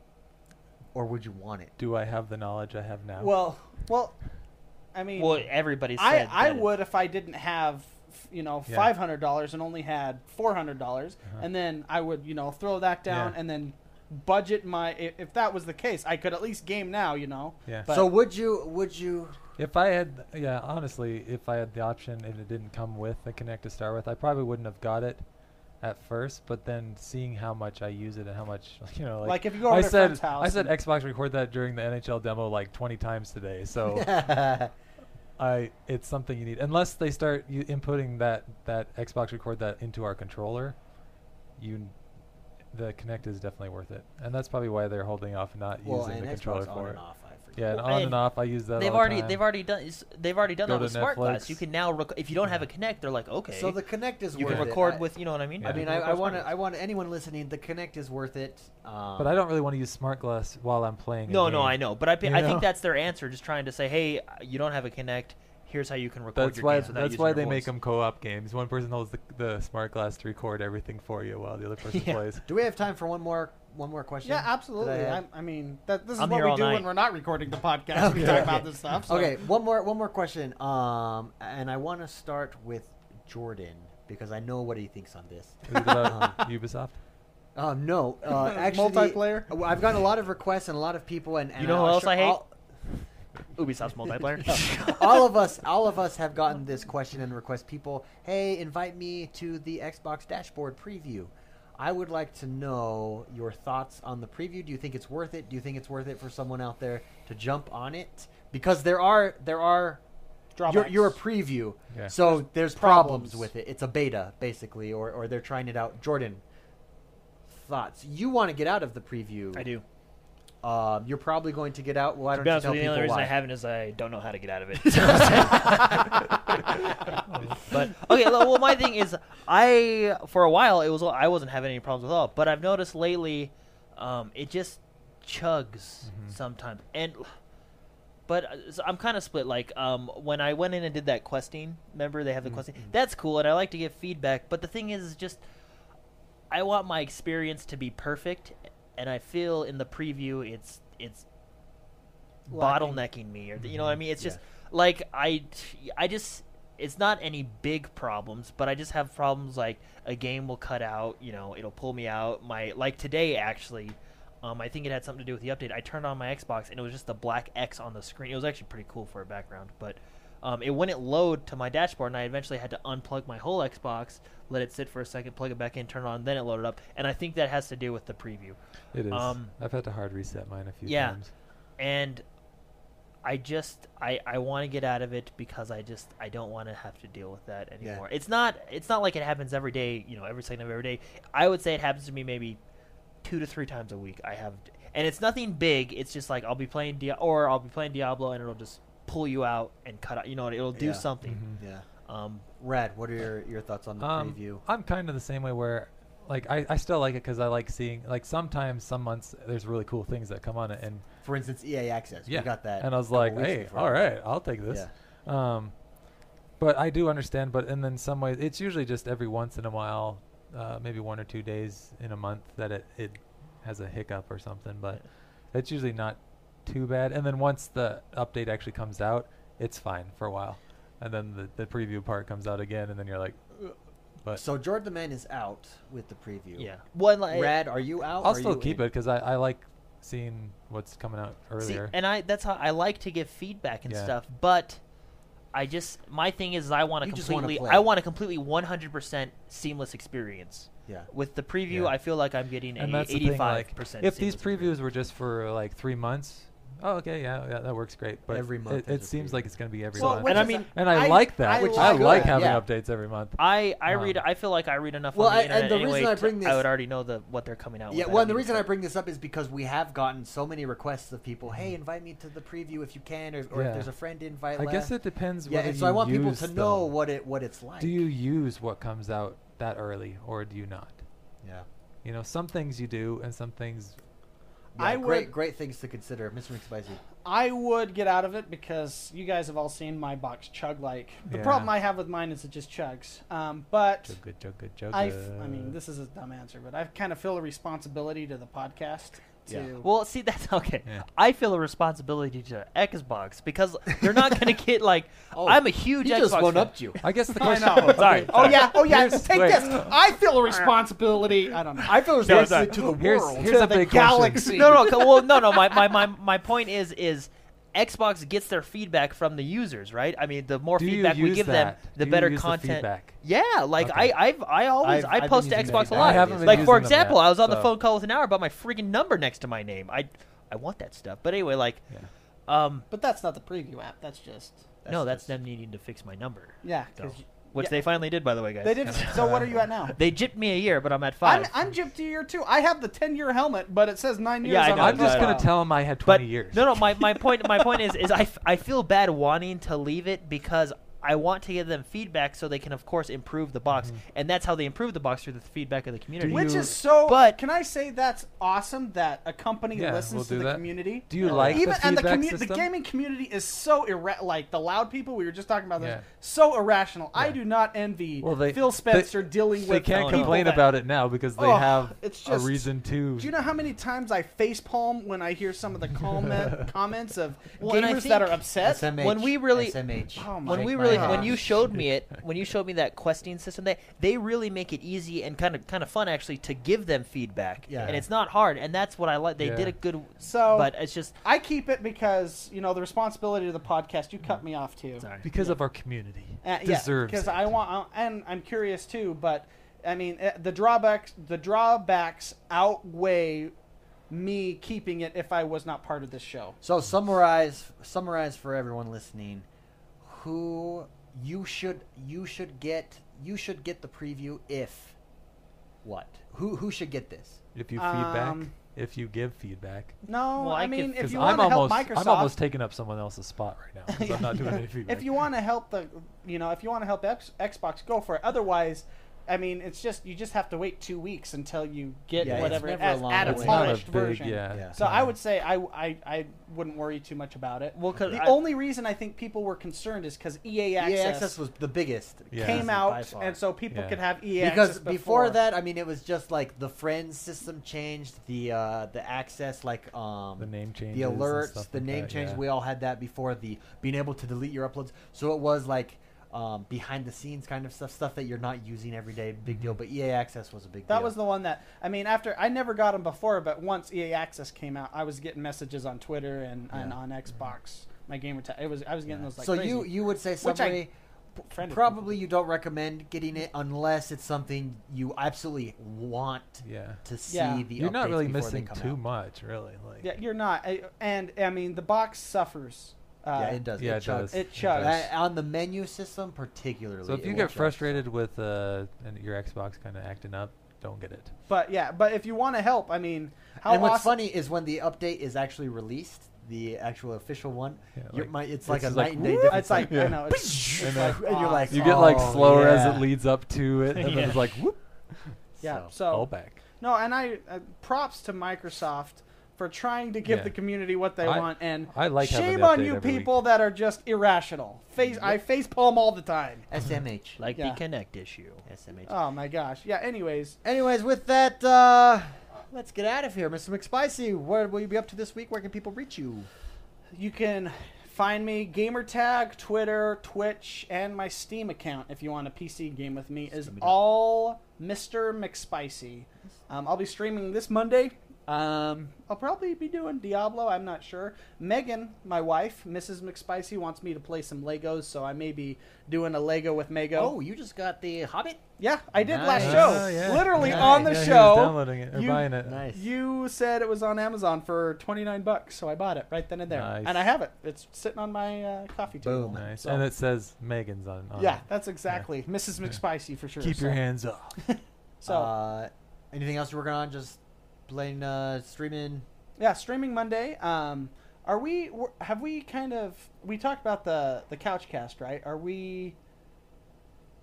A: or would you want it?
B: Do I have the knowledge I have now?
C: Well, well, I mean,
D: Well, everybody said
C: I, I
D: that-
C: would if I didn't have f- you know
B: Yeah.
C: five hundred dollars and only had four hundred dollars,
B: Uh-huh.
C: and then I would you know throw that down
B: Yeah.
C: and then budget my i- if that was the case I could at least game now you know
B: Yeah.
C: but
A: so would you would you
B: If I had, yeah, honestly, if I had the option and it didn't come with the Connect to start with, I probably wouldn't have got it at first. But then seeing how much I use it and how much, you know, like,
C: Like, if you go over
B: I
C: to a
B: said,
C: friend's house
B: I said
C: and-
B: Xbox record that during the NHL demo like 20 times today, so uh, I it's something you need unless they start you inputting that that Xbox record that into our controller. You, the Connect is definitely worth it, and that's probably why they're holding off and not
A: well
B: using
A: and
B: the controller
A: Xbox on
B: for
A: and
B: it.
A: off? I forget.
B: Yeah, and
D: Well,
B: on
D: I-
B: and off. I use that.
D: They've
B: all the
D: already
B: time.
D: they've already done it's- they've already done
B: Go
D: that
B: to
D: with Smart Glass.
B: Netflix.
D: You can now rec- if you don't have a Connect, they're like okay,
A: So the Connect is
D: you
A: worth
D: can
A: it.
D: record
A: I-
D: with you know what I mean.
B: Yeah.
A: I mean, I,
B: You can
A: I
B: record
A: want
B: Smart
A: I want anyone listening. The Connect is worth it. Um,
B: But I don't really want to use smart glass while I'm playing. a
D: no, no,
B: game.
D: I know, but I, pe-
B: You
D: I
B: know?
D: think that's their answer, just trying to say, hey, you don't have a Connect. Here's how you can record
B: That's
D: your
B: why.
D: games without
B: That's
D: using
B: why
D: your
B: they
D: voice.
B: make them co-op games. One person holds the, the smart glass to record everything for you while the other person
D: Yeah.
B: plays.
A: Do we have time for one more one more question?
C: yeah
A: that I
C: absolutely
A: had?
C: I, I mean that this is
D: I'm
C: what
D: here
C: we
D: all
C: do when
D: night.
C: we're not recording the podcast we talk about this stuff so.
A: Okay, one more one more question. Um, and I want to start with Jordan because I know what he thinks on this.
B: Is it about Ubisoft?
A: Um, no, uh, actually,
C: Multiplayer?
A: Well, I've gotten a lot of requests and a lot of people, and, and
D: You know who
A: I'm
D: else
A: sure
D: I hate?
A: All,
D: Ubisoft's multiplayer.
A: all of us, all of us have gotten this question and request. People, hey, invite me to the Xbox dashboard preview. I would like to know your thoughts on the preview. Do you think it's worth it? Do you think it's worth it for someone out there to jump on it? Because there are there are you're,
C: Drawbacks.
A: you're a preview,
B: Yeah.
A: so there's, problems.
C: problems.
A: with it. It's a beta basically, or or they're trying it out. Jordan, thoughts? You want to get out of the preview?
D: I do.
A: Um, you're probably going to get out. Why
D: To
A: don't
D: be
A: you
D: honest
A: tell
D: with you, the
A: people
D: only reason
A: why?
D: I haven't is I don't know how to get out of it. but okay, lo- well, my thing is, I for a while it was I wasn't having any problems at all, but I've noticed lately, um, it just chugs
A: Mm-hmm.
D: sometimes, and but uh, so I'm kind of split. Like um, when I went in and did that questing, remember they have the
A: Mm-hmm.
D: questing. That's cool, and I like to give feedback. But the thing is, is just I want my experience to be perfect, and I feel in the preview it's it's bottlenecking me, or you know what I mean. It's just like I I just it's not any big problems, but I just have problems like a game will cut out. You know, it'll pull me out. My like today actually. Um, I think it had something to do with the update. I turned on my Xbox and it was just the black X on the screen. It was actually pretty cool for a background, but um, it wouldn't load to my dashboard, and I eventually had to unplug my whole Xbox, let it sit for a second, plug it back in, turn it on, then it loaded up. And I think that has to do with the preview.
B: It is.
D: Um,
B: I've had to hard reset mine a few
D: yeah.
B: times.
D: And I just I, I want to get out of it because I just I don't want to have to deal with that anymore. It's not it's not like it happens every day, you know, every second of every day. I would say it happens to me maybe two to three times a week. I have, and it's nothing big. It's just like I'll be playing Dia- or I'll be playing Diablo, and it'll just pull you out and cut out. You know, it'll do
A: Yeah. Mm-hmm.
D: something.
A: Yeah.
D: Um,
A: Red, what are your, your thoughts on the
B: Um,
A: preview?
B: I'm kind of the same way where, like, I, I still like it because I like seeing like sometimes some months there's really cool things that come on it and
A: For instance, EA Access.
B: Yeah.
A: We got that.
B: And I was
A: couple
B: like,
A: weeks
B: hey,
A: before.
B: all right, I'll take this. Um, but I do understand. But and then some ways, it's usually just every once in a while, uh, maybe one or two days in a month that it, it has a hiccup or something. But it's usually not too bad. And then once the update actually comes out, it's fine for a while. And then the, the preview part comes out again, and then you're like, "Ugh." but
A: So Jordan the Man is out with the preview.
D: yeah. One like
A: Red, are you out?
B: I'll
A: Are
B: still
A: you
B: keep
A: in?
B: it because I, I like seeing what's coming out
D: See,
B: earlier.
D: and I that's how I like to give feedback and
B: Yeah.
D: stuff, but I just my thing is I want to
A: You just wanna
D: completely
A: play.
D: I want a completely 100% seamless experience.
A: Yeah.
D: With the preview,
B: Yeah.
D: I feel like I'm getting
B: and
D: a
B: that's the thing,
D: 85%
B: like, if these
D: seamless experience.
B: previews were just for like three months oh okay yeah, yeah that works great but
A: Every month
B: it,
A: is
B: it
A: a
B: seems
A: preview.
B: like it's going to be every
C: Well,
B: month
C: which
D: And I
C: is-
D: mean-
B: and i,
C: I-
B: like that
C: I
B: which i
C: like
B: like
A: that,
B: having
A: yeah.
B: updates every month
D: I, I
B: Um,
D: read I feel like I read enough
A: Well,
D: on
A: I-
D: the
A: and
D: internet
A: the
D: anyway
A: reason I
D: to-
A: bring this-
D: I would already know the what they're coming out with.
A: Yeah,
D: I
A: well,
D: don't
A: and the
D: need
A: reason
D: to-
A: I bring this up is because we have gotten so many requests of people, hey, invite me to the preview if you can, or, or
B: Mm-hmm. Yeah.
A: if there's a friend invite.
B: i guess
A: left."
B: it depends
A: Yeah,
B: whether
A: and so I
B: you
A: want people
B: use
A: to
B: them.
A: know what it what it's like.
B: do you use what comes out that early or do you not
A: Yeah.
B: you know some things you do and some things
A: Yeah,
C: I
A: great
C: would-
A: great things to consider, Mr. McSpicy.
C: I would get out of it because you guys have all seen my box chug like. The
B: Yeah.
C: problem I have with mine is it just chugs. Um, but
B: Chugga, chugga, chugga.
C: I, f- I mean, this is a dumb answer, but I kind of feel a responsibility to the podcast to.
A: Yeah.
D: Well, see, that's okay.
B: Yeah.
D: I feel a responsibility to Xbox because they're not going to get like
A: Oh,
D: I'm a huge
A: He
D: Xbox.
A: just one
D: fan.
A: upped you.
B: I guess the
C: I
B: question.
C: know.
D: Sorry.
C: Oh yeah. Oh yeah.
B: Here's-
C: Take
B: wait.
C: this. I feel a responsibility. I don't know.
A: I feel
D: No,
A: responsible
D: sorry.
A: to the
B: Here's-
A: world.
B: here's
C: to
B: a
C: the
B: big question.
C: galaxy.
D: No, no, co- well, no, no. My, my, my, my point is is Xbox gets their feedback from the users, right? I mean, the more
B: Do you
D: feedback we
B: use
D: give them,
B: that? Do
D: the
B: you
D: better
B: use the
D: content.
B: feedback?
D: yeah, like
B: Okay.
D: I, I've, I always,
A: I've-
D: I
A: I've been
D: post to
A: using the
D: Xbox a
A: feedback.
D: lot.
A: I haven't been
D: like for
B: using them yet,
D: example, I was on the
B: so-
D: phone call with an hour about my freaking number next to my name. I, I want that stuff. But anyway, like, um,
C: But that's not the preview app. That's just.
D: no, that's them needing to fix my number,
C: Yeah.
D: so,
C: 'cause
D: which
C: yeah.
D: they finally did, by the way, guys.
C: They did. So what are you at now?
D: They gypped me a year, but I'm at 5
C: I'm I'm gypped a year too. I have the ten year helmet, but it says nine years.
D: Yeah, I
C: on
D: know,
C: my
B: I'm just
D: I
B: gonna
D: know.
C: profile.
B: tell him I had 20
D: but
B: years.
D: no, no. My, my point my point is is I, f- I feel bad wanting to leave it because I want to give them feedback so they can of course improve the box, and that's how they improve the box through the feedback of the community.
B: Do
C: Which
B: you-
C: is so.
D: But-
C: can I say that's awesome that a company
B: Yeah,
C: listens
B: we'll
C: to
B: do
C: the
B: that.
C: community?
B: Do you like the
C: even and the,
B: feedback
C: commu- the
B: system?
C: gaming community is so irra- like the loud people we were just talking about this
B: Yeah.
C: so irrational. I
B: Yeah.
C: do not envy
B: Well, they-
C: Phil
B: they-
C: Spencer dealing
B: they
C: with
B: can't
D: people
B: complain
C: that-
B: about it now because they
C: Oh,
B: have
C: it's
B: a
C: just-
B: reason to.
C: Do you know how many times I facepalm when I hear some of the comment, comments of
D: Well, and I
C: gamers that
D: think-
C: are upset?
A: SMH,
D: when we really-
A: SMH.
C: Oh my
D: when we
A: Shake my
D: really
C: God.
D: when you showed me it when you showed me that questing system they they really make it easy and kind of kind of fun actually to give them feedback
A: Yeah.
D: and it's not hard and that's what i like they did
B: Yeah.
D: a good
C: So-
D: but it's just
C: I keep it because you know the responsibility of the podcast. You cut me off too.
D: sorry
B: because of our community
C: Uh, yeah,
B: deserves
C: because
B: it.
C: I want, I- and I'm curious too. But I mean, uh, the drawbacks the drawbacks outweigh me keeping it if I was not part of this show.
A: So summarize, summarize for everyone listening, who you should you should get you should get the preview if what who who should get this?
B: if you feedback,
C: Um,
B: if you give feedback,
C: No,
D: Well,
C: I,
D: I could-
C: mean, if
B: because
C: you
B: I'm
C: want to help
B: almost
C: Microsoft,
B: I'm almost taking up someone else's spot right now. 'cause I'm not doing any feedback.
C: if you want to help the, you know, if you want to help X, Xbox, go for it. Otherwise. I mean, it's just you just have to wait two weeks until you get
A: Yeah, it's
C: whatever
A: never
C: as,
A: a long
C: at a
A: wait.
B: it's not a
C: polished
B: big
C: version.
B: yeah.
A: Yeah.
C: So I would say I, I, I wouldn't worry too much about it.
D: Well, 'cause
C: the
D: I-
C: only reason I think people were concerned is because EA
A: EA
C: Access,
A: E Access was the biggest.
B: Yeah.
C: came
A: by
C: out,
A: far.
C: and so E people
B: Yeah.
C: could have EA
A: because
C: Access
A: before that, I mean, it was just like the friends system changed, the uh, the access, like um,
B: The name changes
A: the
B: and
A: alerts,
B: stuff
A: the
B: like
A: name
B: that,
A: change.
B: yeah.
A: We all had that before the being able to delete your uploads. So it was like um, behind the scenes kind of stuff, stuff that you're not using every day. Big
B: Mm-hmm.
A: deal, but EA Access was a big.
C: That
A: deal.
C: was the one that I mean. After I never got them before, but once EA Access came out, I was getting messages on Twitter and, and
A: Yeah.
C: on Xbox. My gamer tag. It was I was getting those like
A: so
C: crazy.
A: you you would say
C: Which I
A: summary. p-
C: friended
A: Probably you don't recommend getting it unless it's something you absolutely want
B: yeah,
A: to see.
C: Yeah.
A: The
B: you're not
A: updates
B: really
A: before they
B: missing
A: come
B: too
A: out.
B: much, really. Like,
C: yeah, you're not. I, and I mean, the box suffers. Uh,
A: yeah, it does.
B: Yeah,
A: it,
B: it
A: chugs.
B: does.
C: It chugs.
A: Uh, on the menu system, particularly.
B: So if
A: it
B: you
A: will
B: get
A: chugs.
B: frustrated with uh, and your Xbox kind of acting up, don't get it.
C: But yeah, but if you want to help, I mean, how
A: and what's
C: awesome-
A: funny is when the update is actually released, the actual official one,
B: Yeah,
A: you're,
B: like,
A: my, it's
B: it's
A: like a
B: just
A: night
B: like,
A: and day
B: whoop.
A: difference.
C: It's like I know. It's,
A: And
C: it's
A: then- and you're like,
C: awesome.
B: You get like
A: Oh,
B: slower as
A: yeah.
B: it leads up to it, and then it's
D: Yeah.
B: like whoop,
C: yeah.
A: so,
C: So
B: all back.
C: No, and I uh, props to Microsoft for trying to give
B: Yeah.
C: the community what they
B: I-
C: want. And
B: I like having
C: shame
B: the
C: on
B: update
C: you
B: every week.
C: people that are just irrational. Face I face palm all the time.
A: SMH.
D: like
C: Yeah.
D: the connect issue
A: SMH.
C: Oh my gosh. Yeah. Anyways,
A: Anyways, with that, uh, let's get out of here, Mr. McSpicy. What will you be up to this week? Where can people reach you?
C: you can find me gamertag, Twitter, Twitch, and my Steam account if you want a PC game with me. Is all Mr. McSpicy. Um, I'll be streaming this Monday. Um, I'll probably be doing Diablo. I'm not sure. Megan, my wife, Mrs. McSpicy, wants me to play some Legos, so I may be doing a Lego with Mego.
A: Oh, you just got the Hobbit.
C: yeah, I did last
A: Nice.
C: show.
B: Oh, yeah.
C: Literally
A: Nice.
C: on the
B: yeah, he was
C: show.
B: downloading it or
C: you-
B: buying it.
A: Nice.
C: You said it was on Amazon for 29 bucks, so I bought it right then and there.
B: Nice.
C: And I have it. It's sitting on my uh, coffee table.
A: Boom.
B: Nice.
C: So-
B: And it says Megan's on. on
C: Yeah,
B: it.
C: that's exactly Mrs. McSpicy for sure.
B: Keep your
C: so-
B: hands up.
C: So,
A: Uh, anything else you're working on? Just playing, uh, streaming.
C: Yeah, streaming Monday. Um, are we? w- Have we kind of? We talked about the the couch cast, right? Are we?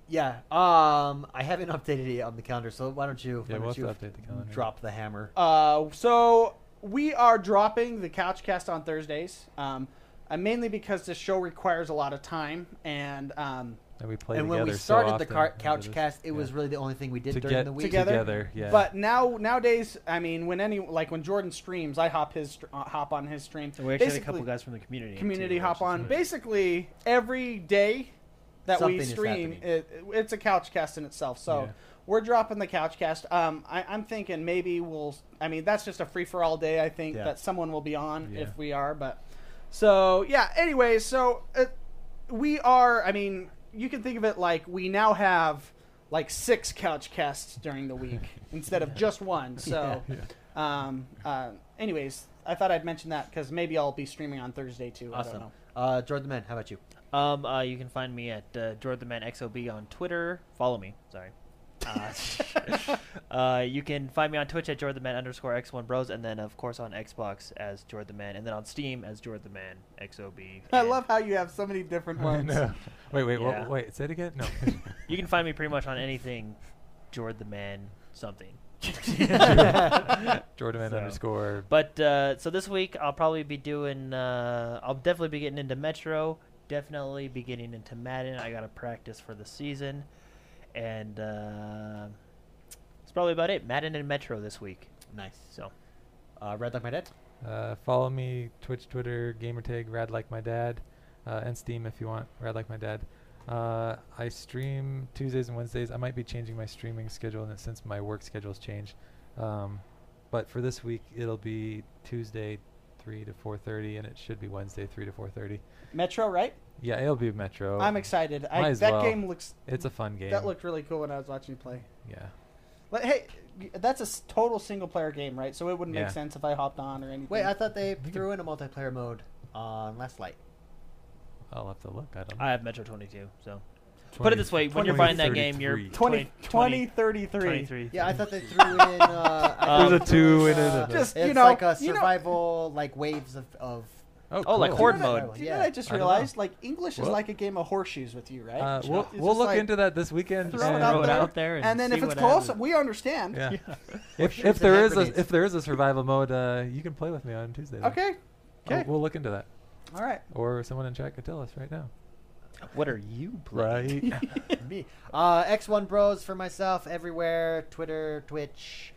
A: Yeah. Um, I haven't updated it on the calendar, so why don't you?
B: Yeah,
A: why
B: we'll
A: don't
B: have to
A: you
B: update the calendar.
A: Drop the hammer.
C: Uh, so we are dropping the Couchcast on Thursdays, um, uh, mainly because this show requires a lot of time, and um,
B: And we play
A: and
B: together
A: when we
B: so
A: started the
B: often
A: car-
B: that
A: couch
B: is-
A: cast, it
B: yeah.
A: was really the only thing we did
B: to
A: during
B: get
A: the week.
B: together.
C: Together?
B: yeah.
C: But now nowadays, I mean, when any like when Jordan streams, I hop his str- uh, hop on his stream.
I: And we actually had a
C: Basically,
I: couple guys from the community.
C: community
I: too, which
C: hop
I: is
C: on.
I: nice.
C: Basically, every day that
A: Something
C: we
A: is
C: stream,
A: happening.
C: it, it's a couch cast in itself. So
B: Yeah.
C: we're dropping the couch cast. Um, I, I'm thinking maybe we'll. I mean, that's just a free for all day. I think
I: Yeah.
C: that someone will be on
B: Yeah.
C: if we are. But so yeah. Anyway, so uh, we are. I mean, you can think of it like we now have like six couch casts during the week instead of just one. So.
B: Yeah.
C: Um, uh, anyways, I thought I'd mention that because maybe I'll be streaming on Thursday too. I don't
A: Awesome.
C: know.
A: Uh, Jordan the Man, how about you?
D: Um, uh, you can find me at uh, Jordan the Man XOB on Twitter. Follow me. Sorry. Uh, uh, you can find me on Twitch at Jordan the Man underscore X1 Bros, and then of course on Xbox as Jordan the Man, and then on Steam as Jordan the Man XOB.
C: I
D: and
C: love how you have so many different
B: I
C: ones.
B: know. Wait, wait, wha-
D: Yeah.
B: wait. Say it again. No.
D: You can find me pretty much on anything, Jordan the Man something.
B: Jordan Man
D: So.
B: underscore.
D: But uh, so this week I'll probably be doing. Uh, I'll definitely be getting into Metro. Definitely be getting into Madden. I gotta practice for the season, and uh, that's probably about it. Madden and Metro this week.
A: Nice.
D: So
A: Uh, Red Like My Dad?
B: Uh, follow me Twitch, Twitter, gamertag, rad like my dad, uh, and Steam if you want, rad like my dad. Uh, I stream Tuesdays and Wednesdays. I might be changing my streaming schedule and since my work schedule's changed. Um, but for this week, it'll be Tuesday, three to four thirty, and it should be Wednesday, three to four thirty.
C: Metro, right?
B: Yeah, it'll be Metro.
C: I'm excited.
B: Oh, Might
C: I,
B: as
C: that
B: well.
C: game looks.
B: It's a fun game.
C: That looked really cool when I was watching you play.
B: yeah.
C: Like, hey, that's a s- total single player game, right? So it wouldn't
B: Yeah.
C: make sense if I hopped on or anything.
A: Wait, I thought they
B: think
A: threw in a multiplayer mode on Last Light.
B: I'll have to look. I don't. know.
D: I have Metro 22. So put it this way: when you're buying that game, you're
B: 2033.
C: 20, 20, 33.
D: 23.
A: Yeah, I thought they threw in. Uh, I
D: There's
A: thought they
D: a
A: threw
B: two
A: in,
B: in it
A: uh,
B: and a-
C: Just, you
A: it's
C: know,
A: like a
C: you know-
A: survival, like waves of. of
B: Oh,
D: Oh, like
B: cool.
D: Horde
C: You know that-
D: mode.
C: You know
A: Yeah.
C: what I just
B: I don't know.
C: realized? Like, English is
B: Well-
C: like a game of horseshoes with you, right?
B: Uh, we'll
C: It's
B: we'll
C: just
B: look
C: like,
B: into that this weekend.
C: Throw it
B: and-
C: out there.
D: there,
C: And then
D: see
C: if it's
D: what
C: close,
D: happens.
C: we understand.
B: Yeah.
A: Shoes
B: If, if
A: and
B: there
A: hand
B: is
A: grenades.
B: a, if there is a survival mode, uh, you can play with me on Tuesday. then.
C: Okay.
B: I'll-
C: Okay.
B: Oh, we'll Oh, look into that,
C: All right.
B: or someone in chat could tell us right now.
D: What are you playing?
A: me. Uh, X1 Bros for myself everywhere Twitter, Twitch,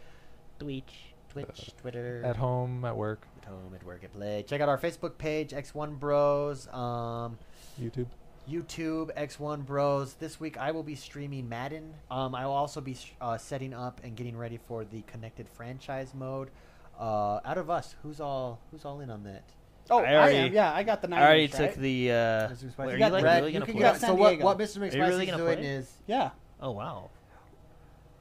D: Twitch.
A: Twitch, Twitter.
B: at home, at work,
A: At home, at work, at play. Check out our Facebook page, X1 Bros. Um,
B: YouTube.
A: YouTube, X1 Bros. This week I will be streaming Madden. Um, I will also be sh- uh, setting up and getting ready for the connected franchise mode. Uh, out of us, who's all who's all in on that?
C: Oh,
D: I
C: I,
D: already-
C: am. Yeah, I got the nine.
D: I already
C: inch, right?
D: took the. Uh,
A: Mr. McSpicy.
D: wait, are
A: You
D: you
A: got
D: like
A: Red,
D: really
A: you
D: gonna
A: can
D: play?
C: you got
A: get-
D: it?
C: San
A: so what,
C: Diego.
A: what Mr. McSpicy
D: really
A: is
D: gonna
A: doing
D: play?
A: is
C: Yeah.
D: Oh wow.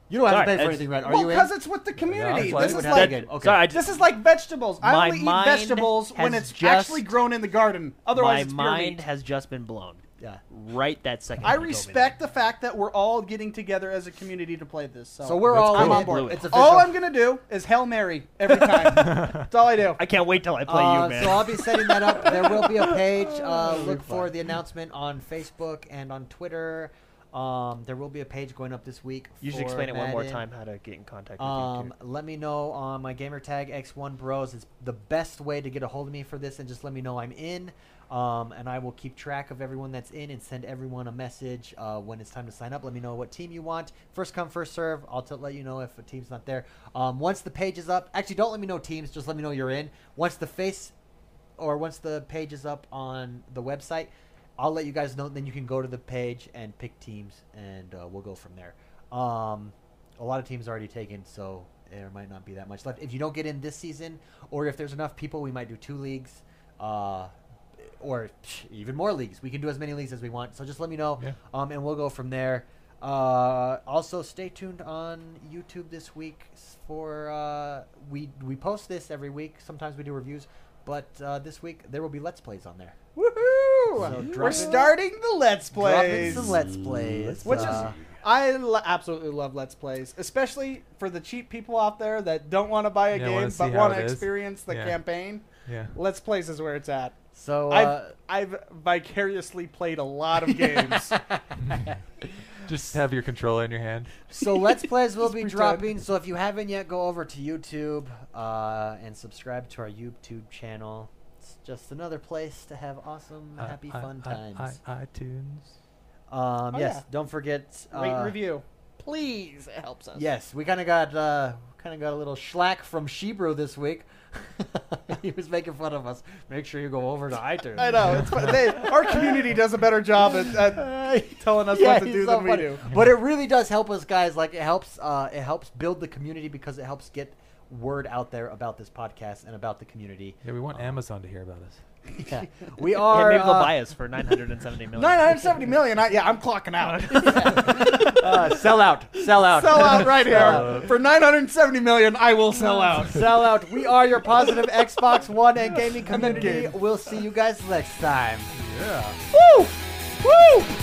A: you don't have
D: Sorry,
A: to pay for
D: it's-
A: anything, Red? Are
C: Well,
A: you in?
C: because it's with the community.
B: it's like-
C: this is
A: Would
C: like
A: have to get- okay.
D: Sorry, I just,
C: this is like vegetables.
D: My
C: I only eat
D: mind
C: vegetables when
D: has
C: it's
D: just-
C: actually grown in the garden. Otherwise,
D: my
C: it's pure
D: mind
C: meat.
D: has just been blown.
A: yeah.
D: Right that second.
C: I
D: you told me
C: respect
D: that.
C: the fact that we're all getting together as a community to play this. So,
A: So we're
B: That's
A: all
B: cool.
A: in.
B: I'm
D: on board.
A: It's official.
C: all I'm gonna do is Hail Mary every time. That's all I do.
D: I can't wait till I play
A: Uh,
D: you, man.
A: So I'll be setting that up. There will be a page. Uh, look for the announcement on Facebook and on Twitter. Um, there will be a page going up this week.
D: You should
A: for
D: explain it one more
A: Madden.
D: time how to get in contact with
A: Um,
D: you.
A: let me know on my gamer tag X1 Bros is the best way to get a hold of me for this, and just let me know I'm in. Um, and I will keep track of everyone that's in and send everyone a message uh, when it's time to sign up. Let me know what team you want. First come, first serve. I'll t- let you know if a team's not there. Um, once the page is up, actually, don't let me know teams. Just let me know you're in. Once the face or once the page is up on the website, I'll let you guys know. Then you can go to the page and pick teams, and uh, we'll go from there. Um, a lot of teams are already taken, so there might not be that much left. If you don't get in this season, or if there's enough people, we might do two leagues, uh, or psh, even more leagues. We can do as many leagues as we want. So just let me know,
B: Yeah.
A: um, and we'll go from there. Uh, also, stay tuned on YouTube this week s- for uh, we we post this every week. Sometimes we do reviews, but uh, this week there will be let's plays on there. So
C: Woohoo! we're
A: drop in-
C: starting the Let's Plays.
A: Dropping some let's plays,
C: Which is-
A: uh,
C: I lo- absolutely love Let's Plays, especially for the cheap people out there that don't want to buy a
B: Yeah, wanna
C: game
B: see
C: but
B: how
C: want
B: it
C: to
B: is.
C: experience the
B: Yeah.
C: campaign.
B: yeah.
C: Let's Plays is where it's at.
A: so. Uh,
C: I've I've vicariously played a lot of games.
B: Just have your controller in your hand.
A: So Let's Plays will be
C: pretend.
A: dropping. So if you haven't yet, go over to YouTube uh, and subscribe to our YouTube channel. It's just another place to have awesome,
B: I-
A: happy,
B: Uh, I-
A: fun
B: I-
A: times.
B: I- iTunes.
A: Um,
C: Oh,
A: yes,
C: yeah.
A: don't forget.
C: Rate and
A: uh,
C: review.
A: please. It helps us. Yes, we kind of got uh, kind of got a little schlack from Shebrew this week. he was making fun of us. Make sure you go over to iTunes.
C: I know. It's fun. They, our community does a better job at, at telling us what to
A: he's
C: do
A: so
C: than we
A: funny.
C: do.
A: But it really does help us, guys. Like it helps, uh, it helps build the community because it helps get word out there about this podcast and about the community.
B: Yeah, we want
C: Uh,
B: Amazon to hear about us.
A: Yeah. we are.
D: maybe they'll
A: uh,
D: buy us for 970 million.
C: 970 million. I, yeah, I'm clocking out.
A: uh, sell out, sell out, Uh,
C: sell out right here.
B: out.
C: For 970 million, I will sell out.
A: sell out. We are your positive Xbox One and gaming
C: And then
A: community.
C: game.
A: We'll see you guys next time.
B: Yeah.
C: Woo! Woo!